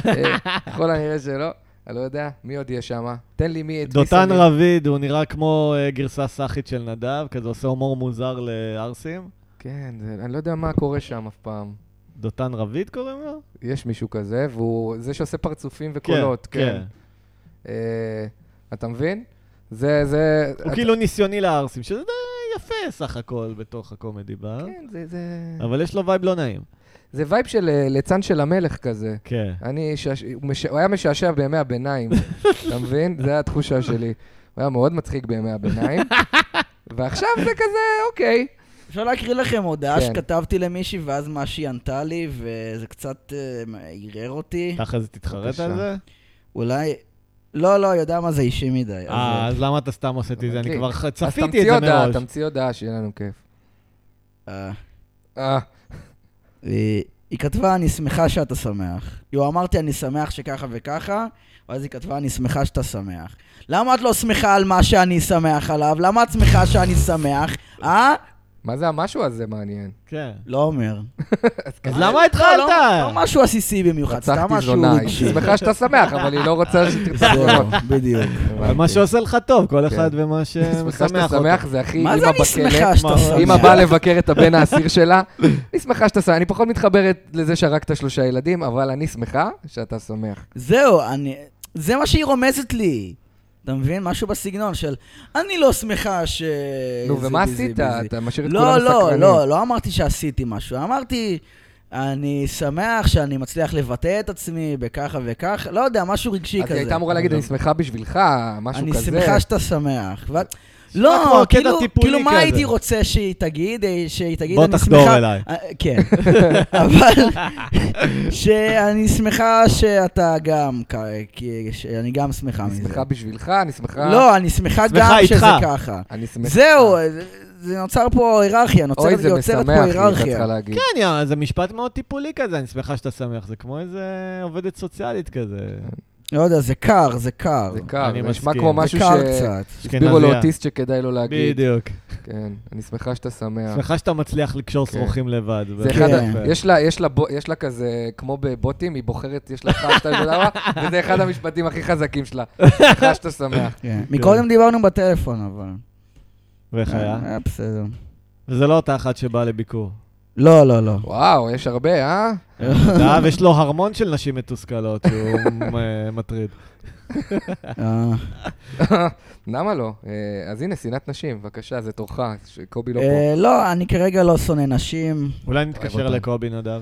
[SPEAKER 3] אה, ככל הנראה שלא, אני לא יודע, מי עוד יהיה שם? תן לי מי... את מי
[SPEAKER 1] דותן
[SPEAKER 3] שמים.
[SPEAKER 1] רביד, הוא נראה כמו אה, גרסה סאחית של נדב, כזה עושה הומור מוזר לערסים.
[SPEAKER 3] כן, זה- אני לא יודע מה קורה שם אף פעם.
[SPEAKER 1] דותן רביד קוראים לו?
[SPEAKER 3] יש מישהו כזה, והוא זה שעושה פרצופים וקולות, כן. אה, אתה מבין? זה, זה...
[SPEAKER 1] הוא
[SPEAKER 3] אתה-
[SPEAKER 1] כאילו ניסיוני לערסים, שזה די יפה סך הכל בתוך הקומדי בר,
[SPEAKER 3] כן, זה, זה...
[SPEAKER 1] אבל יש לו וייב לא נעים.
[SPEAKER 3] זה וייב של אה, ליצן של המלך כזה.
[SPEAKER 1] כן.
[SPEAKER 3] אני, שעש... הוא, מש... הוא היה משעשע בימי הביניים, אתה מבין? זו התחושה שלי. הוא היה מאוד מצחיק בימי הביניים, ועכשיו זה כזה, אוקיי.
[SPEAKER 2] אפשר להקריא לכם הודעה
[SPEAKER 3] כן.
[SPEAKER 2] שכתבתי למישהי, ואז מה שהיא ענתה לי, וזה קצת אה, ערער אותי.
[SPEAKER 1] אתה אחרי זה תתחרט
[SPEAKER 3] בבקשה.
[SPEAKER 1] על זה?
[SPEAKER 2] אולי... לא, לא, יודע מה זה אישי מדי. אז,
[SPEAKER 1] אה, אז למה אתה סתם עושה את זה? אני
[SPEAKER 3] מדליק.
[SPEAKER 1] כבר ח-
[SPEAKER 3] אוקיי. אז
[SPEAKER 1] צפיתי את
[SPEAKER 3] תמציא
[SPEAKER 1] זה
[SPEAKER 3] הודעה,
[SPEAKER 1] מראש.
[SPEAKER 3] תמציא הודעה, שיהיה לנו כיף.
[SPEAKER 2] אה,
[SPEAKER 3] אה,
[SPEAKER 2] היא- היא כתבה, אני שמחה שאתה שמח. כאילו, אמרתי, אני שמח שככה וככה, ואז היא כתבה, אני שמחה שאתה שמח. למה את לא שמחה על מה שאני שמח עליו? למה את שמחה שאני שמח? אה?
[SPEAKER 3] מה זה המשהו הזה מעניין?
[SPEAKER 1] כן.
[SPEAKER 2] לא אומר.
[SPEAKER 3] אה,
[SPEAKER 1] אז למה התחלת?
[SPEAKER 2] לא, לא משהו עסיסי במיוחד, סתם
[SPEAKER 3] רצחתי
[SPEAKER 2] משהו
[SPEAKER 3] זונה, היא
[SPEAKER 2] רגשי.
[SPEAKER 3] שמחה שאתה שמח, אבל היא לא רוצה שתרצח
[SPEAKER 2] זהו,
[SPEAKER 3] זונות.
[SPEAKER 2] בדיוק.
[SPEAKER 3] הבנתי.
[SPEAKER 1] מה שעושה לך טוב, כל אחד
[SPEAKER 3] לא. כן.
[SPEAKER 1] ומה
[SPEAKER 3] שמחה שאתה
[SPEAKER 1] שמשמח אותו.
[SPEAKER 3] שמח זה הכי
[SPEAKER 2] מה
[SPEAKER 3] אמא
[SPEAKER 2] זה אני
[SPEAKER 3] בכלא.
[SPEAKER 2] שמחה שאתה
[SPEAKER 1] מה,
[SPEAKER 2] שמח?
[SPEAKER 3] אמא באה לבקר את הבן האסיר שלה, אני שמחה שאתה שמח. אני פחות מתחברת לזה שהרגת שלושה ילדים, אבל אני שמחה שאתה שמח.
[SPEAKER 2] זהו, אני... זה מה שהיא רומזת לי. אתה מבין? משהו בסגנון של, אני לא שמחה ש...
[SPEAKER 3] נו,
[SPEAKER 2] זה
[SPEAKER 3] ומה
[SPEAKER 2] ביזי,
[SPEAKER 3] עשית?
[SPEAKER 2] ביזי."
[SPEAKER 3] אתה משאיר את כולם
[SPEAKER 2] לא, לא,
[SPEAKER 3] סקרנים.
[SPEAKER 2] לא, לא אמרתי שעשיתי משהו. אמרתי, אני שמח שאני מצליח לבטא את עצמי בככה וככה, לא יודע, משהו רגשי
[SPEAKER 3] אז
[SPEAKER 2] כזה. לא,
[SPEAKER 3] היא הייתה אמורה להגיד, אני שמחה בשבילך, משהו
[SPEAKER 2] אני
[SPEAKER 3] כזה.
[SPEAKER 2] שמחה שאתה שמח. ו-
[SPEAKER 1] כמו
[SPEAKER 2] לא,
[SPEAKER 1] הקטע
[SPEAKER 2] כאילו,
[SPEAKER 1] הטיפולי
[SPEAKER 2] כאילו מה
[SPEAKER 1] כזה.
[SPEAKER 2] הייתי רוצה שהיא תגיד? אה, שהיא תגיד,
[SPEAKER 1] בוא
[SPEAKER 2] אני שמחה...
[SPEAKER 1] תחדור אליי.
[SPEAKER 2] אה, כן, אבל שאני שמחה שאתה גם, כ- כי שאני גם שמחה
[SPEAKER 3] אני
[SPEAKER 2] מזה.
[SPEAKER 3] שמחה בשבילך, אני שמחה...
[SPEAKER 2] לא, אני שמחה
[SPEAKER 1] שמחה
[SPEAKER 2] גם שזה
[SPEAKER 1] איתך.
[SPEAKER 2] ככה.
[SPEAKER 3] אני שמחה.
[SPEAKER 2] זהו, זה- זה נוצר פה היררכיה,
[SPEAKER 3] אה. אוי,
[SPEAKER 2] נוצרת-
[SPEAKER 3] זה
[SPEAKER 2] יוצרת
[SPEAKER 3] משמח,
[SPEAKER 2] פה
[SPEAKER 3] היא הייתה
[SPEAKER 2] היררכיה.
[SPEAKER 3] צריכה להגיד.
[SPEAKER 1] כן, יא, זה משפט מאוד טיפולי כזה, אני שמחה שאתה שמח. זה כמו איזה עובדת סוציאלית כזה.
[SPEAKER 2] לא יודע, זה קר, זה קר.
[SPEAKER 3] זה קר,
[SPEAKER 1] אני
[SPEAKER 3] זה נשמע
[SPEAKER 1] מסכים.
[SPEAKER 3] כמו
[SPEAKER 1] זה
[SPEAKER 3] משהו
[SPEAKER 2] זה קר קצת.
[SPEAKER 3] שהסבירו
[SPEAKER 1] אשכנזייה.
[SPEAKER 3] לאוטיסט שכדאי לו להגיד.
[SPEAKER 1] בדיוק.
[SPEAKER 3] כן, אני שמחה שאתה שמח.
[SPEAKER 1] שמחה שאתה מצליח לקשור
[SPEAKER 3] כן.
[SPEAKER 1] שרוכים לבד.
[SPEAKER 3] זה
[SPEAKER 1] באמת.
[SPEAKER 3] אחד,
[SPEAKER 2] כן.
[SPEAKER 3] ה- יש לה, יש לה, בו- יש לה כזה, כמו בבוטים, היא בוחרת, יש לה אחד, שתיים, ולמה, וזה אחד המשפטים הכי חזקים שלה. שמחה שאתה שמח.
[SPEAKER 2] כן. מקודם דיברנו בטלפון, אבל...
[SPEAKER 1] ואיך היה?
[SPEAKER 2] אה, בסדר.
[SPEAKER 1] וזה לא אותה אחת שבאה לביקור.
[SPEAKER 2] לא, לא, לא.
[SPEAKER 3] וואו, יש הרבה, אה?
[SPEAKER 1] זהב, יש לו הרמון של נשים מתוסכלות שהוא אה, מטריד.
[SPEAKER 2] אה,
[SPEAKER 3] למה לא? אה, אז הנה, שנאת נשים, בבקשה, זה תורך, שקובי לא פה.
[SPEAKER 2] אה, לא, אני כרגע לא שונא נשים,
[SPEAKER 1] אולי נתקשר
[SPEAKER 3] אותה.
[SPEAKER 1] לקובי נדב.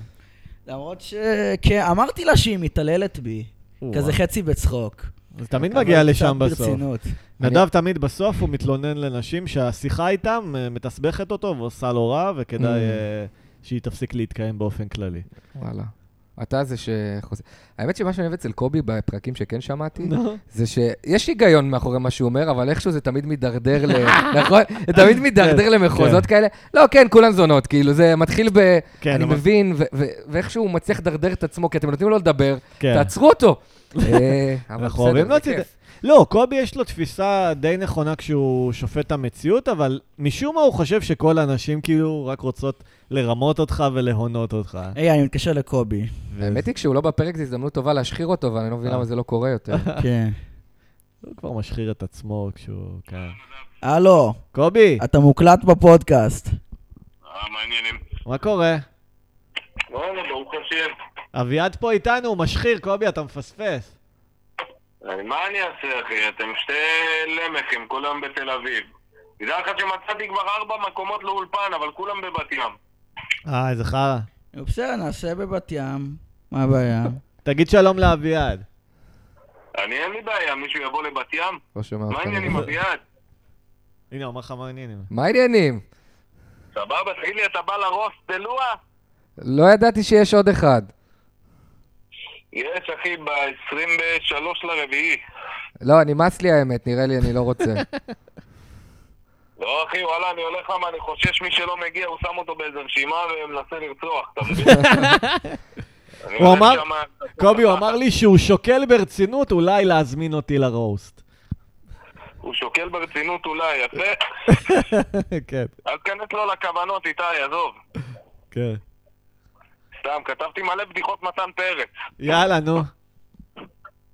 [SPEAKER 2] למרות שכן, אמרתי לה שהיא מתעללת בי. כזה חצי בצחוק.
[SPEAKER 1] זה תמיד
[SPEAKER 2] אבל
[SPEAKER 1] מגיע
[SPEAKER 2] קצת
[SPEAKER 1] לשם בסוף.
[SPEAKER 2] ברצינות.
[SPEAKER 1] נדב תמיד בסוף הוא מתלונן לנשים שהשיחה איתם אה, מתסבכת אותו ועושה לו רע, וכדאי אה, שהיא תפסיק להתקיים באופן כללי.
[SPEAKER 3] וואלה. אתה זה שחוזר. האמת שמה שאני אוהב אצל קובי בפרקים שכן שמעתי, זה שיש היגיון מאחורי מה שהוא אומר, אבל איכשהו זה תמיד מידרדר ל... נכון? זה תמיד מידרדר
[SPEAKER 1] כן,
[SPEAKER 3] למחוזות כאלה. לא, כן, כולן זונות, כאילו, זה מתחיל ב...
[SPEAKER 1] כן,
[SPEAKER 3] אני
[SPEAKER 1] אבל-
[SPEAKER 3] מבין, ו- ו- ואיכשהו הוא מצליח לדרדר את עצמו, כי אתם נותנים לו לדבר,
[SPEAKER 1] כן.
[SPEAKER 3] תעצרו אותו. אה, אבל
[SPEAKER 1] אנחנו
[SPEAKER 3] בסדר,
[SPEAKER 1] אוהבים
[SPEAKER 3] זה
[SPEAKER 1] להוציא את
[SPEAKER 3] כיף.
[SPEAKER 1] לא, קובי יש לו תפיסה די נכונה כשהוא שופט את המציאות, אבל משום מה הוא חושב שכל הנשים כאילו רק רוצות לרמות אותך ולהונות אותך.
[SPEAKER 2] היי, אני מתקשר לקובי.
[SPEAKER 3] האמת היא, כשהוא לא בפרק, זו הזדמנות טובה להשחיר אותו, ואני לא מבין
[SPEAKER 1] אה.
[SPEAKER 3] למה זה לא קורה יותר.
[SPEAKER 2] כן.
[SPEAKER 1] הוא כבר משחיר את עצמו כשהוא... כן.
[SPEAKER 2] הלו,
[SPEAKER 1] קובי,
[SPEAKER 2] אתה מוקלט בפודקאסט.
[SPEAKER 4] אה, מה העניינים?
[SPEAKER 1] מה קורה?
[SPEAKER 4] לא, לא, ברוך השם.
[SPEAKER 1] אביעד פה איתנו, הוא משחיר, קובי, אתה מפספס.
[SPEAKER 4] אה, מה אני אעשה, אחי? אתם שתי למחים, כולם בתל אביב. תדע לך שמצאתי כבר ארבע מקומות לאולפן, אבל כולם בבת ים.
[SPEAKER 1] אה, איזה חרא.
[SPEAKER 2] נו, בסדר, נעשה בבת ים. מה הבעיה?
[SPEAKER 1] תגיד שלום לאביעד.
[SPEAKER 4] אני, אין לי בעיה, מישהו יבוא לבת ים?
[SPEAKER 3] לא שומע
[SPEAKER 4] מה
[SPEAKER 1] אוקיי,
[SPEAKER 3] אותך.
[SPEAKER 4] העניינים, אביעד?
[SPEAKER 1] הנה, הוא אמר לך מה העניינים.
[SPEAKER 3] מה העניינים?
[SPEAKER 4] סבבה, תגיד לי, אתה בא לרוס דלואה?
[SPEAKER 3] לא ידעתי שיש עוד אחד.
[SPEAKER 4] יש, אחי, ב-23 לרביעי.
[SPEAKER 3] לא, נמאס לי האמת, נראה לי, אני לא רוצה.
[SPEAKER 4] לא, אחי, וואלה, אני הולך למה, אני חושש מי שלא מגיע, הוא שם אותו באיזה רשימה ומנסה לרצוח, אתה מבין? אני
[SPEAKER 1] הוא
[SPEAKER 4] הולך
[SPEAKER 1] אמר-
[SPEAKER 4] שמה-
[SPEAKER 1] קובי, הוא אמר לי שהוא שוקל ברצינות אולי להזמין אותי לרוסט.
[SPEAKER 4] הוא שוקל ברצינות אולי, יפה.
[SPEAKER 1] כן,
[SPEAKER 4] אל תיכנס לו לכוונות, איתי, עזוב.
[SPEAKER 1] כן.
[SPEAKER 4] סתם, כתבתי מלא בדיחות מתן פרץ.
[SPEAKER 1] יאללה, נו.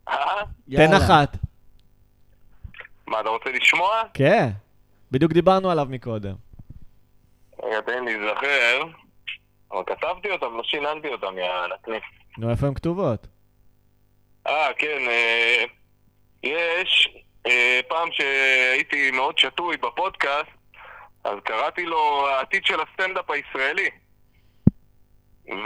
[SPEAKER 4] אה?
[SPEAKER 1] תן
[SPEAKER 2] יאללה.
[SPEAKER 1] אחת.
[SPEAKER 4] מה, אתה רוצה לשמוע?
[SPEAKER 1] כן. בדיוק דיברנו עליו מקודם.
[SPEAKER 4] רגע, תן לי להיזכר. אבל כתבתי אותם, לא שיננתי אותם, יאללה.
[SPEAKER 1] נו, איפה הן כתובות?
[SPEAKER 4] אה, כן, אה, יש, אה, פעם שהייתי מאוד שתוי בפודקאסט, אז קראתי לו העתיד של הסטנדאפ הישראלי.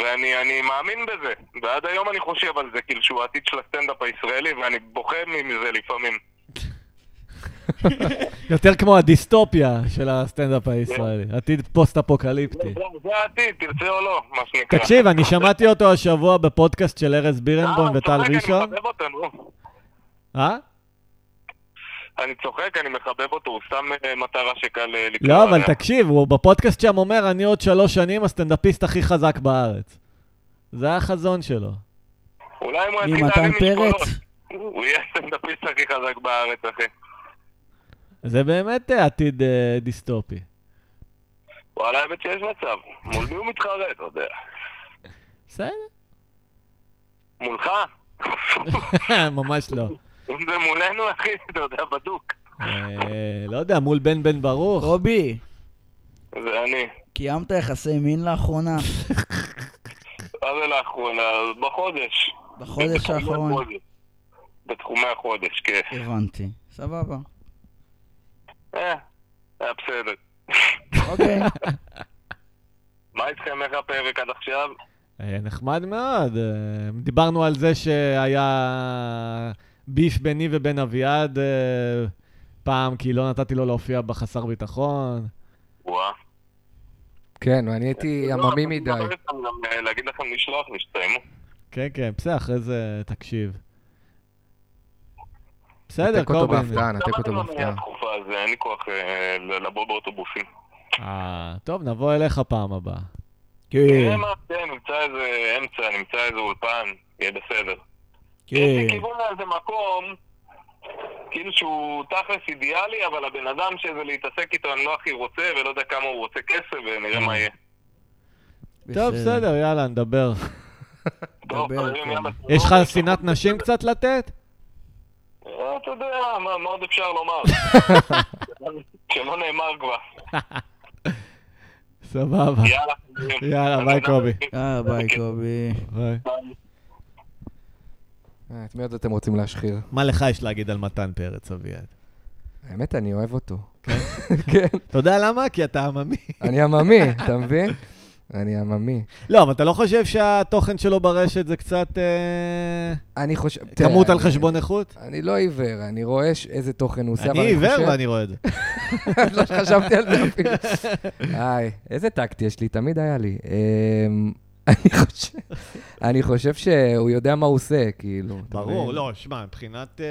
[SPEAKER 4] ואני אני מאמין בזה, ועד היום אני חושב על זה, כאילו שהוא העתיד של הסטנדאפ הישראלי, ואני בוכה מזה לפעמים.
[SPEAKER 1] יותר כמו הדיסטופיה של הסטנדאפ הישראלי. עתיד פוסט-אפוקליפטי.
[SPEAKER 4] זה- זה העתיד, תרצה או לא, מה שנקרא.
[SPEAKER 1] תקשיב, אני שמעתי אותו השבוע בפודקאסט של ארז בירנבוים
[SPEAKER 4] אה,
[SPEAKER 1] וטל
[SPEAKER 4] צוחק,
[SPEAKER 1] ראשון.
[SPEAKER 4] אני מחבב אותו, נו.
[SPEAKER 1] אה?
[SPEAKER 4] אני צוחק, אני מחבב אותו, הוא סתם אה, מטרה שקל אה, לקרוא
[SPEAKER 1] לא, אבל
[SPEAKER 4] עליה.
[SPEAKER 1] תקשיב, הוא בפודקאסט שם אומר, אני עוד שלוש שנים הסטנדאפיסט הכי חזק בארץ. זה היה החזון שלו.
[SPEAKER 4] אולי אם הוא יתחיל
[SPEAKER 2] ממתן
[SPEAKER 4] להרים משקולות.
[SPEAKER 2] פרץ?
[SPEAKER 4] הוא יהיה הסטנדאפיסט הכי חזק בארץ, אחי.
[SPEAKER 1] זה באמת אה, עתיד אה, דיסטופי.
[SPEAKER 4] וואלה, האמת שיש מצב. מול מי הוא מתחרה, אתה יודע?
[SPEAKER 1] בסדר,
[SPEAKER 4] מולך?
[SPEAKER 1] ממש לא.
[SPEAKER 4] זה מולנו, אחי, אתה יודע, בדוק.
[SPEAKER 1] אה, לא יודע, מול בן בן ברוך.
[SPEAKER 2] רובי,
[SPEAKER 4] זה אני.
[SPEAKER 2] קיימת יחסי מין לאחרונה?
[SPEAKER 4] מה זה לאחרונה? בחודש.
[SPEAKER 2] בחודש
[SPEAKER 4] בתחומי
[SPEAKER 2] האחרון?
[SPEAKER 4] החודש. בתחומי החודש, כן.
[SPEAKER 2] הבנתי. סבבה.
[SPEAKER 4] אה, היה בסדר.
[SPEAKER 2] אוקיי.
[SPEAKER 4] מה איתכם, איך הפרק עד עכשיו?
[SPEAKER 1] אה, נחמד מאוד. אה, דיברנו על זה שהיה ביף ביני ובין אביעד אה, פעם, כי לא נתתי לו להופיע בחסר ביטחון.
[SPEAKER 4] וואה.
[SPEAKER 3] כן, אני הייתי עממי
[SPEAKER 4] לא,
[SPEAKER 3] מדי.
[SPEAKER 4] אני מדבר איתם גם, אה, להגיד לכם לשלוח לי, שתסיימו.
[SPEAKER 1] כן, כן, בסדר, אחרי זה תקשיב. בסדר,
[SPEAKER 3] נתק אותו
[SPEAKER 1] קובי.
[SPEAKER 3] בהפתעה, נתק
[SPEAKER 4] למה
[SPEAKER 3] אה, אותו
[SPEAKER 4] אתם לא מגיעים
[SPEAKER 3] בהפתעה.
[SPEAKER 4] לתקופה הזו? אין לי כוח אה, ל- לבוא באוטובוסים.
[SPEAKER 1] אה, טוב, נבוא אליך פעם הבאה.
[SPEAKER 4] נראה מה, כן, נמצא איזה אמצע, נמצא איזה אולפן, יהיה בסדר. יש לי כיוון לאיזה מקום, כאילו שהוא תכלס אידיאלי, אבל הבן אדם שזה להתעסק איתו, אני לא הכי רוצה, ולא יודע כמה הוא רוצה כסף, ונראה מה יהיה.
[SPEAKER 1] טוב, בסדר, יאללה, נדבר.
[SPEAKER 4] טוב,
[SPEAKER 2] דבר,
[SPEAKER 4] חברים,
[SPEAKER 2] כן.
[SPEAKER 4] יאללה,
[SPEAKER 1] יש לך
[SPEAKER 4] תודה.
[SPEAKER 1] שנאת נשים קצת לתת?
[SPEAKER 4] אה, אתה יודע, מה מה עוד אפשר לומר? שלא נאמר כבר.
[SPEAKER 1] סבבה.
[SPEAKER 4] יאללה. חברים.
[SPEAKER 1] יאללה, ביי, קובי.
[SPEAKER 2] אה, ביי קובי.
[SPEAKER 1] ביי.
[SPEAKER 4] ביי.
[SPEAKER 3] אה, את מי עוד אתם רוצים להשחיר?
[SPEAKER 1] מה לך יש להגיד על מתן פרץ, אביעד?
[SPEAKER 3] האמת, אני אוהב אותו. כן,
[SPEAKER 1] אתה יודע למה? כי אתה עממי.
[SPEAKER 3] אני עממי, אתה מבין? אני עממי.
[SPEAKER 1] לא, אבל אתה לא חושב שהתוכן שלו ברשת זה קצת אה,
[SPEAKER 3] אני חושב... תראה,
[SPEAKER 1] כמות על
[SPEAKER 3] אני-
[SPEAKER 1] חשבון איכות?
[SPEAKER 3] אני לא עיוור, אני רואה ש- איזה תוכן הוא עושה, אבל
[SPEAKER 1] אני
[SPEAKER 3] אני חושב...
[SPEAKER 1] עיוור ואני רואה את זה.
[SPEAKER 3] לא חשבתי על זה אפילו. היי, איזה טקט יש לי, תמיד היה לי. אמ, אני חושב- אני חושב שהוא יודע מה הוא עושה, כאילו. אתה
[SPEAKER 1] ברור,
[SPEAKER 3] מבין?
[SPEAKER 1] לא, שמע, מבחינת אה,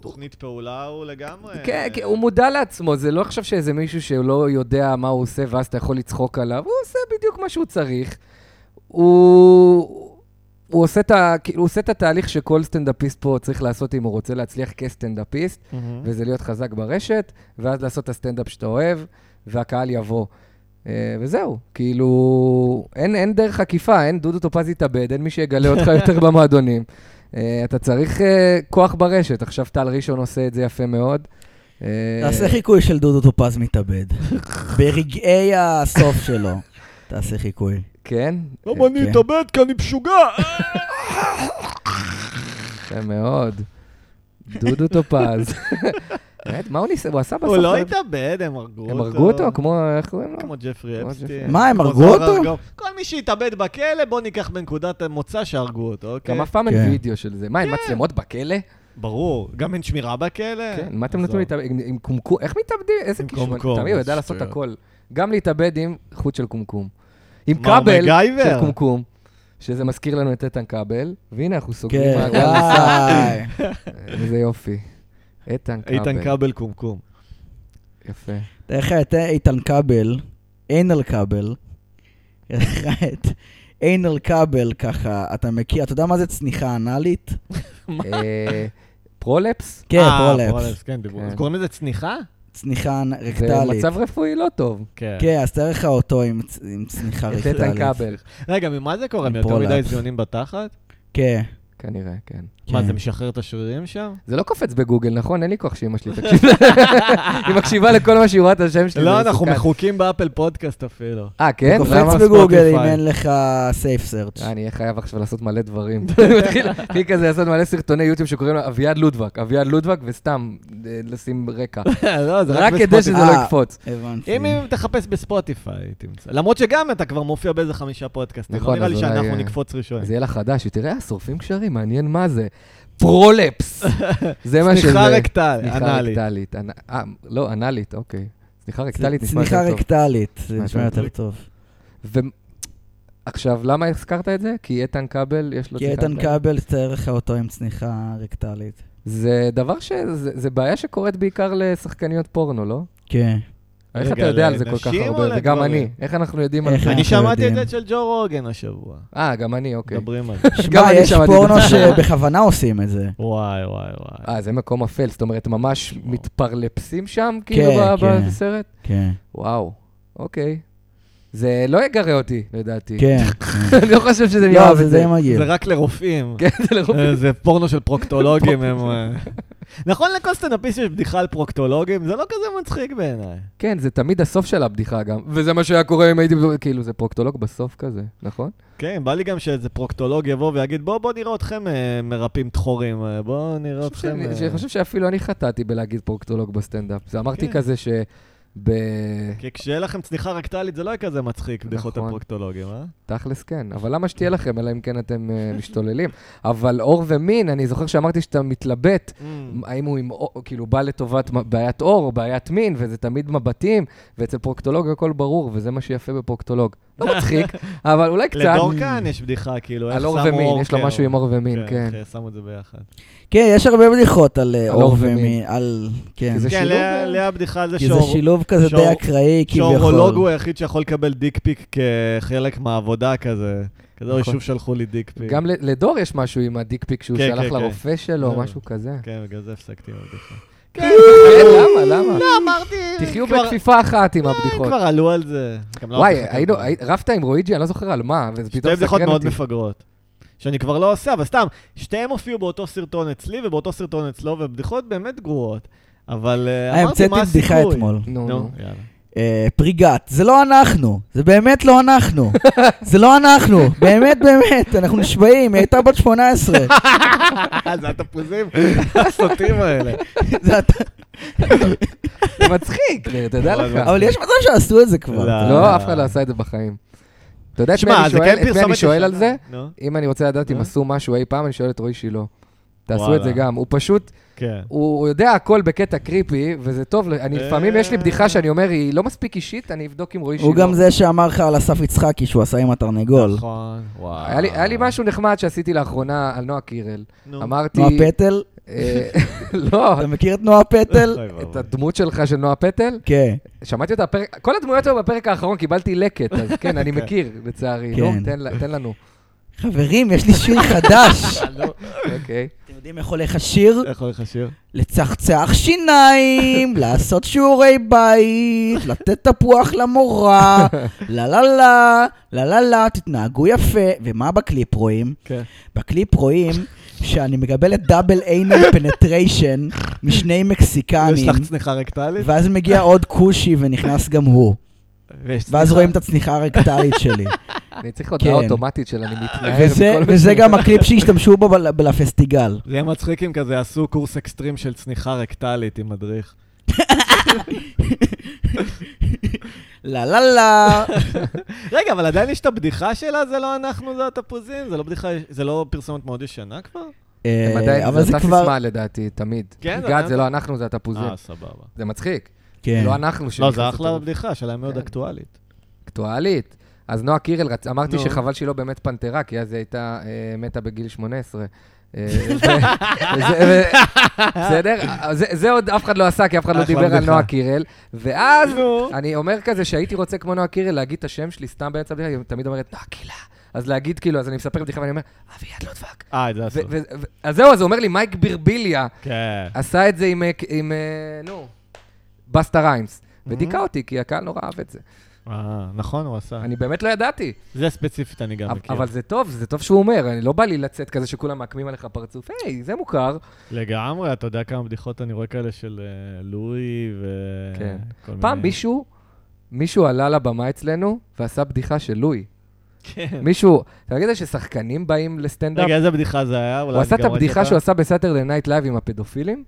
[SPEAKER 1] תוכנית פעולה הוא לגמרי...
[SPEAKER 3] כן, כן, הוא מודע לעצמו, זה לא עכשיו שאיזה מישהו שלא יודע מה הוא עושה ואז אתה יכול לצחוק עליו, הוא עושה בדיוק מה שהוא צריך. הוא... הוא עושה, את ה... כאילו, הוא עושה את התהליך שכל סטנדאפיסט פה צריך לעשות אם הוא רוצה להצליח כסטנדאפיסט,
[SPEAKER 1] מהמם.
[SPEAKER 3] וזה להיות חזק ברשת, ואז לעשות את הסטנדאפ שאתה אוהב, והקהל יבוא. אה, וזהו, כאילו, אין, אין דרך עקיפה, אין דודו טופז יתאבד, אין מי שיגלה אותך יותר במועדונים. אה, אתה צריך אה, כוח ברשת, עכשיו טל ראשון עושה את זה יפה מאוד. אה,
[SPEAKER 2] תעשה חיקוי של דודו טופז מתאבד. ברגעי הסוף שלו. תעשה חיקוי.
[SPEAKER 3] כן?
[SPEAKER 1] למה אני
[SPEAKER 2] כן.
[SPEAKER 1] אתאבד? כי אני משוגע!
[SPEAKER 3] יפה מאוד. דודו טופז. באמת, מה הוא ניסה? הוא עשה בסוף...
[SPEAKER 1] הוא לא
[SPEAKER 3] את ה-
[SPEAKER 1] התאבד, הם הרגו אותו.
[SPEAKER 3] הם הרגו אותו? כמו, איך קוראים לו?
[SPEAKER 1] כמו ג'פרי
[SPEAKER 3] אה, כמו
[SPEAKER 1] אפסטין.
[SPEAKER 3] ג'פרי.
[SPEAKER 2] מה, הם
[SPEAKER 1] כמו
[SPEAKER 2] הרגו
[SPEAKER 1] זוהר
[SPEAKER 2] אותו?
[SPEAKER 1] ארגוב. כל מי שהתאבד בכלא, בוא ניקח בנקודת המוצא שהרגו אותו, אוקיי?
[SPEAKER 3] גם אף פעם
[SPEAKER 2] כן.
[SPEAKER 3] אין וידאו של זה. מה, עם מצלמות בכלא?
[SPEAKER 1] ברור. גם אין שמירה בכלא?
[SPEAKER 3] כן, מה אתם נותנים
[SPEAKER 1] עזוב.
[SPEAKER 3] להתאבד? עם- עם קומקום? איך מתאבדים? איזה
[SPEAKER 1] עם
[SPEAKER 3] קישון.
[SPEAKER 1] קומקום,
[SPEAKER 3] תמיד הוא יודע לעשות
[SPEAKER 1] שטויות.
[SPEAKER 3] הכל. גם להתאבד עם חוט של קומקום. עם
[SPEAKER 1] מה, הוא
[SPEAKER 3] כבל
[SPEAKER 1] מגייבר?
[SPEAKER 3] של קומקום, שזה מזכיר לנו את איתן כבל, והנה אנחנו סוגרים
[SPEAKER 2] כן,
[SPEAKER 3] מעגל נוסף.
[SPEAKER 2] וואי.
[SPEAKER 3] איזה יופי. איתן כבל.
[SPEAKER 1] איתן כבל קומקום.
[SPEAKER 3] יפה.
[SPEAKER 2] תראה לך את איתן כבל, איינל כבל. תראה לך את איינל כבל ככה, אתה מכיר, אתה יודע מה זה צניחה אנאלית?
[SPEAKER 3] אה, פרולפס?
[SPEAKER 2] כן,
[SPEAKER 1] אה,
[SPEAKER 2] פרולפס.
[SPEAKER 1] כן, דיברו.
[SPEAKER 3] כן.
[SPEAKER 1] אז קוראים לזה צניחה?
[SPEAKER 2] צניחה אנ-
[SPEAKER 3] זה
[SPEAKER 2] רקטלית.
[SPEAKER 3] מצב רפואי לא טוב.
[SPEAKER 1] כן.
[SPEAKER 2] כן, אז תאר לך אותו עם צ- עם צניחה
[SPEAKER 3] את
[SPEAKER 2] רקטלית.
[SPEAKER 3] איתן כבל.
[SPEAKER 1] רגע, ממה זה קורה?
[SPEAKER 2] עם
[SPEAKER 1] מיותר מדי
[SPEAKER 2] פרולפס.
[SPEAKER 1] זיונים בתחת?
[SPEAKER 2] כן.
[SPEAKER 3] כנראה, כן.
[SPEAKER 1] מה,
[SPEAKER 2] כן.
[SPEAKER 1] זה משחרר את השרירים שם?
[SPEAKER 3] זה לא קופץ בגוגל, נכון? אין לי כוח שאימא שלי תקשיב. היא מקשיבה לכל מה שהיא רואה את השם שלי.
[SPEAKER 1] לא,
[SPEAKER 3] זה
[SPEAKER 1] אנחנו
[SPEAKER 3] מסוכן.
[SPEAKER 1] מחוקים באפל פודקאסט אפילו.
[SPEAKER 3] אה, כן? למה?
[SPEAKER 2] קופץ בגוגל אם
[SPEAKER 1] ספוטיפיי?
[SPEAKER 2] אין לך סייף סרצ'.
[SPEAKER 3] אה, אני אהיה חייב עכשיו לעשות מלא דברים. מתחיל- אני כזה לעשות מלא סרטוני יוטיוב שקוראים לו אביעד לודבק, אביעד לודבק, וסתם אה, לשים רקע.
[SPEAKER 1] לא, זה רק
[SPEAKER 3] רק כדי
[SPEAKER 1] בספוטיפיי.
[SPEAKER 3] שזה
[SPEAKER 2] אה.
[SPEAKER 3] לא יקפוץ.
[SPEAKER 2] הבנתי.
[SPEAKER 1] אם אם תחפש בספוטיפיי, תמצא. למרות שגם אתה כבר מופיע באיזה חמישה פודקאסטים.
[SPEAKER 3] נכון,
[SPEAKER 1] לא נראה
[SPEAKER 3] אז
[SPEAKER 1] לי
[SPEAKER 3] אולי,
[SPEAKER 1] שאנחנו
[SPEAKER 3] אה,
[SPEAKER 1] נקפוץ ראשונים.
[SPEAKER 3] זה יהיה לך חדש, תראה, אה, שורפים קשרים, מעניין מה זה. פרולפס. זה מה שזה.
[SPEAKER 1] סליחה רקטל,
[SPEAKER 3] סליחה
[SPEAKER 1] אנאלית.
[SPEAKER 3] רקטלית. אנ- אה, לא, אנאלית, אוקיי. סליחה רקטלית נשמע
[SPEAKER 2] צניחה
[SPEAKER 3] יותר טוב.
[SPEAKER 2] רקטלית, זה
[SPEAKER 3] נשמע
[SPEAKER 2] נשמע
[SPEAKER 3] יותר
[SPEAKER 2] יותר טוב.
[SPEAKER 3] ו- עכשיו, למה הזכרת את זה? כי איתן כבל, יש לו
[SPEAKER 2] כי
[SPEAKER 3] שיחה
[SPEAKER 2] איתן
[SPEAKER 3] איתנו.
[SPEAKER 2] כבל תאר לך אותו עם צניחה רקטלית.
[SPEAKER 3] זה דבר ש... זה זה בעיה שקורית בעיקר לשחקניות פורנו, לא?
[SPEAKER 2] כן.
[SPEAKER 3] איך אתה
[SPEAKER 1] רגע,
[SPEAKER 3] יודע על זה כל
[SPEAKER 1] לנשים
[SPEAKER 3] כך
[SPEAKER 1] או
[SPEAKER 3] הרבה? וגם
[SPEAKER 1] לגברים?
[SPEAKER 3] אני. איך כן, אנחנו יודעים על
[SPEAKER 2] איך
[SPEAKER 3] זה?
[SPEAKER 1] אני
[SPEAKER 2] אנחנו
[SPEAKER 1] שמעתי את
[SPEAKER 2] יודעים.
[SPEAKER 1] זה אצל ג'ו רוגן השבוע.
[SPEAKER 3] אה, גם אני, אוקיי.
[SPEAKER 1] מדברים על זה.
[SPEAKER 3] גם
[SPEAKER 2] שמע,
[SPEAKER 3] אני
[SPEAKER 2] יש
[SPEAKER 3] שמעתי את
[SPEAKER 2] פורנו
[SPEAKER 3] זה.
[SPEAKER 2] שבכוונה עושים את זה.
[SPEAKER 1] וואי, וואי, וואי.
[SPEAKER 3] אה, זה מקום אפל, זאת אומרת, ממש מתפרלפסים שם,
[SPEAKER 2] כן,
[SPEAKER 3] כאילו, ב-
[SPEAKER 2] כן.
[SPEAKER 3] בסרט?
[SPEAKER 2] כן,
[SPEAKER 3] וואו, אוקיי. זה לא יגרה אותי, לדעתי.
[SPEAKER 2] כן.
[SPEAKER 3] אני לא חושב שזה יאהב
[SPEAKER 2] לא,
[SPEAKER 3] את
[SPEAKER 2] זה
[SPEAKER 3] זה.
[SPEAKER 2] די מגעיל.
[SPEAKER 1] זה רק לרופאים.
[SPEAKER 3] כן, זה לרוב.
[SPEAKER 1] אה, זה פורנו של פרוקטולוגים. הם, אה. נכון לכל סטנדאפיסט יש בדיחה על פרוקטולוגים, זה לא כזה מצחיק בעיניי.
[SPEAKER 3] כן, זה תמיד הסוף של הבדיחה גם. וזה מה שהיה קורה אם הייתי... כאילו, זה פרוקטולוג בסוף כזה, נכון?
[SPEAKER 1] כן, בא לי גם שאיזה פרוקטולוג יבוא ויגיד, בואו בוא נראה אתכם אה, מרפאים טחורים, אה, בואו
[SPEAKER 2] לא,
[SPEAKER 1] נראה
[SPEAKER 3] חושב
[SPEAKER 1] אתכם...
[SPEAKER 3] שאני-
[SPEAKER 1] אה."
[SPEAKER 3] שאני חושב שאפילו אני חטאתי בלהגיד פרוקטולוג בסטנדאפ. זה אמרתי
[SPEAKER 1] כן.
[SPEAKER 3] כזה ש... ב...
[SPEAKER 1] כי כשיהיה לכם צניחה רקטלית זה לא יהיה כזה מצחיק, בדיחות
[SPEAKER 3] נכון.
[SPEAKER 1] הפרוקטולוגים, אה?
[SPEAKER 3] תכלס כן, אבל למה שתהיה לכם, אלא אם כן אתם אה, משתוללים? אבל אור ומין, אני זוכר שאמרתי שאתה מתלבט
[SPEAKER 1] Mm.
[SPEAKER 3] האם הוא עם, אור- כאילו בא לטובת מ- בעיית אור או בעיית מין, וזה תמיד מבטים, ואצל פרוקטולוג הכל ברור, וזה מה שיפה בפרוקטולוג. לא מצחיק, אבל אולי קצת.
[SPEAKER 1] לדורקן יש בדיחה, כאילו, איך
[SPEAKER 3] על
[SPEAKER 1] שמו
[SPEAKER 3] אור
[SPEAKER 1] אור...
[SPEAKER 3] ומין, יש לו
[SPEAKER 1] כן,
[SPEAKER 3] משהו עם אור ומין, כן.
[SPEAKER 1] איך שמו את זה ביחד.
[SPEAKER 2] כן, יש הרבה בדיחות על אה,
[SPEAKER 3] על
[SPEAKER 2] אור
[SPEAKER 3] אור ומין.
[SPEAKER 2] ומין, על... כן.
[SPEAKER 3] כי זה
[SPEAKER 1] כן,
[SPEAKER 3] שילוב,
[SPEAKER 1] לאה-
[SPEAKER 3] אה?
[SPEAKER 1] לאה הבדיחה על זה
[SPEAKER 2] כי זה
[SPEAKER 1] שאור-
[SPEAKER 2] שילוב כזה
[SPEAKER 1] שאור-
[SPEAKER 2] די אקראי,
[SPEAKER 1] שהאורולוג הוא
[SPEAKER 2] כביכול.
[SPEAKER 1] היחיד שיכול לקבל דיק פיק כחלק מהעבודה כזה. כזה, אוי,
[SPEAKER 3] נכון.
[SPEAKER 1] שוב שלחו לי דיק פיק.
[SPEAKER 3] גם ל- לדור יש משהו עם הדיק פיק שהוא
[SPEAKER 1] כן,
[SPEAKER 3] שלח
[SPEAKER 1] כן, כן.
[SPEAKER 3] לרופא שלו,
[SPEAKER 1] זה-
[SPEAKER 3] משהו כזה.
[SPEAKER 1] כן, בגלל זה הפסקתי עם הבדיחה. לא,
[SPEAKER 3] כן, למה, למה?
[SPEAKER 1] אמרתי...
[SPEAKER 3] תחיו
[SPEAKER 1] כבר- לא, אה,
[SPEAKER 3] בכפיפה אחת עם הבדיחות.
[SPEAKER 1] כבר עלו על זה. גם לא
[SPEAKER 3] וואי,
[SPEAKER 1] משחק על
[SPEAKER 3] היינו-
[SPEAKER 1] זה.
[SPEAKER 3] הי- רבת עם רואיג'י, אני לא זוכר על מה, וזה פתאום סקרן
[SPEAKER 1] שתי
[SPEAKER 3] אותי.
[SPEAKER 1] בדיחות מאוד מפגרות. שאני כבר לא עושה, אבל סתם, שתיהם הופיעו באותו סרטון אצלי ובאותו סרטון אצלו, ובדיחות באמת גרועות. אבל אה,
[SPEAKER 2] אה,
[SPEAKER 1] אמרתי,
[SPEAKER 2] המצאתי
[SPEAKER 1] מה הסיכוי?
[SPEAKER 2] בדיחה אתמול.
[SPEAKER 3] נו,
[SPEAKER 1] נו,
[SPEAKER 3] נו.
[SPEAKER 1] יאללה.
[SPEAKER 2] אה, פריגת, זה לא אנחנו, זה באמת לא אנחנו. זה לא אנחנו, באמת באמת, אנחנו נשבעים, היא הייתה בת 18.
[SPEAKER 1] אה, זה התפוזים הסוטים האלה.
[SPEAKER 2] זה אתה-
[SPEAKER 3] זה מצחיק, זה- אתה יודע
[SPEAKER 1] אבל-
[SPEAKER 3] לך.
[SPEAKER 2] אבל יש מצב שעשו את זה כבר.
[SPEAKER 1] לא.
[SPEAKER 2] אתה-
[SPEAKER 3] לא, אף אחד לא עשה את זה בחיים. אתה יודע את מי
[SPEAKER 1] שמע,
[SPEAKER 3] אני
[SPEAKER 1] זה
[SPEAKER 3] שואל-
[SPEAKER 1] כן
[SPEAKER 3] את מי
[SPEAKER 1] פרסומת
[SPEAKER 3] אני שואל
[SPEAKER 1] ישנה.
[SPEAKER 3] על זה?
[SPEAKER 1] נו,
[SPEAKER 3] אם אני רוצה לדעת אם
[SPEAKER 1] נו.
[SPEAKER 3] עשו משהו אי פעם, אני שואל את רועי שילה. תעשו
[SPEAKER 1] וואלה.
[SPEAKER 3] את זה גם. הוא פשוט,
[SPEAKER 1] כן.
[SPEAKER 3] הוא הוא יודע הכל בקטע קריפי, וזה טוב. ל- אני
[SPEAKER 1] אה.
[SPEAKER 3] לפעמים, יש לי בדיחה שאני אומר, היא לא מספיק אישית, אני אבדוק עם רועי שילה.
[SPEAKER 2] הוא גם זה שאמר לך על אסף יצחקי שהוא עשה עם התרנגול.
[SPEAKER 1] נכון, וואו.
[SPEAKER 3] היה לי- היה לי משהו נחמד שעשיתי לאחרונה על נועה קירל.
[SPEAKER 1] נו.
[SPEAKER 3] אמרתי...
[SPEAKER 2] נועה פטל?
[SPEAKER 3] אה, לא,
[SPEAKER 2] אתה מכיר את נועה פטל?
[SPEAKER 1] אוי ואבוי.
[SPEAKER 3] את הדמות שלך של נועה פטל?
[SPEAKER 2] כן.
[SPEAKER 3] שמעתי אותה בפרק, כל הדמויות שלו בפרק האחרון קיבלתי לקט, אז כן, אני מכיר, לצערי. נו,
[SPEAKER 2] כן.
[SPEAKER 3] תן ל- תן לנו.
[SPEAKER 2] חברים, יש לי שיר חדש.
[SPEAKER 3] אוקיי.
[SPEAKER 2] אתם יודעים איך הולך השיר?
[SPEAKER 1] איך הולך השיר?
[SPEAKER 2] לצחצח שיניים, לעשות שיעורי בית, לתת תפוח למורה, לה לה לה, לה לה לה, תתנהגו יפה. ומה בקליפ רואים?
[SPEAKER 1] כן.
[SPEAKER 2] בקליפ רואים שאני מקבלת דאבל איינל פנטריישן משני
[SPEAKER 1] יש
[SPEAKER 2] מקסיקנים,
[SPEAKER 1] לך צניחה רקטלית?
[SPEAKER 2] ואז מגיע עוד כושי ונכנס גם הוא.
[SPEAKER 1] ויש
[SPEAKER 2] ואז
[SPEAKER 1] צניחה-
[SPEAKER 2] רואים את הצניחה הרקטלית שלי.
[SPEAKER 3] אני צריך הודעה
[SPEAKER 2] כן.
[SPEAKER 3] אוטומטית של אני מתנער.
[SPEAKER 2] וזה-
[SPEAKER 3] מכל-
[SPEAKER 2] וזה גם הקליפ שהשתמשו בו בל- לפסטיגל.
[SPEAKER 1] זה יהיה מצחיק אם כזה עשו קורס אקסטרים של צניחה רקטלית עם מדריך.
[SPEAKER 2] לה לה לה.
[SPEAKER 1] רגע, אבל עדיין יש את הבדיחה שלה, זה לא אנחנו, זה התפוזים? זה לא בדיחה, זה לא פרסומת מאוד ישנה כבר?
[SPEAKER 3] הם עדיין-
[SPEAKER 2] אה, אבל זה
[SPEAKER 3] אותה
[SPEAKER 2] כבר...
[SPEAKER 3] סיסמה לדעתי, תמיד.
[SPEAKER 1] כן,
[SPEAKER 3] גד זה
[SPEAKER 1] אבל-
[SPEAKER 3] לא אנחנו, זה התפוזים.
[SPEAKER 1] אה, סבבה.
[SPEAKER 3] זה מצחיק.
[SPEAKER 2] כן.
[SPEAKER 3] לא אנחנו
[SPEAKER 1] לא,
[SPEAKER 3] שנכנסנו
[SPEAKER 1] זה אחלה
[SPEAKER 3] לטירוף.
[SPEAKER 1] בדיחה, שאלה מאוד
[SPEAKER 3] כן.
[SPEAKER 1] אקטואלית.
[SPEAKER 3] אקטואלית. אז נועה קירל, רצ- אמרתי
[SPEAKER 1] נו.
[SPEAKER 3] שחבל שהיא לא באמת פנתרה, כי אז היא הייתה אה, מתה בגיל 18. אה, ו- וזה- ו- בסדר? זה- זה עוד אף אחד לא עשה, כי אף אחד לא
[SPEAKER 1] אחלה
[SPEAKER 3] דיבר על
[SPEAKER 1] בדיחה.
[SPEAKER 3] נועה קירל. ואז
[SPEAKER 1] נו.
[SPEAKER 3] אני אומר כזה שהייתי רוצה כמו נועה קירל להגיד את השם שלי סתם באמצע הבדיחה, היא תמיד אומרת, נועה קילה. אז להגיד כאילו, אז אני מספר בדיחה ואני אומר, אביעד לוטבק.
[SPEAKER 1] אה, את זה
[SPEAKER 3] ו-
[SPEAKER 1] עשו.
[SPEAKER 3] ו- ו- אז זהו, אז הוא אומר לי, מייק בירביליה
[SPEAKER 1] כן.
[SPEAKER 3] עשה את זה עם, אה, ק- עם, אה, נו, בסטה ריימס.
[SPEAKER 1] Mm-hmm.
[SPEAKER 3] ודיכא אותי, כי הקהל נורא אהב את זה.
[SPEAKER 1] אה, נכון, הוא עשה.
[SPEAKER 3] אני באמת לא ידעתי.
[SPEAKER 1] זה ספציפית אני גם
[SPEAKER 3] אבל-
[SPEAKER 1] כן, מכיר.
[SPEAKER 3] אבל זה טוב, זה טוב שהוא אומר. אני לא בא לי לצאת כזה שכולם מעקמים עליך פרצוף. היי, זה מוכר.
[SPEAKER 1] לגמרי, אתה יודע כמה בדיחות אני רואה כאלה של אה, לואי ו...
[SPEAKER 3] כן.
[SPEAKER 1] כל מיני-
[SPEAKER 3] פעם מישהו, מישהו עלה לבמה אצלנו ועשה בדיחה של לואי.
[SPEAKER 1] כן.
[SPEAKER 3] מישהו, אתה יודע ששחקנים באים לסטנדאפ?
[SPEAKER 1] רגע, איזה בדיחה זה היה? אולי
[SPEAKER 3] הוא עשה
[SPEAKER 1] אני
[SPEAKER 3] את
[SPEAKER 1] גם ראיתי
[SPEAKER 3] הבדיחה
[SPEAKER 1] אותה.
[SPEAKER 3] שהוא עשה בסאטרדי נייט לייב עם הפדופילים.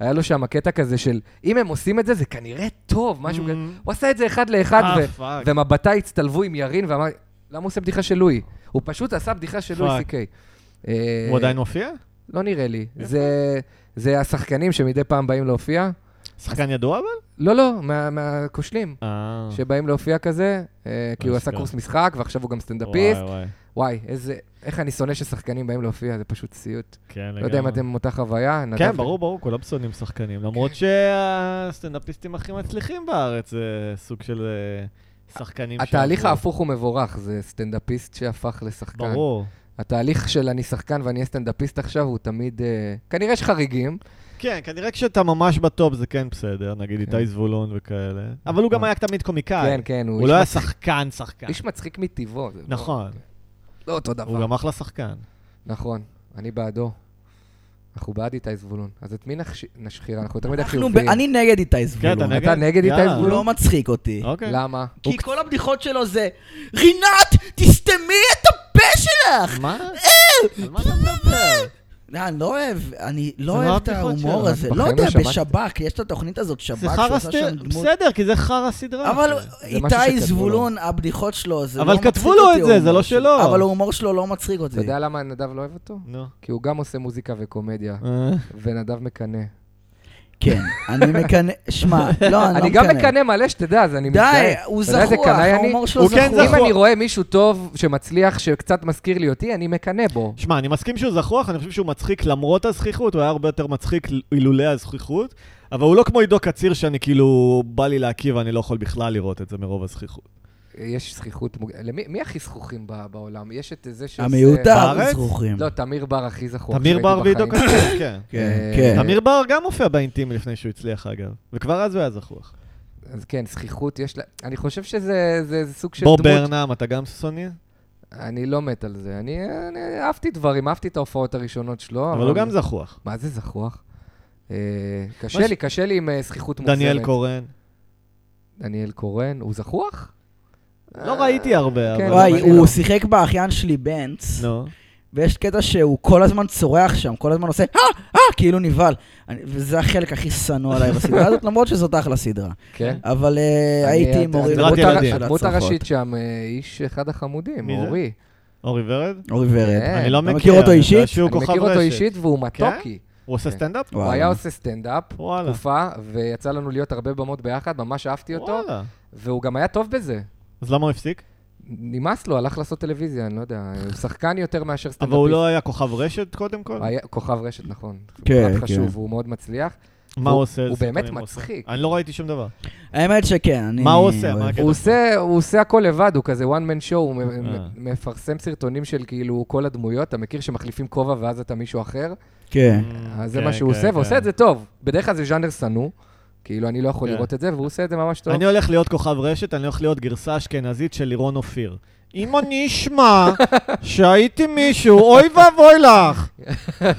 [SPEAKER 3] היה לו שם קטע כזה של, אם הם עושים את זה, זה כנראה טוב, משהו
[SPEAKER 1] Mm.
[SPEAKER 3] כזה. הוא עשה את זה אחד לאחד,
[SPEAKER 1] אה,
[SPEAKER 3] ו-
[SPEAKER 1] פאק.
[SPEAKER 3] ומבטיי הצטלבו עם ירין ואמר, למה הוא עושה בדיחה של לואי? הוא פשוט עשה בדיחה של לואי סי
[SPEAKER 1] פאק.
[SPEAKER 3] קיי.
[SPEAKER 1] הוא עדיין מופיע?
[SPEAKER 3] לא נראה לי. זה, זה השחקנים שמדי פעם באים להופיע.
[SPEAKER 1] שחקן ידוע אבל?
[SPEAKER 3] לא, לא, מה- מהכושלים.
[SPEAKER 1] אה. לא
[SPEAKER 3] שבאים להופיע כזה, אה, כי הוא עשה
[SPEAKER 1] אשכרה.
[SPEAKER 3] קורס משחק, ועכשיו הוא גם סטנדאפיסט,
[SPEAKER 1] וואי, וואי.
[SPEAKER 3] וואי, איזה... איך אני שונא ששחקנים באים להופיע, זה פשוט סיוט.
[SPEAKER 1] כן, לגמרי.
[SPEAKER 3] לא יודע אם אתם כן. מאותה חוויה, נדב.
[SPEAKER 1] כן, ברור, ברור, כולם שונאים שחקנים. למרות שהסטנדאפיסטים הכי מצליחים בארץ זה סוג של אה, שחקנים לא,
[SPEAKER 3] התהליך
[SPEAKER 1] שעברו.
[SPEAKER 3] ההפוך הוא מבורך, זה סטנדאפיסט שהפך לשחקן.
[SPEAKER 1] ברור.
[SPEAKER 3] התהליך של אני שחקן ואני אהיה סטנדאפיסט עכשיו הוא תמיד... אה, כנראה יש חריגים.
[SPEAKER 1] כן, כנראה כשאתה ממש בטופ זה כן בסדר, נגיד
[SPEAKER 3] כן. אה.
[SPEAKER 1] איתי זבולון וכאלה. אבל הוא גם היה תמיד קומיקאי.
[SPEAKER 3] כן, כן, הוא
[SPEAKER 1] הוא לא היה
[SPEAKER 3] איש מצ-
[SPEAKER 1] שחקן, שחקן.
[SPEAKER 3] איש מצחיק מטבעו. זה לא-
[SPEAKER 1] נכון,
[SPEAKER 3] לא אותו
[SPEAKER 1] הוא
[SPEAKER 3] דבר.
[SPEAKER 1] גם אחלה שחקן.
[SPEAKER 3] נכון, אני בעדו. אנחנו בעד איתי זבולון. אז את מי נש- נשחיר? אנחנו תמיד
[SPEAKER 2] אנחנו
[SPEAKER 3] החיוביים.
[SPEAKER 2] ב- אני נגד איתי
[SPEAKER 1] כן,
[SPEAKER 2] זבולון.
[SPEAKER 1] אתה נגד?
[SPEAKER 3] אתה נגד איתי
[SPEAKER 1] יאללה.
[SPEAKER 2] הוא
[SPEAKER 3] זבולון?
[SPEAKER 2] לא מצחיק אותי.
[SPEAKER 1] אוקיי.
[SPEAKER 3] למה?
[SPEAKER 2] כי כל הבדיחות שלו זה, רינת, תסתמי את הפה שלך!
[SPEAKER 1] מה? על מה אתה מדבר?
[SPEAKER 2] לא, אני לא אוהב, אני לא
[SPEAKER 1] זה לא
[SPEAKER 2] אוהב את
[SPEAKER 1] הבדיחות
[SPEAKER 2] ההומור
[SPEAKER 1] שלו.
[SPEAKER 2] הזה.
[SPEAKER 3] בחיים
[SPEAKER 2] לא
[SPEAKER 3] לא
[SPEAKER 2] יודע,
[SPEAKER 3] שמעתי.
[SPEAKER 2] בשב"כ, יש את התוכנית הזאת, שב"כ,
[SPEAKER 1] זה חרא
[SPEAKER 2] שעושה
[SPEAKER 1] סדרה,
[SPEAKER 2] שם דמות.
[SPEAKER 1] בסדר, כי זה חרא סדרה.
[SPEAKER 2] אבל
[SPEAKER 3] משהו שכתבו
[SPEAKER 2] איתי
[SPEAKER 3] לו.
[SPEAKER 2] זבולון, הבדיחות שלו, זה לא
[SPEAKER 1] אבל
[SPEAKER 2] מצחיק אותי.
[SPEAKER 1] כתבו לו את זה, זה
[SPEAKER 2] ההומור
[SPEAKER 1] לא
[SPEAKER 2] שלו.
[SPEAKER 1] שלו.
[SPEAKER 2] אבל ההומור שלו לא מצחיק אותי.
[SPEAKER 3] אתה יודע למה נדב לא אוהב אותו?
[SPEAKER 1] נו.
[SPEAKER 3] כי הוא גם עושה מוזיקה וקומדיה,
[SPEAKER 1] אה.
[SPEAKER 3] ונדב מקנא.
[SPEAKER 2] כן, אני מקנא, שמע, לא, אני לא
[SPEAKER 3] אני גם מקנא מלא, שתדע, אז אני מתגאה.
[SPEAKER 2] די, הוא
[SPEAKER 3] אתה יודע איזה
[SPEAKER 2] זחוח,
[SPEAKER 3] קנאי אני?
[SPEAKER 2] ההומור שלו
[SPEAKER 1] הוא כן
[SPEAKER 2] זחוח.
[SPEAKER 1] זחוח.
[SPEAKER 3] אם אני רואה מישהו טוב שמצליח, שקצת מזכיר לי אותי, אני מקנא בו.
[SPEAKER 1] שמע, אני מסכים שהוא זחוח, אני חושב שהוא מצחיק למרות הזכיחות, הוא היה הרבה יותר מצחיק אילולא הזכיחות, אבל הוא לא כמו עידו קציר שאני כאילו, בא לי להקיא ואני לא יכול בכלל לראות את זה מרוב הזכיחות.
[SPEAKER 3] יש זכיחות... מוג- למי מי הכי זכוכים ב- בעולם? יש את זה שעושה...
[SPEAKER 2] המיותר
[SPEAKER 1] בארץ?
[SPEAKER 2] זכוכים.
[SPEAKER 3] לא, תמיר בר הכי זכוך.
[SPEAKER 1] תמיר
[SPEAKER 3] שראיתי
[SPEAKER 1] בר ועידו
[SPEAKER 3] בחיים.
[SPEAKER 1] קציר, כן.
[SPEAKER 2] כן,
[SPEAKER 3] אה,
[SPEAKER 2] כן.
[SPEAKER 1] תמיר בר גם הופיע באינטימי לפני שהוא הצליח, אגב, וכבר אז הוא היה זחוח.
[SPEAKER 3] אז כן, זכיחות יש לה... אני חושב שזה זה- זה סוג של
[SPEAKER 1] בוב
[SPEAKER 3] דמות.
[SPEAKER 1] ברנם, אתה גם שונא?
[SPEAKER 3] אני לא מת על זה. אני אני אהבתי דברים, אהבתי את ההופעות הראשונות שלו.
[SPEAKER 1] אבל הוא גם זחוח.
[SPEAKER 3] מה זה זכוח? אה,
[SPEAKER 1] מה
[SPEAKER 3] קשה
[SPEAKER 1] ש-
[SPEAKER 3] לי, קשה לי עם אה, זכיחות מוגזמת.
[SPEAKER 1] דניאל קורן.
[SPEAKER 3] דניאל קורן, הוא זכוח?
[SPEAKER 1] לא ראיתי הרבה,
[SPEAKER 3] כן,
[SPEAKER 1] אבל...
[SPEAKER 2] וואי,
[SPEAKER 3] אבל אני
[SPEAKER 2] הוא
[SPEAKER 3] לא.
[SPEAKER 2] שיחק באחיין שלי בנץ,
[SPEAKER 1] נו.
[SPEAKER 2] ויש קטע שהוא כל הזמן צורח שם, כל הזמן עושה, אה, אה, כאילו נבהל. אני- וזה החלק הכי שנוא עליי בסדרה הזאת, למרות שזאת אחלה סדרה.
[SPEAKER 3] כן.
[SPEAKER 2] אבל אה,
[SPEAKER 3] אני-
[SPEAKER 2] הייתי עם
[SPEAKER 3] הדמות
[SPEAKER 2] אורי
[SPEAKER 1] סדרת
[SPEAKER 3] הר-
[SPEAKER 1] ילדים.
[SPEAKER 3] הדמות
[SPEAKER 2] של הצרחות.
[SPEAKER 3] הראשית שם, אה, איש אחד החמודים,
[SPEAKER 1] מי זה?
[SPEAKER 3] אורי.
[SPEAKER 1] אורי ורד?
[SPEAKER 2] אורי ורד.
[SPEAKER 3] כן.
[SPEAKER 1] אני לא
[SPEAKER 2] אתה
[SPEAKER 1] מכיר.
[SPEAKER 2] מכיר אותו
[SPEAKER 1] אני יודע
[SPEAKER 2] אישית?
[SPEAKER 1] שהוא
[SPEAKER 3] אני
[SPEAKER 1] כוכב
[SPEAKER 3] מכיר אותו
[SPEAKER 1] רשת.
[SPEAKER 3] אישית והוא
[SPEAKER 1] כן?
[SPEAKER 3] מתוקי.
[SPEAKER 1] הוא עושה
[SPEAKER 3] כן.
[SPEAKER 1] סטנדאפ?
[SPEAKER 3] הוא היה עושה סטנדאפ,
[SPEAKER 1] וואלה.
[SPEAKER 3] תקופה, ויצא לנו להיות הרבה במות ביחד, ממש אהבתי אותו,
[SPEAKER 1] וואלה.
[SPEAKER 3] והוא גם היה טוב בזה.
[SPEAKER 1] אז למה הוא הפסיק?
[SPEAKER 3] נמאס לו, הלך לעשות טלוויזיה, אני לא יודע, הוא שחקן יותר מאשר סטנדאפיסט.
[SPEAKER 1] אבל הוא לא היה כוכב רשת קודם כל?
[SPEAKER 3] הוא היה כוכב רשת, נכון.
[SPEAKER 2] כן,
[SPEAKER 3] כן, כן.
[SPEAKER 2] כן.
[SPEAKER 3] חשוב, הוא מאוד מצליח.
[SPEAKER 1] מה
[SPEAKER 3] הוא-
[SPEAKER 1] הוא עושה? איזה
[SPEAKER 3] הוא באמת
[SPEAKER 1] סרטונים עושה?
[SPEAKER 3] מצחיק.
[SPEAKER 1] אני לא ראיתי שום דבר.
[SPEAKER 2] האמת שכן, אני...
[SPEAKER 1] מה הוא עושה? מה
[SPEAKER 2] אוהב.
[SPEAKER 1] הקטע?
[SPEAKER 3] הוא עושה, הוא עושה הכל לבד, הוא כזה one man show, הוא מ-
[SPEAKER 1] אה.
[SPEAKER 3] מ- מפרסם סרטונים של כאילו כל הדמויות, אתה מכיר שמחליפים כובע ואז אתה מישהו אחר?
[SPEAKER 2] כן.
[SPEAKER 3] אז זה מה שהוא עושה, ועושה את זה טוב. בדרך כלל זה ז'אנר שנוא, כאילו אני לא יכול
[SPEAKER 1] כן.
[SPEAKER 3] לראות את זה, והוא עושה את זה ממש טוב.
[SPEAKER 1] אני הולך להיות כוכב רשת, אני הולך להיות גרסה אשכנזית של לירון אופיר. אם אני אשמע שהייתי מישהו, אוי ואבוי לך!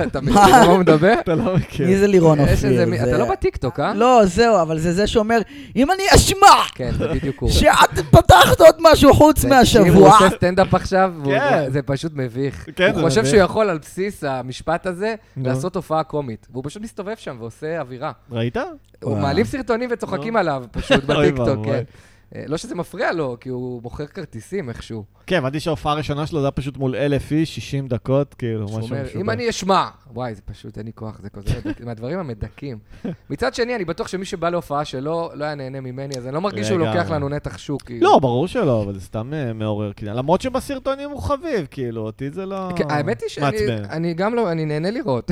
[SPEAKER 3] אתה מבין על מה הוא מדבר?
[SPEAKER 1] אתה לא מכיר.
[SPEAKER 2] מי זה לירון
[SPEAKER 3] יש איזה
[SPEAKER 2] אופיר?
[SPEAKER 3] מי-
[SPEAKER 2] זה-
[SPEAKER 3] אתה לא בטיקטוק, אה?
[SPEAKER 2] לא, זהו, אבל זה זה שאומר, אם אני אשמע
[SPEAKER 3] כן, זה בדיוק הוא.
[SPEAKER 2] שאת פתחת עוד משהו חוץ
[SPEAKER 3] תקשיב, כאילו הוא
[SPEAKER 2] מהשבוע,
[SPEAKER 3] עושה סטנדאפ עכשיו, והוא-
[SPEAKER 1] כן.
[SPEAKER 3] זה פשוט מביך.
[SPEAKER 1] כן,
[SPEAKER 3] הוא
[SPEAKER 1] זה
[SPEAKER 3] חושב
[SPEAKER 1] מביך.
[SPEAKER 3] שהוא יכול על בסיס המשפט הזה
[SPEAKER 1] נו.
[SPEAKER 3] לעשות הופעה קומית. והוא פשוט מסתובב שם ועושה אווירה.
[SPEAKER 1] ראית?
[SPEAKER 3] הוא
[SPEAKER 2] וואו.
[SPEAKER 3] מעלים סרטונים וצוחקים
[SPEAKER 1] נו.
[SPEAKER 3] עליו פשוט
[SPEAKER 1] אוי
[SPEAKER 3] בטיקטוק,
[SPEAKER 1] ואבוי.
[SPEAKER 3] כן. אה, לא שזה מפריע לו, כי הוא מוכר כרטיסים איכשהו.
[SPEAKER 1] כן, הבנתי שההופעה הראשונה שלו זה היה פשוט מול אלף איש, 60 דקות, כאילו, משהו
[SPEAKER 3] שהוא
[SPEAKER 1] משוגע.
[SPEAKER 3] אומר, אם אני אשמע, וואי, זה פשוט, אין לי כוח, זה כזה, מדכא- מהדברים המדכאים. מצד שני, אני בטוח שמי שבא להופעה שלו, לא היה נהנה ממני, אז אני לא מרגיש שהוא
[SPEAKER 1] לגמרי.
[SPEAKER 3] לוקח לנו נתח שוק. כאילו.
[SPEAKER 1] לא, ברור שלא, אבל זה סתם אה, מעורר קנאה. למרות שבסרטונים הוא חביב, כאילו, אותי זה לא...
[SPEAKER 3] כן, האמת היא שאני
[SPEAKER 1] מעצבן.
[SPEAKER 3] אני גם לא, אני נהנה לראות.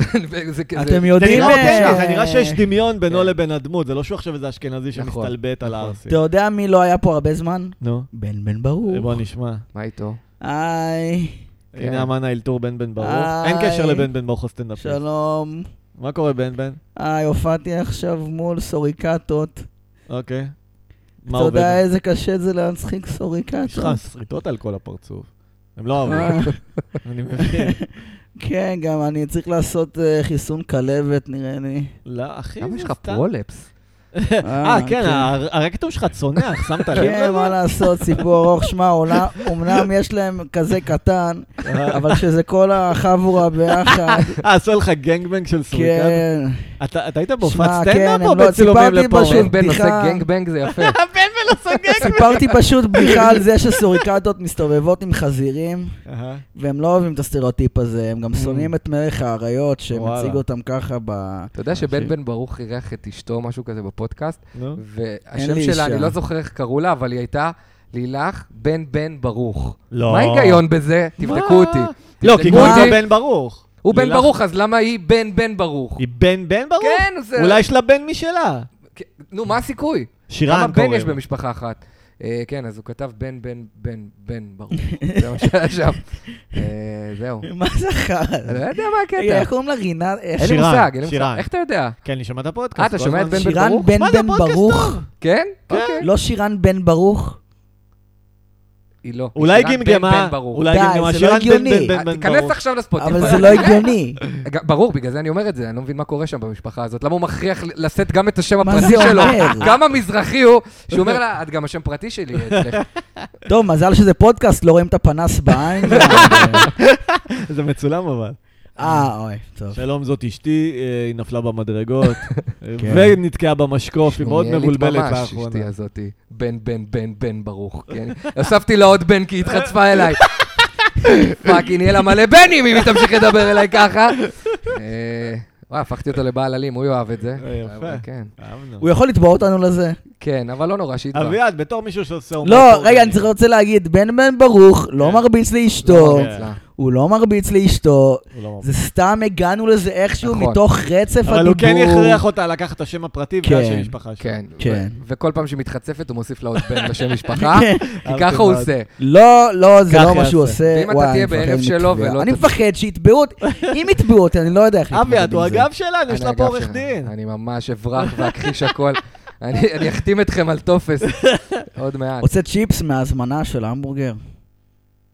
[SPEAKER 3] זה כזה-
[SPEAKER 2] אתם
[SPEAKER 1] זה
[SPEAKER 2] יודעים...
[SPEAKER 1] נראה
[SPEAKER 2] אה,
[SPEAKER 1] אותנטי, זה נראה שיש דמיון בינו
[SPEAKER 3] כן.
[SPEAKER 1] לבין הדמות, זה לא שהוא עכשיו איזה אשכנזי
[SPEAKER 3] נכון,
[SPEAKER 1] שמסתלבט על
[SPEAKER 3] נכון.
[SPEAKER 1] הערסים.
[SPEAKER 2] אתה יודע מי לא היה פה הרבה זמן?
[SPEAKER 1] נו,
[SPEAKER 2] בן בן
[SPEAKER 1] אה,
[SPEAKER 2] ברוך.
[SPEAKER 1] בוא נשמע.
[SPEAKER 3] מה איתו?
[SPEAKER 2] היי,
[SPEAKER 3] כן.
[SPEAKER 1] הנה אמן האלתור בן בן ברוך.
[SPEAKER 2] היי.
[SPEAKER 1] אין קשר לבן בן ברוך הסטנדאפיסט.
[SPEAKER 2] שלום.
[SPEAKER 1] מה קורה בן בן?
[SPEAKER 2] היי, הופעתי עכשיו מול סוריקטות.
[SPEAKER 1] אוקיי. מה
[SPEAKER 2] אתה
[SPEAKER 1] עובד?
[SPEAKER 3] אה,
[SPEAKER 2] יודע איזה קשה זה להצחיק
[SPEAKER 1] יש לך
[SPEAKER 2] סוריקטות?
[SPEAKER 1] שריטות על כל הפרצוף. הם לא אוהבים.
[SPEAKER 2] אה,
[SPEAKER 1] אני מבין.
[SPEAKER 2] כן, גם אני צריך לעשות אה, חיסון כלבת, נראה לי.
[SPEAKER 1] לא, אחי,
[SPEAKER 3] למה יש
[SPEAKER 1] זה
[SPEAKER 3] לך
[SPEAKER 1] סתם.
[SPEAKER 3] פרולפס?
[SPEAKER 1] אה, כן, הר- הרקטום שלך צונח, שמת לב?
[SPEAKER 2] כן, מה לעשות, סיפור ארוך. שמע, עולה- אומנם יש להם כזה קטן, אבל שזה כל החבורה ביחד,
[SPEAKER 1] אה, עשו לך גנגבנג של סוריקן?
[SPEAKER 2] כן.
[SPEAKER 1] אתה אתה היית
[SPEAKER 2] שמע,
[SPEAKER 1] בהופעת
[SPEAKER 2] כן,
[SPEAKER 1] סטנדאפ
[SPEAKER 2] הם
[SPEAKER 1] או
[SPEAKER 2] לא-
[SPEAKER 1] בצילומים
[SPEAKER 2] סיפרתי
[SPEAKER 1] לפורום?
[SPEAKER 2] פשוט-
[SPEAKER 3] בן בן עושה
[SPEAKER 2] בדיחה.
[SPEAKER 3] גנגבנג זה יפה.
[SPEAKER 1] הבן ולא סוגג.
[SPEAKER 2] סיפרתי פשוט בדיחה על זה שסוריקטות מסתובבות עם חזירים,
[SPEAKER 1] אהה.
[SPEAKER 2] והם לא אוהבים את הסטריאוטיפ הזה, הם גם שונאים את מלך האריות שמציג
[SPEAKER 1] וואלה.
[SPEAKER 2] אותם ככה ב...
[SPEAKER 3] אתה יודע שבן
[SPEAKER 2] אנשים.
[SPEAKER 3] בן ברוך אירח את אשתו, משהו כזה, בפודקאסט,
[SPEAKER 1] נו.
[SPEAKER 3] והשם
[SPEAKER 2] לי
[SPEAKER 3] שלה,
[SPEAKER 2] אישה.
[SPEAKER 3] אני לא זוכר איך קראו לה, אבל היא הייתה לילך בן בן ברוך.
[SPEAKER 1] לא.
[SPEAKER 3] מה ההיגיון בזה? תבדקו אותי.
[SPEAKER 1] לא, כי
[SPEAKER 3] תבדקו
[SPEAKER 1] קוראים
[SPEAKER 3] אותי.
[SPEAKER 1] לה בן ברוך.
[SPEAKER 3] הוא בן
[SPEAKER 1] לילך-
[SPEAKER 3] ברוך, אז למה היא בן בן ברוך?
[SPEAKER 1] היא בן בן ברוך?
[SPEAKER 3] כן, זה...
[SPEAKER 1] אולי יש לה בן משלה.
[SPEAKER 3] כן, נו, מה הסיכוי? כמה
[SPEAKER 1] שירן
[SPEAKER 3] בן יש
[SPEAKER 1] קוראים.
[SPEAKER 3] במשפחה אחת? אה, כן, אז הוא כתב בן, בן, בן, בן, ברור. זה מה שהיה שם. אה, זהו.
[SPEAKER 2] מה זה
[SPEAKER 3] אני
[SPEAKER 2] חרא?
[SPEAKER 3] לא יודע מה
[SPEAKER 2] רגע,
[SPEAKER 3] הקטע.
[SPEAKER 2] איך קוראים לה אה, רינת? איך-
[SPEAKER 3] אין לי
[SPEAKER 1] שירן,
[SPEAKER 3] מושג, אין לי מושג.
[SPEAKER 1] שירן.
[SPEAKER 3] איך אתה יודע?
[SPEAKER 1] כן, אני שומע את הפודקאסט.
[SPEAKER 3] אה, אתה
[SPEAKER 1] כל
[SPEAKER 3] שומע את
[SPEAKER 1] הזמן.
[SPEAKER 3] בן בן
[SPEAKER 2] שירן
[SPEAKER 3] ברוך?
[SPEAKER 2] בן
[SPEAKER 1] מה זה
[SPEAKER 2] בן
[SPEAKER 1] הפודקאסט
[SPEAKER 2] ברוך?
[SPEAKER 1] טוב?
[SPEAKER 3] כן?
[SPEAKER 1] כן.
[SPEAKER 3] אוקיי.
[SPEAKER 2] לא שירן בן ברוך?
[SPEAKER 3] היא לא.
[SPEAKER 1] אולי
[SPEAKER 3] שירן בן
[SPEAKER 1] גמגמה,
[SPEAKER 3] בן ברוך.
[SPEAKER 1] אולי
[SPEAKER 2] די,
[SPEAKER 1] גמגמה,
[SPEAKER 2] זה
[SPEAKER 1] שירן
[SPEAKER 2] לא
[SPEAKER 1] בן בן
[SPEAKER 2] הגיוני.
[SPEAKER 1] בן
[SPEAKER 3] אה,
[SPEAKER 1] בן
[SPEAKER 3] תיכנס
[SPEAKER 1] ברוך.
[SPEAKER 3] עכשיו לספוטיפיי.
[SPEAKER 2] אבל זה לא הגיוני.
[SPEAKER 3] ג- ברור, בגלל זה אני אומר את זה, אני לא מבין מה קורה שם במשפחה הזאת. למה הוא מכריח ל- לשאת גם את השם
[SPEAKER 2] מה
[SPEAKER 3] הפרטי
[SPEAKER 2] זה
[SPEAKER 3] שלו?
[SPEAKER 2] אומר?
[SPEAKER 3] גם המזרחי הוא, שהוא אומר לה, את גם השם פרטי שלי אה, אצלך.
[SPEAKER 2] טוב, מזל שזה פודקאסט, לא רואים את הפנס בעין.
[SPEAKER 1] זה מצולם אבל.
[SPEAKER 2] אה, אוי, טוב.
[SPEAKER 1] שלום, זאת אשתי, אה, היא נפלה במדרגות, אה,
[SPEAKER 2] כן.
[SPEAKER 1] ונתקעה במשקוף, היא מאוד מבולבלת
[SPEAKER 3] נראית ממש,
[SPEAKER 1] לאחרונה.
[SPEAKER 3] אשתי הזאתי. בן, בן, בן, בן ברוך. כן? הוספתי לה עוד בן כי היא התחצפה אליי. פאקינג, יהיה לה מלא בנים אם היא תמשיך לדבר אליי ככה. אה, וואי, הפכתי אותו לבעל אלים, הוא יאהב את זה.
[SPEAKER 1] אה, יפה.
[SPEAKER 3] אבל כן.
[SPEAKER 1] אהבנו.
[SPEAKER 2] הוא יכול לתבוע אותנו לזה?
[SPEAKER 3] כן, אבל לא נורא, שיתבע.
[SPEAKER 1] אביעד, בתור מישהו שעושה... הומור
[SPEAKER 2] לא,
[SPEAKER 1] פורגני.
[SPEAKER 2] רגע, אני צריך- רוצה להגיד, בן בן ברוך לא מרביץ לאשתו,
[SPEAKER 3] לא,
[SPEAKER 1] כן.
[SPEAKER 3] אצלה.
[SPEAKER 2] הוא לא מרביץ לאשתו,
[SPEAKER 1] הוא לא
[SPEAKER 2] זה סתם הגענו לזה איכשהו
[SPEAKER 3] נכון.
[SPEAKER 2] מתוך רצף הדיבור.
[SPEAKER 1] אבל הוא כן הכריח אותה לקחת את השם הפרטי
[SPEAKER 2] כן,
[SPEAKER 1] ואת השם משפחה שלו.
[SPEAKER 3] כן.
[SPEAKER 2] כן.
[SPEAKER 3] ו- וכל פעם שהיא מתחצפת, הוא מוסיף לה עוד בן לשם משפחה, כי
[SPEAKER 2] אוקיי,
[SPEAKER 1] אהבתי
[SPEAKER 3] ככה הוא
[SPEAKER 1] מאוד.
[SPEAKER 3] עושה.
[SPEAKER 2] אה? לא, לא, זה
[SPEAKER 1] כך
[SPEAKER 2] לא מה שהוא
[SPEAKER 1] יעשה.
[SPEAKER 2] עושה.
[SPEAKER 3] ואם אתה
[SPEAKER 2] וואי, אני
[SPEAKER 3] תהיה
[SPEAKER 2] מפחד
[SPEAKER 3] בערב שלו
[SPEAKER 2] מתביעה.
[SPEAKER 3] ולא
[SPEAKER 2] אני
[SPEAKER 3] ת-
[SPEAKER 2] מפחד שיתבעו אותי. אם יתבעו אותי, אני לא יודע איך להתמודד עם זה.
[SPEAKER 1] אביעד, הוא הגב שלנו, יש
[SPEAKER 3] אני
[SPEAKER 1] לה פה
[SPEAKER 3] הגב
[SPEAKER 1] עורך
[SPEAKER 3] שלך.
[SPEAKER 1] דין.
[SPEAKER 3] אני ממש אברח ואכחיש הכל. אני אני אחתים אתכם על טופס עוד מעט.
[SPEAKER 2] רוצה צ'יפס מההזמנה של ההמבורגר.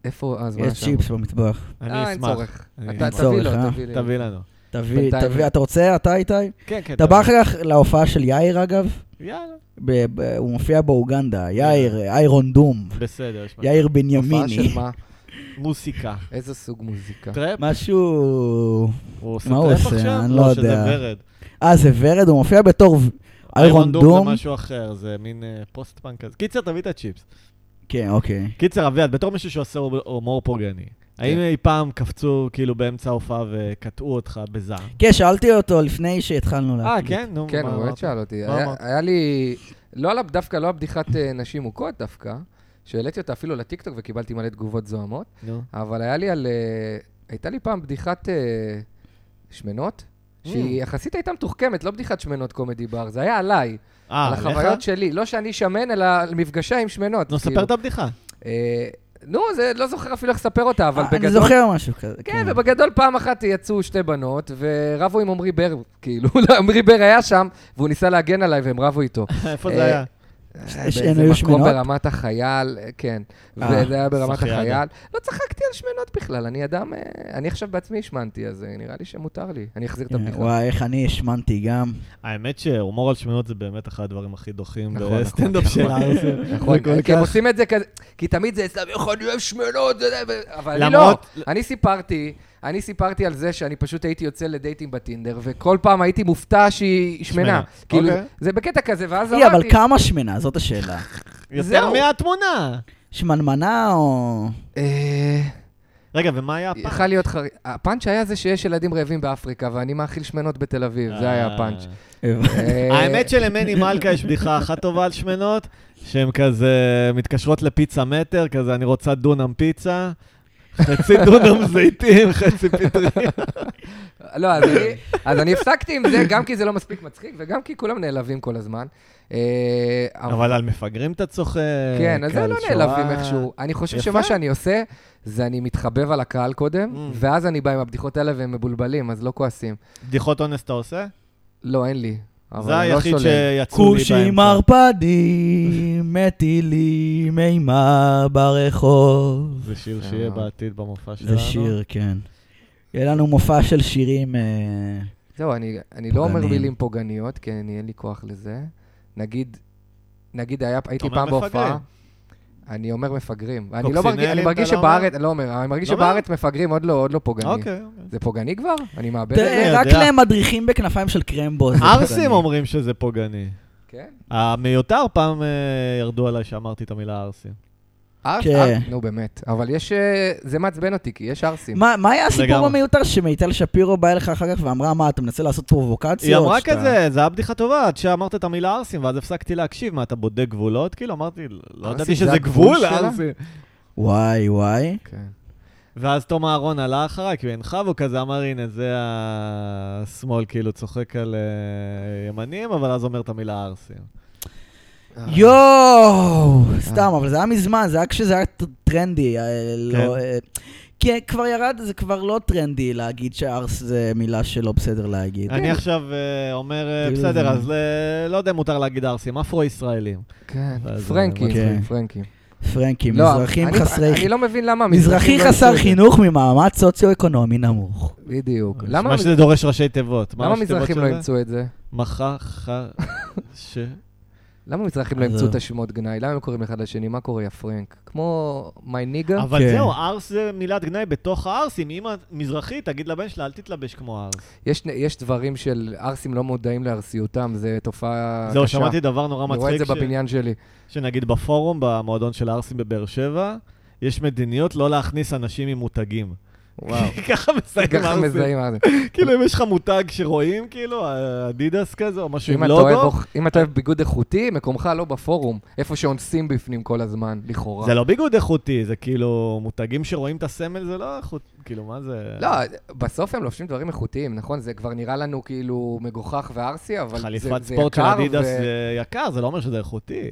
[SPEAKER 3] איפה ההזמנה
[SPEAKER 2] אוקיי. יש
[SPEAKER 3] שם?
[SPEAKER 2] צ'יפס במטבח.
[SPEAKER 1] אני
[SPEAKER 3] אה, אין
[SPEAKER 1] אשמח.
[SPEAKER 3] צורך.
[SPEAKER 1] אני
[SPEAKER 3] אתה
[SPEAKER 1] אשמח.
[SPEAKER 3] תביא לו,
[SPEAKER 2] צורך, אה?
[SPEAKER 3] תביא לי.
[SPEAKER 1] תביא לנו.
[SPEAKER 2] תביא,
[SPEAKER 3] בינתיים.
[SPEAKER 2] תביא, אתה רוצה? אתה איתי?
[SPEAKER 1] כן, כן.
[SPEAKER 2] אתה בא
[SPEAKER 1] תביא.
[SPEAKER 2] אחר כך להופעה של יאיר אגב?
[SPEAKER 1] יאללה.
[SPEAKER 2] ב- ב- הוא מופיע באוגנדה, יאיר, איירון דום,
[SPEAKER 1] בסדר, יש משהו.
[SPEAKER 2] יאיר
[SPEAKER 3] הופעה
[SPEAKER 2] בנימיני.
[SPEAKER 3] של מה?
[SPEAKER 1] מוסיקה.
[SPEAKER 3] איזה סוג מוזיקה?
[SPEAKER 1] טראפ?
[SPEAKER 2] משהו...
[SPEAKER 1] הוא עושה
[SPEAKER 2] מה הוא
[SPEAKER 1] טראפ
[SPEAKER 2] עושה?
[SPEAKER 1] עכשיו?
[SPEAKER 2] אני לא
[SPEAKER 1] שזה
[SPEAKER 2] יודע.
[SPEAKER 1] ורד.
[SPEAKER 2] אה, זה ורד, הוא מופיע בתור איירון דום.
[SPEAKER 1] זה משהו אחר, זה מין אה, פוסט-פאנק כזה. קיצר, תביא את הצ'יפס.
[SPEAKER 2] כן, אוקיי.
[SPEAKER 1] קיצר, אביעד, בתור מישהו שעושה הומ- הומור פורגני, האם אי פעם קפצו כאילו באמצע ההופעה וקטעו אותך בזעם?
[SPEAKER 2] כן, שאלתי אותו לפני שהתחלנו
[SPEAKER 1] אה,
[SPEAKER 2] להקליט.
[SPEAKER 1] כן? נו,
[SPEAKER 3] כן,
[SPEAKER 1] מה
[SPEAKER 3] הוא באמת
[SPEAKER 1] אמרת?
[SPEAKER 3] שאל אותי.
[SPEAKER 1] מה
[SPEAKER 3] היה-
[SPEAKER 1] אמרת?
[SPEAKER 3] היה לי... לא על ה- דווקא, לא על בדיחת אה, נשים מוכות דווקא, שהעליתי אותה אפילו לטיקטוק וקיבלתי מלא תגובות זוהמות,
[SPEAKER 1] נו.
[SPEAKER 3] אבל היה לי על... אה, הייתה לי פעם בדיחת אה, שמנות,
[SPEAKER 1] Mm.
[SPEAKER 3] שהיא יחסית הייתה מתוחכמת, לא בדיחת שמנות קומדי בר, זה היה עליי,
[SPEAKER 1] אה,
[SPEAKER 3] על
[SPEAKER 1] עליך?
[SPEAKER 3] החוויות שלי. לא שאני שמן, אלא על מפגשי עם שמנות.
[SPEAKER 1] נו,
[SPEAKER 3] כאילו.
[SPEAKER 1] ספר את הבדיחה.
[SPEAKER 3] אה, נו, זה, לא זוכר אפילו איך לספר אותה,
[SPEAKER 1] אה,
[SPEAKER 3] אבל
[SPEAKER 2] אני
[SPEAKER 3] בגדול...
[SPEAKER 2] זוכר משהו כזה.
[SPEAKER 3] כן, ובגדול פעם אחת יצאו שתי בנות, ורבו עם עמרי בר, כאילו, עמרי בר היה שם, והוא ניסה להגן עליי, והם רבו איתו.
[SPEAKER 1] איפה
[SPEAKER 3] אה,
[SPEAKER 1] זה היה?
[SPEAKER 2] ש-
[SPEAKER 3] באיזה
[SPEAKER 2] הן היו
[SPEAKER 3] מקום
[SPEAKER 2] שמנות?
[SPEAKER 3] ברמת החייל, אה, כן.
[SPEAKER 2] אה,
[SPEAKER 3] וזה היה ברמת
[SPEAKER 1] צחי
[SPEAKER 3] החייל. לא צחקתי על שמנות בכלל, אני אדם... אה, אני עכשיו בעצמי השמנתי, אז אה, נראה לי שמותר לי. אני אחזיר את
[SPEAKER 2] כן,
[SPEAKER 3] הבדיחה.
[SPEAKER 2] וואי, איך אני השמנתי גם.
[SPEAKER 1] האמת שהומור על שמנות זה באמת אחד הדברים הכי דוחים
[SPEAKER 3] נכון, נכון,
[SPEAKER 1] בסטנדאפ
[SPEAKER 3] נכון.
[SPEAKER 1] שלנו.
[SPEAKER 3] נכון,
[SPEAKER 1] זה כל
[SPEAKER 3] כי הם
[SPEAKER 1] כך-
[SPEAKER 3] עושים את זה כזה, כי תמיד זה אצלם, איך אני אוהב שמנות, זה זה", ו- אבל אני לא.
[SPEAKER 1] למרות-
[SPEAKER 3] אני סיפרתי, אני סיפרתי על זה שאני פשוט הייתי יוצא לדייטים בטינדר, וכל פעם הייתי מופתע שהיא שמנה.
[SPEAKER 1] שמנה,
[SPEAKER 3] כאילו,
[SPEAKER 1] אוקיי.
[SPEAKER 3] זה בקטע כזה, ואז
[SPEAKER 2] היא, אבל
[SPEAKER 3] אמרתי,
[SPEAKER 2] כמה שמנה? זאת השאלה.
[SPEAKER 1] יותר
[SPEAKER 3] זהו.
[SPEAKER 1] מהתמונה.
[SPEAKER 2] שמנמנה או...
[SPEAKER 3] "אה,
[SPEAKER 1] רגע, ומה היה הפעם?
[SPEAKER 3] יכל להיות חריג. הפאנץ' היה זה שיש ילדים רעבים באפריקה, ואני מאכיל שמנות בתל אביב, זה היה הפאנץ'. אה,
[SPEAKER 1] האמת שלמני מלכה יש בדיחה אחת טובה על שמנות, שהן כזה מתקשרות לפיצה מטר, כזה אני רוצה דונם פיצה, חצי דונם זיתים, חצי פטריה.
[SPEAKER 3] לא, אז אני, אז אני הפסקתי עם זה, גם כי זה לא מספיק מצחיק, וגם כי כולם נעלבים כל הזמן. אה,
[SPEAKER 1] אבל על מפגרים אתה צוחק,
[SPEAKER 3] כן, אז זה
[SPEAKER 1] על
[SPEAKER 3] לא
[SPEAKER 1] שואה.
[SPEAKER 3] נעלבים איכשהו. אני חושב
[SPEAKER 1] יפה.
[SPEAKER 3] שמה שאני עושה, זה אני מתחבב על הקהל קודם,
[SPEAKER 1] Mm.
[SPEAKER 3] ואז אני בא עם הבדיחות האלה והם מבולבלים, אז לא כועסים.
[SPEAKER 1] בדיחות אונס אתה עושה?
[SPEAKER 3] לא, אין לי. אבל
[SPEAKER 1] זה
[SPEAKER 3] אני לא
[SPEAKER 1] היחיד
[SPEAKER 3] שולל.
[SPEAKER 1] שיצאו לי
[SPEAKER 2] כושים
[SPEAKER 1] באמצע.
[SPEAKER 2] ערפדים, מטילים אימה ברחוב.
[SPEAKER 1] זה שיר שיהיה בעתיד במופע שלנו.
[SPEAKER 2] זה שיר, כן. יהיה לנו מופע של שירים... אה,
[SPEAKER 3] זהו, אני, אני לא אומר
[SPEAKER 2] פוגעניים.
[SPEAKER 3] מילים פוגעניות, כי אני, אין לי כוח לזה. נגיד, נגיד היה, הייתי
[SPEAKER 1] אומר
[SPEAKER 3] פעם בהופעה,
[SPEAKER 1] מפגרים.
[SPEAKER 3] אני אומר מפגרים. אני לא
[SPEAKER 1] קוקסינלים אתה
[SPEAKER 3] מרגיש, אני מרגיש
[SPEAKER 1] לא אומר?
[SPEAKER 3] שבארץ, אני לא אומר, אני מרגיש
[SPEAKER 1] לא אומר?
[SPEAKER 3] שבארץ מפגרים עוד לא, עוד לא פוגעני.
[SPEAKER 1] אוקיי. אוקיי.
[SPEAKER 3] זה פוגעני כבר? אני מאבד את זה?
[SPEAKER 2] תראה, רק
[SPEAKER 1] יודע.
[SPEAKER 2] למדריכים בכנפיים של קרמבו. זה
[SPEAKER 1] ערסים
[SPEAKER 2] פוגעני.
[SPEAKER 1] אומרים שזה פוגעני.
[SPEAKER 3] כן.
[SPEAKER 1] המיותר פעם אה, ירדו עליי שאמרתי את המילה ערסים.
[SPEAKER 3] ארס?
[SPEAKER 2] כן.
[SPEAKER 3] אר- נו, באמת. אבל יש... אה, זה מעצבן אותי, כי יש ארסים.
[SPEAKER 2] מה מה היה הסיפור
[SPEAKER 1] לגמרי.
[SPEAKER 2] המיותר שמיטל שפירו באה אליך אחר כך ואמרה, מה, אתה מנסה לעשות פרובוקציות?
[SPEAKER 1] היא אמרה כן.
[SPEAKER 2] שאתה-
[SPEAKER 1] כזה, זה היה בדיחה טובה, עד שאמרת את המילה ערסים, ואז הפסקתי להקשיב. מה, אתה בודק גבולות? כאילו, אמרתי, לא
[SPEAKER 3] ערסים
[SPEAKER 1] ידעתי
[SPEAKER 3] זה
[SPEAKER 1] שזה
[SPEAKER 3] הגבול
[SPEAKER 1] גבול,
[SPEAKER 3] שלה?
[SPEAKER 1] ערסים.
[SPEAKER 2] וואי, וואי.
[SPEAKER 3] כן.
[SPEAKER 1] ואז תום אהרון עלה אחריי, כי הוא הנחה, והוא כזה אמר, הנה, זה השמאל, כאילו, צוחק על אה, ימנים, אבל אז אומר את המילה ערסים.
[SPEAKER 2] יואו!
[SPEAKER 1] אה.
[SPEAKER 2] סתם, אבל זה היה מזמן, זה היה כשזה היה ט- טרנדי. אה, לא,
[SPEAKER 1] כן.
[SPEAKER 2] אה, כן, כבר ירד, זה כבר לא טרנדי להגיד שארס זה מילה שלא בסדר להגיד.
[SPEAKER 1] אני עכשיו אה, אומר, אה,
[SPEAKER 2] כאילו
[SPEAKER 1] בסדר,
[SPEAKER 2] זה-
[SPEAKER 1] אז ל- לא יודע אם מותר להגיד ערסים, אפרו-ישראלים.
[SPEAKER 3] כן,
[SPEAKER 1] אז,
[SPEAKER 3] פרנקים,
[SPEAKER 2] אה, מצחיק.
[SPEAKER 3] פרנקים.
[SPEAKER 2] פרנקים,
[SPEAKER 3] לא,
[SPEAKER 2] מזרחים
[SPEAKER 3] אני-
[SPEAKER 2] חסרי...
[SPEAKER 3] אני לא מבין למה... המזרחים
[SPEAKER 2] מזרחי
[SPEAKER 3] לא עשו
[SPEAKER 2] חסר
[SPEAKER 3] את זה.
[SPEAKER 2] חינוך ממעמד סוציו-אקונומי נמוך.
[SPEAKER 3] בדיוק. למה
[SPEAKER 1] אה, מה שזה דורש ראשי תיבות. מה
[SPEAKER 3] למה
[SPEAKER 1] ראשי תיבות
[SPEAKER 3] המזרחים
[SPEAKER 1] של
[SPEAKER 3] לא
[SPEAKER 1] זה?
[SPEAKER 3] אימצו את זה?
[SPEAKER 1] מחה, חה, ש...
[SPEAKER 3] למה המזרחים לא
[SPEAKER 2] אז
[SPEAKER 3] אימצו
[SPEAKER 2] זהו.
[SPEAKER 3] את השמות גנאי? למה הם קוראים אחד לשני? מה קורה, יא פרנק? כמו מיי ניגה?
[SPEAKER 1] אבל
[SPEAKER 2] כן.
[SPEAKER 1] זהו, ערס זה מילת גנאי בתוך הערסים. אמא מזרחית, תגיד לבן שלה, אל תתלבש כמו ערס.
[SPEAKER 3] יש, יש דברים של ערסים לא מודעים לארסיותם, זו תופעה אה, קשה.
[SPEAKER 1] זהו, שמעתי דבר נורא
[SPEAKER 3] אני רואה את
[SPEAKER 1] מצחיק,
[SPEAKER 3] זה
[SPEAKER 1] ש-
[SPEAKER 3] בבניין שלי.
[SPEAKER 1] שנגיד בפורום, במועדון של הערסים בבאר שבע, יש מדיניות לא להכניס אנשים עם מותגים.
[SPEAKER 3] וואו.
[SPEAKER 1] ככה מסיים
[SPEAKER 3] ככה
[SPEAKER 1] ערסים.
[SPEAKER 3] מזהים מה זה.
[SPEAKER 1] כאילו, אם יש לך מותג שרואים, כאילו, אדידס כזה, או משהו
[SPEAKER 3] אם
[SPEAKER 1] עם
[SPEAKER 3] אתה אוהב
[SPEAKER 1] לוגו,
[SPEAKER 3] אוכ- אם אתה אוהב ביגוד איכותי, מקומך לא בפורום, איפה שאונסים בפנים כל הזמן, לכאורה.
[SPEAKER 1] זה לא ביגוד איכותי, זה כאילו, מותגים שרואים את הסמל זה לא איכות, כאילו, מה זה...
[SPEAKER 3] לא, בסוף הם לובשים דברים איכותיים, נכון? זה כבר נראה לנו כאילו מגוחך וערסי, אבל זה, זה יקר.
[SPEAKER 1] חליפת ספורט של אדידס
[SPEAKER 3] ו-
[SPEAKER 1] זה יקר, זה לא אומר שזה איכותי.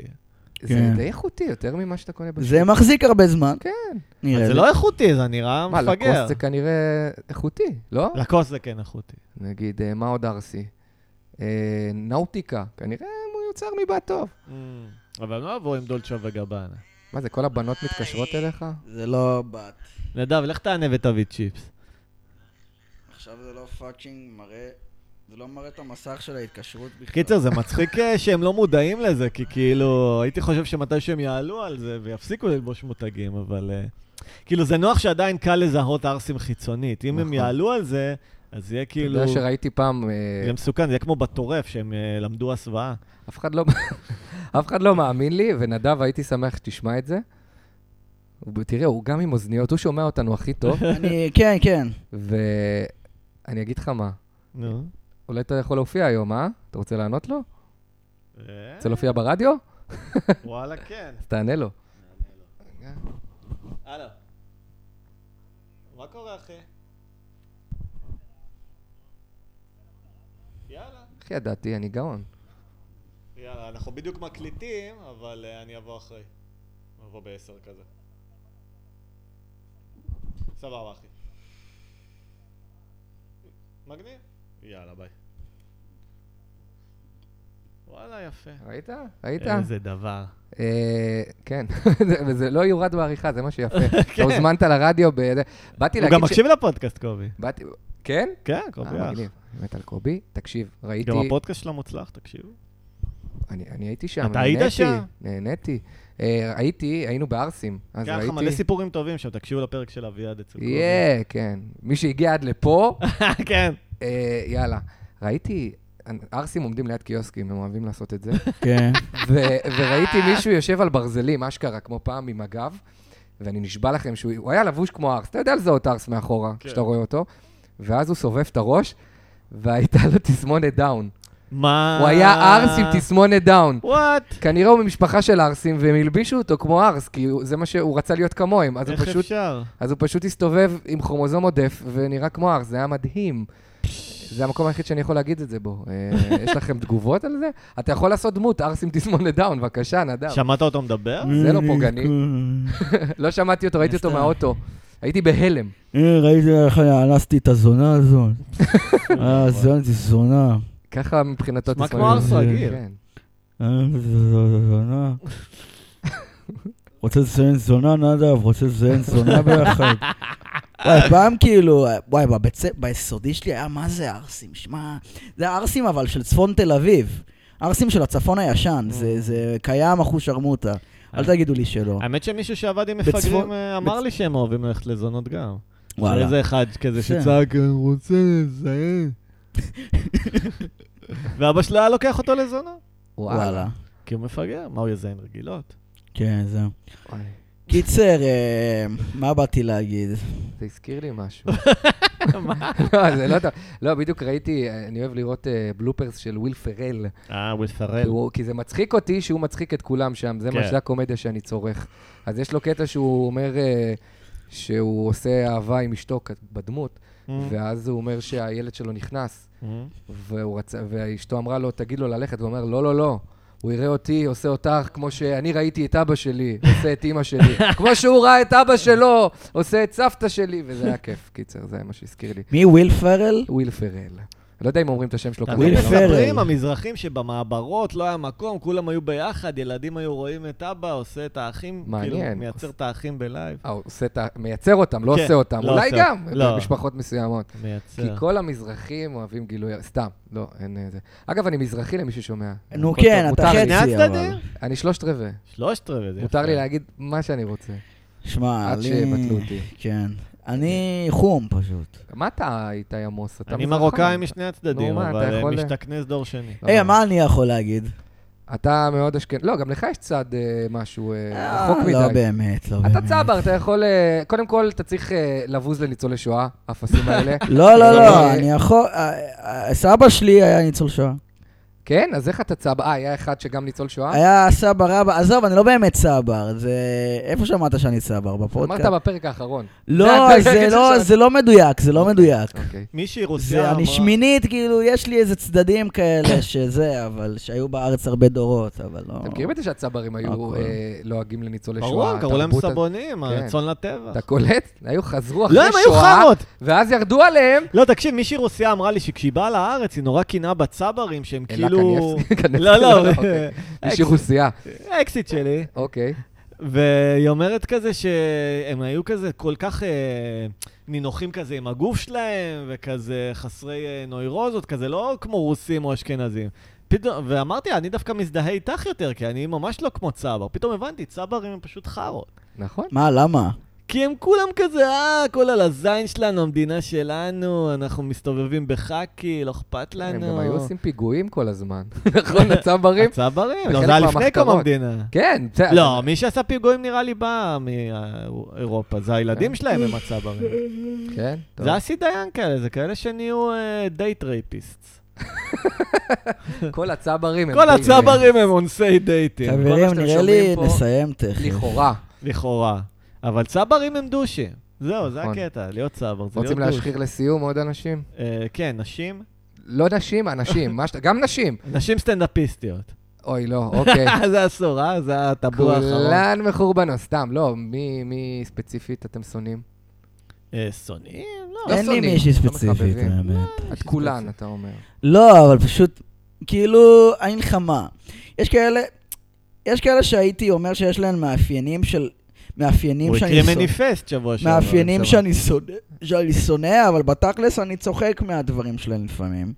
[SPEAKER 3] זה
[SPEAKER 2] כן.
[SPEAKER 3] די איכותי, יותר ממה שאתה קונה בשוק.
[SPEAKER 2] זה מחזיק הרבה זמן.
[SPEAKER 3] כן.
[SPEAKER 2] נראה
[SPEAKER 1] זה
[SPEAKER 2] לי.
[SPEAKER 1] לא איכותי, זה נראה
[SPEAKER 3] מה,
[SPEAKER 1] מפגר.
[SPEAKER 3] לקוסט זה כנראה איכותי, לא?
[SPEAKER 1] לקוס זה כן איכותי.
[SPEAKER 3] נגיד, אה, מה עוד ארסי? אה, נאוטיקה, כנראה הוא יוצר מבעד טוב.
[SPEAKER 1] אבל הם לא יבואו עם דולצ'ה וגבאנה.
[SPEAKER 3] מה זה, כל הבנות מתקשרות אליך?
[SPEAKER 2] זה לא בת.
[SPEAKER 1] נדב, לך תענה ותביא צ'יפס.
[SPEAKER 2] עכשיו זה לא פאקינג מראה... זה לא מראה את המסך של ההתקשרות בכלל.
[SPEAKER 1] קיצר, זה מצחיק אה, שהם לא מודעים לזה, כי כאילו, הייתי חושב שמתי שהם יעלו על זה ויפסיקו ללבוש מותגים, אבל... אה, כאילו, זה נוח שעדיין קל לזהות ערסים חיצונית. אם הם
[SPEAKER 3] נכון.
[SPEAKER 1] יעלו על זה, אז יהיה
[SPEAKER 3] אתה
[SPEAKER 1] כאילו...
[SPEAKER 3] יודע שראיתי פעם, אה,
[SPEAKER 1] זה מסוכן, זה יהיה כמו בטורף, שהם אה, למדו הסוואה.
[SPEAKER 3] אף אחד לא- אף אחד לא מאמין לי, ונדב, הייתי שמח שתשמע את זה. הוא- תראה, הוא גם עם אוזניות, הוא שומע אותנו הכי טוב,
[SPEAKER 2] אני... כן, כן.
[SPEAKER 3] ואני אגיד לך מה,
[SPEAKER 1] נו.
[SPEAKER 3] אולי אתה יכול להופיע היום, אה? אתה רוצה לענות לו?
[SPEAKER 1] אה,
[SPEAKER 3] רוצה להופיע ברדיו?
[SPEAKER 1] וואלה, כן.
[SPEAKER 3] אז תענה לו.
[SPEAKER 1] הלו. מה קורה, אחי? יאללה.
[SPEAKER 3] איך ידעתי, אני גאון.
[SPEAKER 1] יאללה, אנחנו בדיוק מקליטים, אבל אה, אני אבוא אחרי. אני אבוא בעשר כזה. סבבה, אחי. מגניב? יאללה, ביי. וואלה, יפה.
[SPEAKER 3] ראית? ראית?
[SPEAKER 1] איזה דבר.
[SPEAKER 3] אה, כן, זה- וזה לא יורד בעריכה, זה מה שיפה. אתה הוזמנת לרדיו, ב- זה- באתי
[SPEAKER 1] כן. הוא
[SPEAKER 3] להגיד
[SPEAKER 1] גם מקשיב לפודקאסט, קובי.
[SPEAKER 3] באתי- כן?
[SPEAKER 1] כן, קובי
[SPEAKER 3] אה,
[SPEAKER 1] אח.
[SPEAKER 3] מגניב. באמת על קובי, תקשיב, ראיתי...
[SPEAKER 1] גם הפודקאסט שלו מוצלח, תקשיבו.
[SPEAKER 3] אני אני הייתי שם,
[SPEAKER 1] אתה היית
[SPEAKER 3] נהניתי,
[SPEAKER 1] שם?
[SPEAKER 3] נהניתי. אה, הייתי, היינו בערסים, אז
[SPEAKER 1] כן, היה לך
[SPEAKER 3] ראיתי...
[SPEAKER 1] מלא סיפורים טובים שם, תקשיבו לפרק של אביעד אצל קובי.
[SPEAKER 3] יהיה, כן. מי שהגיע עד לפה,
[SPEAKER 1] כן.
[SPEAKER 3] אה, יאללה. ראיתי, ערסים עומדים ליד קיוסקים, הם אוהבים לעשות את זה.
[SPEAKER 2] כן.
[SPEAKER 3] ו- וראיתי מישהו יושב על ברזלים, אשכרה, כמו פעם, עם הגב, ואני נשבע לכם שהוא הוא היה לבוש כמו ארס, אתה יודע לזהות ארס מאחורה,
[SPEAKER 1] כן.
[SPEAKER 3] כשאתה רואה אותו, ואז הוא סובב את הראש, והייתה לו תסמונת דאון.
[SPEAKER 1] מה?
[SPEAKER 3] הוא היה ארס עם תסמונת דאון.
[SPEAKER 1] וואט?
[SPEAKER 3] כנראה הוא ממשפחה של ארסים, והם הלבישו אותו כמו ארס, כי הוא- זה מה שהוא רצה להיות כמוהם, אז הוא
[SPEAKER 1] איך
[SPEAKER 3] פשוט...
[SPEAKER 1] אפשר?
[SPEAKER 3] אז הוא פשוט הסתובב עם כרומוזום עודף ונראה כמו ארס, זה היה מדהים. זה המקום היחיד שאני יכול להגיד את זה בו. אה, יש לכם תגובות על זה? אתה יכול לעשות דמות, ארס עם תסמונת דאון, בבקשה, נדב.
[SPEAKER 1] שמעת אותו מדבר?
[SPEAKER 3] זה לא פוגעני. לא שמעתי אותו, ראיתי אותו
[SPEAKER 2] יפה.
[SPEAKER 3] מהאוטו. הייתי בהלם.
[SPEAKER 2] אה, ראיתי איך אנסתי את הזונה הזאת. אה, זונה זה זונה.
[SPEAKER 3] ככה מבחינתו
[SPEAKER 1] נשמע
[SPEAKER 3] תסמונת
[SPEAKER 1] כמו
[SPEAKER 2] ארס
[SPEAKER 3] דאון.
[SPEAKER 1] רגיל.
[SPEAKER 3] כן.
[SPEAKER 2] אה, זו- זונה. רוצה לציין זונה, נדב? רוצה לציין זונה ביחד? וואי, פעם כאילו, וואי, בבית ספר, ביסודי שלי היה מה זה ערסים, שמע, זה ערסים אבל של צפון תל אביב. ערסים של הצפון הישן, זה- זה קיים אחושרמוטה. אל תגידו לי שלא.
[SPEAKER 1] האמת שמישהו שעבד עם
[SPEAKER 2] בצפון-
[SPEAKER 1] מפגרים אה, אמר
[SPEAKER 2] בצ-
[SPEAKER 1] לי שהם אוהבים ללכת לזונות גם.
[SPEAKER 2] וואלה.
[SPEAKER 1] איזה אחד כזה
[SPEAKER 2] כן.
[SPEAKER 1] שצעק, "אני רוצה לזיין. ואבא שלה היה לוקח אותו לזונה.
[SPEAKER 3] וואלה.
[SPEAKER 2] וואלה.
[SPEAKER 1] כי הוא מפגר, מה הוא יזיין רגילות?
[SPEAKER 2] כן, זהו.
[SPEAKER 3] וואי.
[SPEAKER 2] קיצר, אה, מה באתי להגיד?
[SPEAKER 3] זה הזכיר לי משהו. לא, זה לא טוב. לא, בדיוק ראיתי, אני אוהב לראות אה, בלופרס של וויל פרל.
[SPEAKER 1] אה, וויל פרל.
[SPEAKER 3] הוא- כי זה מצחיק אותי שהוא מצחיק את כולם שם, זה מה
[SPEAKER 1] כן.
[SPEAKER 3] שזה הקומדיה שאני צורך. אז יש לו קטע שהוא אומר אה, שהוא עושה אהבה עם אשתו כ- בדמות, ואז הוא אומר שהילד שלו נכנס, והוא רצה, ואשתו אמרה לו, תגיד לו ללכת, והוא אומר, לא, לא, לא. הוא יראה אותי, עושה אותך, כמו שאני ראיתי את אבא שלי, עושה את אימא שלי. כמו שהוא ראה את אבא שלו, עושה את סבתא שלי, וזה היה כיף. קיצר, זה מה שהזכיר לי.
[SPEAKER 2] מי וויל פרל?
[SPEAKER 3] וויל פרל. לא יודע אם אומרים את השם שלו ככה.
[SPEAKER 1] וויל
[SPEAKER 2] וויל
[SPEAKER 3] אבל-
[SPEAKER 1] פרל. מספרים
[SPEAKER 2] פרל.
[SPEAKER 1] המזרחים שבמעברות לא היה מקום, כולם היו ביחד, ילדים היו רואים את אבא עושה את האחים, כאילו,
[SPEAKER 3] מעניין.
[SPEAKER 1] מייצר את האחים בלייב.
[SPEAKER 3] אה, הוא עושה את ה... מייצר אותם, לא
[SPEAKER 1] כן,
[SPEAKER 3] עושה אותם.
[SPEAKER 1] לא
[SPEAKER 3] אולי
[SPEAKER 1] עושה.
[SPEAKER 3] גם,
[SPEAKER 1] לא.
[SPEAKER 3] במשפחות מסוימות. כי
[SPEAKER 1] מייצר.
[SPEAKER 3] כל המזרחים אוהבים גילוי... סתם, לא, אין אה, זה. אגב, אני מזרחי למי ששומע.
[SPEAKER 2] נו
[SPEAKER 3] הכל
[SPEAKER 2] כן,
[SPEAKER 3] טוב,
[SPEAKER 2] אתה
[SPEAKER 3] מותר לי.
[SPEAKER 1] שני
[SPEAKER 2] חצי אבל.
[SPEAKER 1] הצדדים?
[SPEAKER 3] אני שלושת רבעי.
[SPEAKER 1] שלושת רבעי, זה
[SPEAKER 3] מותר
[SPEAKER 1] יפה.
[SPEAKER 3] לי להגיד מה שאני רוצה.
[SPEAKER 2] שמע,
[SPEAKER 3] עד
[SPEAKER 2] לי...
[SPEAKER 3] שיבטלו אותי. לא,
[SPEAKER 2] כן. אני חום פשוט.
[SPEAKER 3] מה אתה, איתי עמוס? אתה
[SPEAKER 1] אני
[SPEAKER 3] מזרחן.
[SPEAKER 1] מרוקאי משני הצדדים,
[SPEAKER 3] נו, מה, אתה
[SPEAKER 1] אבל אה,
[SPEAKER 3] יכול-
[SPEAKER 1] משתכנז דור שני.
[SPEAKER 3] לא,
[SPEAKER 2] היי,
[SPEAKER 3] לא.
[SPEAKER 2] מה אני יכול להגיד?
[SPEAKER 3] אתה מאוד אשכנז... לא, גם לך יש צד אה, משהו אה,
[SPEAKER 2] אה,
[SPEAKER 3] רחוק מדי.
[SPEAKER 2] לא באמת, לא באמת.
[SPEAKER 3] אתה צבר, אתה יכול... אה, קודם כל, אתה צריך אה, לבוז לניצולי שואה, האפסים האלה.
[SPEAKER 2] לא, לא,
[SPEAKER 3] אבל,
[SPEAKER 2] לא,
[SPEAKER 3] אה,
[SPEAKER 2] אני יכול... אה, אה, סבא שלי היה ניצול שואה.
[SPEAKER 3] כן? אז איך אתה צבר? אה, היה אחד שגם ניצול שואה?
[SPEAKER 2] היה סבא רבא, עזוב, אני לא באמת סבר, זה... איפה שמעת שאני סבר? בפודקאסט?
[SPEAKER 3] אמרת בפרק האחרון.
[SPEAKER 2] לא,
[SPEAKER 3] זה
[SPEAKER 2] זה
[SPEAKER 3] הקטע
[SPEAKER 2] לא-
[SPEAKER 3] ששאלתי.
[SPEAKER 2] זה לא מדויק, זה לא מדויק.
[SPEAKER 3] אוקיי.
[SPEAKER 1] מישהי רוסיה
[SPEAKER 2] זה,
[SPEAKER 1] אמרה...
[SPEAKER 2] אני שמינית, כאילו, יש לי איזה צדדים כאלה שזה, אבל שהיו בארץ הרבה דורות, אבל לא...
[SPEAKER 3] אתם מכירים את זה שהצברים היו
[SPEAKER 2] הכל.
[SPEAKER 3] אה, לועגים לניצולי שואה?
[SPEAKER 1] ברור, קראו להם
[SPEAKER 3] התרבות כן. הזאת-
[SPEAKER 1] סבונים, הרצון לטבע.
[SPEAKER 3] אתה קולט? היו חזרו אחרי
[SPEAKER 1] לא,
[SPEAKER 3] שואה,
[SPEAKER 1] הם היו חרות.
[SPEAKER 3] ואז ירדו עליהם.
[SPEAKER 1] לא, תקשיב, מישהי רוסיה אמרה לי שכשהיא באה לארץ, היא נורא קינאה בצברים, שהם
[SPEAKER 3] אלה
[SPEAKER 1] כאילו...
[SPEAKER 3] קניאבסקי.
[SPEAKER 1] לא, לא,
[SPEAKER 3] אוקיי. מישהי רוסייה.
[SPEAKER 1] אקסיט שלי.
[SPEAKER 3] אוקיי.
[SPEAKER 1] והיא אומרת כזה שהם היו כזה כל כך אה, נינוחים כזה עם הגוף שלהם, וכזה חסרי אה, נוירוזות, כזה לא כמו רוסים או אשכנזים. פתאום, ואמרתי, אני דווקא מזדהה איתך יותר, כי אני ממש לא כמו צבר. פתאום הבנתי, צברים הם פשוט חארות.
[SPEAKER 3] נכון.
[SPEAKER 2] מה, למה?
[SPEAKER 1] כי הם כולם כזה, אה, הכל על הזין שלנו, המדינה שלנו, אנחנו מסתובבים בחאקי, לא אכפת לנו.
[SPEAKER 3] הם גם היו עושים פיגועים כל הזמן. נכון, הצברים?
[SPEAKER 1] הצברים?
[SPEAKER 3] זה
[SPEAKER 1] לא,
[SPEAKER 3] חלק
[SPEAKER 1] זה היה לפני
[SPEAKER 3] מהמחתרות.
[SPEAKER 1] קום המדינה.
[SPEAKER 3] כן. בסדר.
[SPEAKER 1] לא, מי שעשה פיגועים נראה לי בא מאירופה, זה הילדים שלהם הם הצברים.
[SPEAKER 3] כן. טוב.
[SPEAKER 1] זה אסי דיין כאלה, זה כאלה שנהיו אה, דייט רייפיסטס.
[SPEAKER 3] כל הצברים הם...
[SPEAKER 1] כל
[SPEAKER 3] פיגועים.
[SPEAKER 1] הצברים הם אונסי
[SPEAKER 3] כן.
[SPEAKER 1] דייטים. כל מה
[SPEAKER 2] חברים,
[SPEAKER 1] שאתם
[SPEAKER 2] נראה
[SPEAKER 1] שומעים
[SPEAKER 2] לי
[SPEAKER 1] פה,
[SPEAKER 2] נסיים תכף.
[SPEAKER 3] אה, לכאורה.
[SPEAKER 1] לכאורה. אבל צברים הם דושים. זהו, זה
[SPEAKER 3] נכון.
[SPEAKER 1] הקטע, להיות צבר, זה לא להיות
[SPEAKER 3] רוצים
[SPEAKER 1] דוש.
[SPEAKER 3] להשחיר לסיום עוד אנשים?
[SPEAKER 1] אה, כן, נשים.
[SPEAKER 3] לא נשים, אנשים. מה שאתה- גם נשים.
[SPEAKER 1] נשים סטנדאפיסטיות.
[SPEAKER 3] אוי, לא, אוקיי.
[SPEAKER 1] זה אסור, אה? זה הטאבו האחרון.
[SPEAKER 3] כולן מחורבנות, סתם, לא, מי, מי ספציפית אתם שונאים?
[SPEAKER 1] אה, שונאים? לא.
[SPEAKER 3] לא
[SPEAKER 2] אין לי
[SPEAKER 3] שונאים,
[SPEAKER 2] מישהי
[SPEAKER 3] לא
[SPEAKER 2] ספציפית,
[SPEAKER 3] מחבבים.
[SPEAKER 1] אה.
[SPEAKER 3] אה.
[SPEAKER 2] האמת.
[SPEAKER 3] את כולן, אתה אומר.
[SPEAKER 2] לא, אבל פשוט, כאילו, אני אגיד לך מה. יש כאלה, יש כאלה שהייתי אומר שיש להן מאפיינים של, מאפיינים
[SPEAKER 1] הוא
[SPEAKER 2] שאני
[SPEAKER 1] הקריא
[SPEAKER 2] שונא,
[SPEAKER 1] מניפסט שבוע שעבר.
[SPEAKER 2] מאפיינים
[SPEAKER 1] סבבה.
[SPEAKER 2] שאני שונא, שאני שונא, אבל בתכלס אני צוחק מהדברים שלהן לפעמים.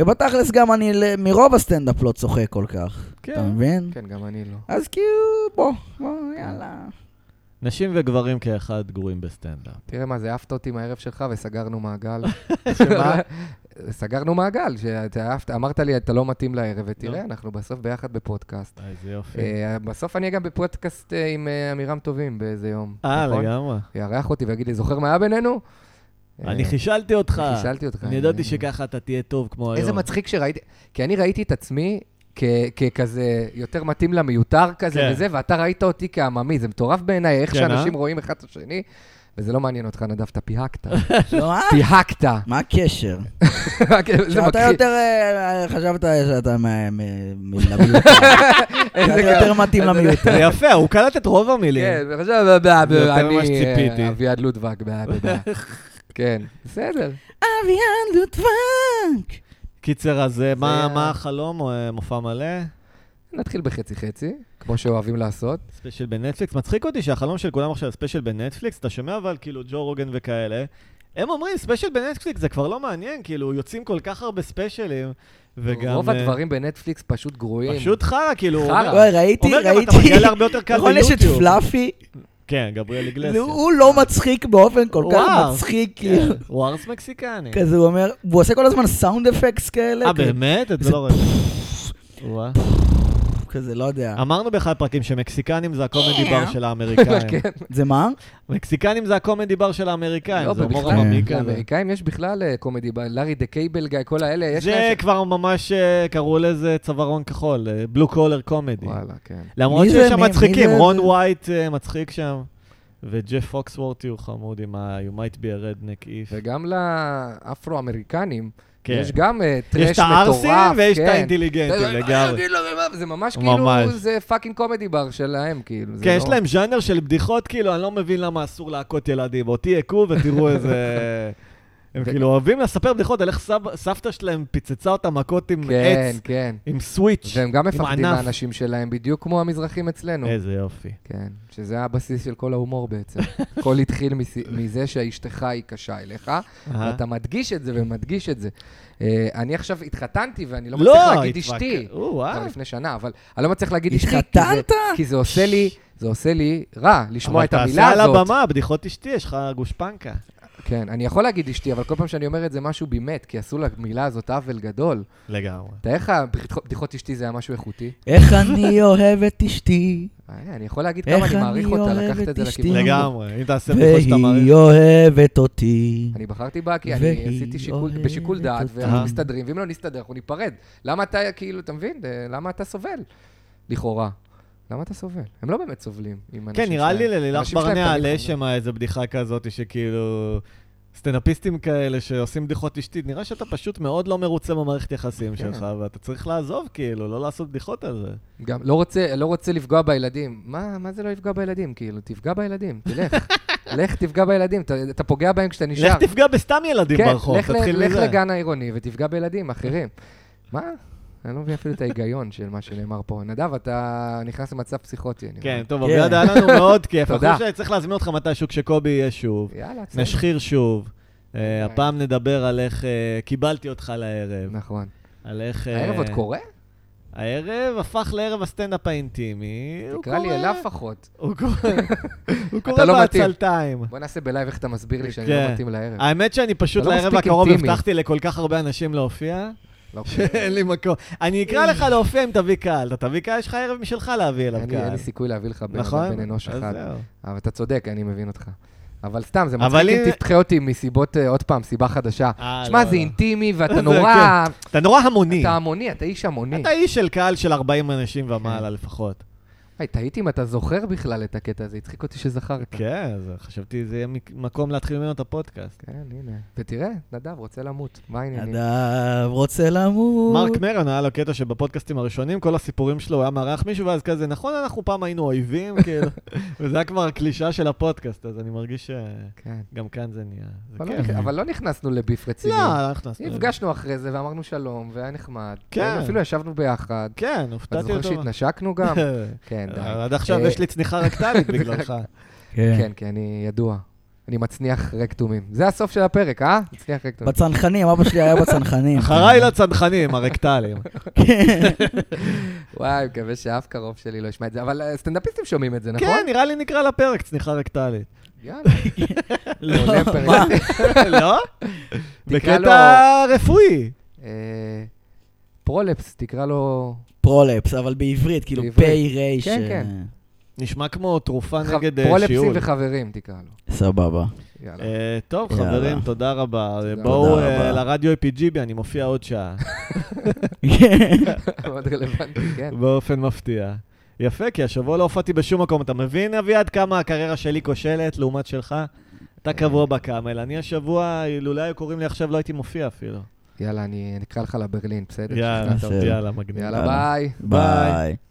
[SPEAKER 2] ובתכלס גם אני ל- מרוב הסטנדאפ לא צוחק כל כך, אתה
[SPEAKER 1] כן.
[SPEAKER 2] מבין?
[SPEAKER 3] כן, גם אני לא.
[SPEAKER 2] אז כאילו, בוא, בוא, יאללה.
[SPEAKER 1] נשים וגברים כאחד גרועים בסטנדאפ.
[SPEAKER 3] תראה מה זה, העפת אותי מהערב שלך וסגרנו מעגל.
[SPEAKER 1] שמה?
[SPEAKER 3] סגרנו מעגל, שאתה העפת- אמרת לי, אתה לא מתאים לערב, ותראה,
[SPEAKER 1] לא.
[SPEAKER 3] אנחנו בסוף ביחד בפודקאסט.
[SPEAKER 1] איזה יופי.
[SPEAKER 3] אה, בסוף אני אהיה גם בפודקאסט אה, עם אה, עמירם טובים באיזה יום.
[SPEAKER 1] אה,
[SPEAKER 3] נכון?
[SPEAKER 1] לגמרי.
[SPEAKER 3] יארח אותי ויגיד לי, זוכר מה היה בינינו?
[SPEAKER 1] אני
[SPEAKER 3] אה,
[SPEAKER 1] חישלתי אותך.
[SPEAKER 3] חישלתי אותך.
[SPEAKER 1] אני ידעתי שככה אתה תהיה טוב כמו היום.
[SPEAKER 3] איזה מצחיק שראיתי, כי אני ראיתי את עצמי כ- ככזה יותר מתאים למיותר כזה
[SPEAKER 1] כן.
[SPEAKER 3] וזה, ואתה ראית אותי כעממי, זה מטורף בעיניי, איך
[SPEAKER 1] כן,
[SPEAKER 3] שאנשים
[SPEAKER 1] אה?
[SPEAKER 3] רואים אחד את השני, וזה לא מעניין אותך, נדב, אתה פיהקת.
[SPEAKER 2] לא, מה?
[SPEAKER 3] פיהקת.
[SPEAKER 2] מה הקשר?
[SPEAKER 3] זה
[SPEAKER 2] אתה
[SPEAKER 3] מקריא.
[SPEAKER 2] יותר אה, חשבת שאתה מה- מ- מלמיעוט. אתה
[SPEAKER 3] איזה
[SPEAKER 2] יותר
[SPEAKER 3] גאון.
[SPEAKER 2] מתאים
[SPEAKER 3] אתה-
[SPEAKER 2] למיעוט.
[SPEAKER 1] זה יפה, הוא קלט את רוב המילים.
[SPEAKER 3] כן, ועכשיו, ב- ב-
[SPEAKER 1] יותר ממה
[SPEAKER 3] אני
[SPEAKER 1] שציפיתי.
[SPEAKER 3] אה, אביעד לודבק, ב- ב- ב- כן, בסדר.
[SPEAKER 2] אביאן לוטוונק.
[SPEAKER 1] קיצר, אז אה, מה
[SPEAKER 3] זה-
[SPEAKER 1] מה החלום? אה, מופע מלא?
[SPEAKER 3] נתחיל בחצי-חצי, כמו שאוהבים לעשות.
[SPEAKER 1] ספיישל בנטפליקס. מצחיק אותי שהחלום של כולם עכשיו ספיישל בנטפליקס, אתה שומע אבל כאילו ג'ו רוגן וכאלה. הם אומרים, ספיישל בנטפליקס זה כבר לא מעניין, כאילו, יוצאים כל כך הרבה ספיישלים, וגם...
[SPEAKER 3] רוב
[SPEAKER 1] אה,
[SPEAKER 3] הדברים בנטפליקס פשוט גרועים.
[SPEAKER 1] פשוט חרא, כאילו... הוא
[SPEAKER 3] חרא.
[SPEAKER 1] אומר-
[SPEAKER 2] וואי, לא, ראיתי,
[SPEAKER 1] אומר גם,
[SPEAKER 2] ראיתי.
[SPEAKER 1] אתה מגיע להרבה יותר קל
[SPEAKER 2] נכון, יש את
[SPEAKER 1] ביוטיוב.
[SPEAKER 2] פלאפי,
[SPEAKER 1] כן, גבריאל איגלסיה.
[SPEAKER 2] הוא לא מצחיק באופן כל כך
[SPEAKER 1] וואו.
[SPEAKER 2] מצחיק,
[SPEAKER 1] כן,
[SPEAKER 2] כאילו.
[SPEAKER 1] הוא ארס מקסיקני.
[SPEAKER 2] כזה הוא אומר,
[SPEAKER 3] אוקיי.
[SPEAKER 2] הוא עושה כל הזמן סאונד אפקס כאלה.
[SPEAKER 1] אה,
[SPEAKER 2] כאילו.
[SPEAKER 1] באמת? את זה
[SPEAKER 2] זה
[SPEAKER 1] לא ראיתי. וואה.
[SPEAKER 2] כזה, לא יודע.
[SPEAKER 1] אמרנו באחד הפרקים שמקסיקנים זה הקומדי בר של האמריקאים.
[SPEAKER 3] כן.
[SPEAKER 2] זה מה?
[SPEAKER 1] מקסיקנים זה הקומדי בר של האמריקאים,
[SPEAKER 3] לא,
[SPEAKER 1] זה הומור
[SPEAKER 3] ובכלל,
[SPEAKER 1] עממי כזה.
[SPEAKER 3] לאמריקאים יש בכלל אה, קומדי, ב- לארי דה קייבל גיא, כל האלה, יש
[SPEAKER 1] זה
[SPEAKER 3] להם...
[SPEAKER 1] כבר ממש, אה, קראו לזה צווארון כחול, אה, בלו קולר קומדי.
[SPEAKER 3] וואלה, כן.
[SPEAKER 1] למרות
[SPEAKER 2] מי
[SPEAKER 1] שיש
[SPEAKER 2] זה?
[SPEAKER 1] שם
[SPEAKER 2] מי- מי
[SPEAKER 1] מצחיקים,
[SPEAKER 2] זה?
[SPEAKER 1] רון וייט אה, מצחיק שם, וג'ף פוקסוורטי הוא חמוד עם ה- You might be a redneck if.
[SPEAKER 3] וגם לאפרו-אמריקנים,
[SPEAKER 1] כן.
[SPEAKER 3] יש גם אה, טרש מטורף.
[SPEAKER 1] יש את הערסים ויש את
[SPEAKER 3] כן.
[SPEAKER 1] האינטליגנטים
[SPEAKER 3] אתה-
[SPEAKER 1] לגמרי.
[SPEAKER 3] אני לא מבין, זה ממש
[SPEAKER 1] ממש.
[SPEAKER 3] כאילו, זה פאקינג קומדי בר שלהם, כאילו. זה
[SPEAKER 1] כן, יש
[SPEAKER 3] לא-
[SPEAKER 1] להם ז'אנר של בדיחות, כאילו, אני לא מבין למה אסור להכות ילדים. אותי יכו ותראו איזה... הם
[SPEAKER 3] ו-
[SPEAKER 1] כאילו אוהבים לספר בדיחות על איך סב- סבתא שלהם פיצצה אותם מכות עם
[SPEAKER 3] כן,
[SPEAKER 1] עץ,
[SPEAKER 3] כן.
[SPEAKER 1] עם סוויץ',
[SPEAKER 3] והם גם
[SPEAKER 1] עם
[SPEAKER 3] מפחדים
[SPEAKER 1] ענף.
[SPEAKER 3] מהאנשים שלהם, בדיוק כמו המזרחים אצלנו.
[SPEAKER 1] איזה יופי.
[SPEAKER 3] כן, שזה הבסיס של כל ההומור בעצם. הכל התחיל מס- מזה שאשתך היא קשה אליך,
[SPEAKER 1] אהה.
[SPEAKER 3] ואתה מדגיש את זה ומדגיש את זה. אה, אני עכשיו התחתנתי ואני לא
[SPEAKER 1] לא,
[SPEAKER 3] מצליח להגיד
[SPEAKER 1] התפק-
[SPEAKER 3] אשתי.
[SPEAKER 1] או, וואו.
[SPEAKER 3] כבר לפני שנה, אבל אני לא מצליח להגיד אשתי. כי זה-
[SPEAKER 2] התחתנת?
[SPEAKER 3] כי זה עושה לי, זה עושה לי רע לשמוע את המילה
[SPEAKER 1] אבל תעשה על
[SPEAKER 3] הזאת.
[SPEAKER 1] הבמה, בדיחות אשתי, יש לך גושפנקה.
[SPEAKER 3] כן, אני יכול להגיד אשתי, אבל כל פעם שאני אומר את זה משהו בי מת, כי עשו למילה הזאת עוול גדול.
[SPEAKER 1] לגמרי.
[SPEAKER 3] תאר לך, בדיחות- בדיחות אשתי זה היה משהו איכותי.
[SPEAKER 2] איך אני אוהב את אשתי,
[SPEAKER 3] אה, אני יכול להגיד
[SPEAKER 2] איך
[SPEAKER 3] כמה אני
[SPEAKER 2] אני
[SPEAKER 3] מעריך אותה,
[SPEAKER 2] אוהב
[SPEAKER 3] לקחת
[SPEAKER 2] את
[SPEAKER 3] את זה
[SPEAKER 2] אשתי.
[SPEAKER 3] לכיוון. ההפוך.
[SPEAKER 1] לגמרי, אם תעשה בדיחות שאתה מעריך.
[SPEAKER 2] והיא אוהבת אותי.
[SPEAKER 3] אני בחרתי בה כי אני
[SPEAKER 2] והיא
[SPEAKER 3] עשיתי שיקול,
[SPEAKER 2] אוהבת
[SPEAKER 3] בשיקול דעת,
[SPEAKER 2] אותה.
[SPEAKER 3] ואנחנו מסתדרים, ואם לא נסתדר, אנחנו ניפרד. למה אתה, כאילו, אתה מבין? אה, למה אתה סובל? לכאורה. למה אתה סובל? הם לא באמת סובלים עם אנשים
[SPEAKER 1] כן, נראה לי
[SPEAKER 3] שלהם.
[SPEAKER 1] ללילך
[SPEAKER 3] אנשים שלהם
[SPEAKER 1] ברנע
[SPEAKER 3] תמיד
[SPEAKER 1] על
[SPEAKER 3] סובלים.
[SPEAKER 1] אשם איזה בדיחה כזאת, שכאילו... סטנאפיסטים כאלה שעושים בדיחות אשתית, נראה שאתה פשוט מאוד לא מרוצה במערכת יחסים
[SPEAKER 3] כן.
[SPEAKER 1] שלך, ואתה צריך לעזוב, כאילו, לא לעשות בדיחות על זה.
[SPEAKER 3] גם לא רוצה, לא רוצה לפגוע בילדים. מה, מה זה לא לפגוע בילדים? כאילו, תפגע בילדים, תלך. לך תפגע בילדים, אתה, אתה פוגע בהם כשאתה נשאר.
[SPEAKER 1] לך תפגע בסתם ילדים ברחוב,
[SPEAKER 3] כן, לך,
[SPEAKER 1] תתחיל
[SPEAKER 3] לך
[SPEAKER 1] מזה.
[SPEAKER 3] לגן העירוני ותפגע בילדים אחרים. מה? אני לא מבין אפילו את ההיגיון של מה שנאמר פה. נדב, אתה נכנס למצב פסיכוטי. אני
[SPEAKER 1] כן,
[SPEAKER 3] אומר.
[SPEAKER 1] טוב,
[SPEAKER 2] כן.
[SPEAKER 1] אביעד, היה לנו מאוד כיף.
[SPEAKER 3] תודה.
[SPEAKER 1] אני חושב שצריך להזמין אותך מתישהו כשקובי יהיה שוב.
[SPEAKER 3] יאללה, בסדר.
[SPEAKER 1] נשחיר שוב. אה, הפעם נדבר על איך אה, קיבלתי אותך לערב.
[SPEAKER 3] נכון.
[SPEAKER 1] על איך... אה,
[SPEAKER 3] הערב עוד קורה?
[SPEAKER 1] הערב הפך לערב הסטנדאפ האינטימי. הוא
[SPEAKER 3] תקרא לי
[SPEAKER 1] קורה-
[SPEAKER 3] אליו לפחות.
[SPEAKER 1] הוא קורא, הוא קורא
[SPEAKER 3] אתה לא מתאים.
[SPEAKER 1] בעצלתיים.
[SPEAKER 3] בוא נעשה בלייב איך אתה מסביר לי שאני
[SPEAKER 1] כן.
[SPEAKER 3] לא מתאים לערב.
[SPEAKER 1] האמת שאני פשוט
[SPEAKER 3] אתה לא
[SPEAKER 1] לערב
[SPEAKER 3] מספיק
[SPEAKER 1] הקרוב
[SPEAKER 3] אינטימי.
[SPEAKER 1] הבטחתי לכל כך הרבה אנשים להופיע,
[SPEAKER 3] לא,
[SPEAKER 1] שאין לי מקום. אני אקרא לך להופיע אם תביא קהל. אתה תביא קהל, יש לך ערב משלך להביא אליו
[SPEAKER 3] אין לי- אין
[SPEAKER 1] קהל.
[SPEAKER 3] לי סיכוי להביא לך בן
[SPEAKER 1] נכון?
[SPEAKER 3] אדם בן אנוש
[SPEAKER 1] אז
[SPEAKER 3] אחד.
[SPEAKER 1] זהו.
[SPEAKER 3] אה, אבל אתה צודק, אני מבין אותך. אבל סתם, זה
[SPEAKER 1] אבל
[SPEAKER 3] מצחיק
[SPEAKER 1] אם-
[SPEAKER 3] אם תדחה אותי מסיבות, אה, עוד פעם, סיבה חדשה.
[SPEAKER 1] אה,
[SPEAKER 3] שמע,
[SPEAKER 1] לא,
[SPEAKER 3] זה
[SPEAKER 1] לא.
[SPEAKER 3] אינטימי ואתה
[SPEAKER 1] זה,
[SPEAKER 3] נורא...
[SPEAKER 1] אתה נורא המוני.
[SPEAKER 3] אתה המוני, אתה איש המוני. כן.
[SPEAKER 1] אתה איש של קהל של 40 אנשים ומעלה לפחות.
[SPEAKER 3] היי, תהיתי אם אתה זוכר בכלל את הקטע הזה, הצחיק אותי שזכרת.
[SPEAKER 1] כן, אז חשבתי זה יהיה מק- מקום להתחיל ממנו את הפודקאסט.
[SPEAKER 3] כן, הנה. ותראה, נדב רוצה למות, מה העניינים?
[SPEAKER 2] אדם רוצה למות.
[SPEAKER 1] מרק מרון, היה לו קטע שבפודקאסטים הראשונים, כל הסיפורים שלו, הוא היה מארח מישהו, ואז כזה, נכון, אנחנו פעם היינו אויבים, כאילו, וזה היה כבר הקלישה של הפודקאסט, אז אני מרגיש
[SPEAKER 3] כן.
[SPEAKER 1] שגם כאן זה נהיה. זה
[SPEAKER 3] אבל לא
[SPEAKER 1] כיף.
[SPEAKER 3] נכ- אבל לא נכנסנו לביף רציני.
[SPEAKER 1] לא, לא נכנסנו. לזה.
[SPEAKER 3] נפגשנו אחרי זה ואמרנו שלום, והיה נחמד.
[SPEAKER 1] כן.
[SPEAKER 3] אפילו ישבנו ביחד.
[SPEAKER 1] כן,
[SPEAKER 3] אתה
[SPEAKER 1] הופתעתי
[SPEAKER 3] זוכר
[SPEAKER 1] אותו.
[SPEAKER 3] שהתנשקנו גם? כן, די.
[SPEAKER 1] עד עכשיו
[SPEAKER 3] אה,
[SPEAKER 1] יש לי צניחה רקטלית בגללך.
[SPEAKER 2] כן.
[SPEAKER 3] כן, כי אני ידוע. אני מצניח רקטומים. זה הסוף של הפרק, אה? מצניח רקטומים.
[SPEAKER 2] בצנחנים, אבא שלי היה בצנחנים.
[SPEAKER 1] אחריי לצנחנים, הרקטליים.
[SPEAKER 2] כן.
[SPEAKER 3] וואי, מקווה שאף קרוב שלי לא ישמע את זה. אבל אה, סטנדאפיסטים שומעים את זה, נכון?
[SPEAKER 1] כן, נראה לי נקרא לפרק צניחה רקטלית.
[SPEAKER 3] יאללה. עולה פרק.
[SPEAKER 2] מה?
[SPEAKER 1] לא?
[SPEAKER 3] לו-
[SPEAKER 1] בקטע רפואי.
[SPEAKER 3] אה, פרולפס, תקרא לו...
[SPEAKER 2] פרולפס, אבל בעברית, כאילו פ'
[SPEAKER 3] בעברית.
[SPEAKER 2] ר'.
[SPEAKER 3] כן,
[SPEAKER 2] אה,
[SPEAKER 3] כן.
[SPEAKER 1] נשמע כמו תרופה
[SPEAKER 3] ח-
[SPEAKER 1] נגד אה,
[SPEAKER 3] פרולפסים
[SPEAKER 1] שיעול.
[SPEAKER 3] וחברים, תקרא לו.
[SPEAKER 2] סבבה.
[SPEAKER 3] יאללה.
[SPEAKER 1] אה, טוב,
[SPEAKER 2] יאללה.
[SPEAKER 1] חברים, תודה רבה.
[SPEAKER 3] תודה
[SPEAKER 1] בואו אה,
[SPEAKER 2] רבה.
[SPEAKER 1] לרדיו אפיג'יבי, אני מופיע עוד שעה,
[SPEAKER 3] מאוד רלוונטי, כן.
[SPEAKER 1] באופן מפתיע. יפה, כי השבוע לא הופעתי בשום מקום. אתה מבין, אביעד, כמה הקריירה שלי כושלת לעומת שלך? אתה קבוע בקאמל, אני השבוע, אילולא היו קוראים לי עכשיו, לא הייתי מופיע אפילו.
[SPEAKER 3] יאללה, אני אני אקרא לך לברלין, בסדר?
[SPEAKER 1] יאללה,
[SPEAKER 3] שכנעת אותי.
[SPEAKER 1] יאללה, מגניב.
[SPEAKER 3] יאללה, ביי.
[SPEAKER 2] ביי.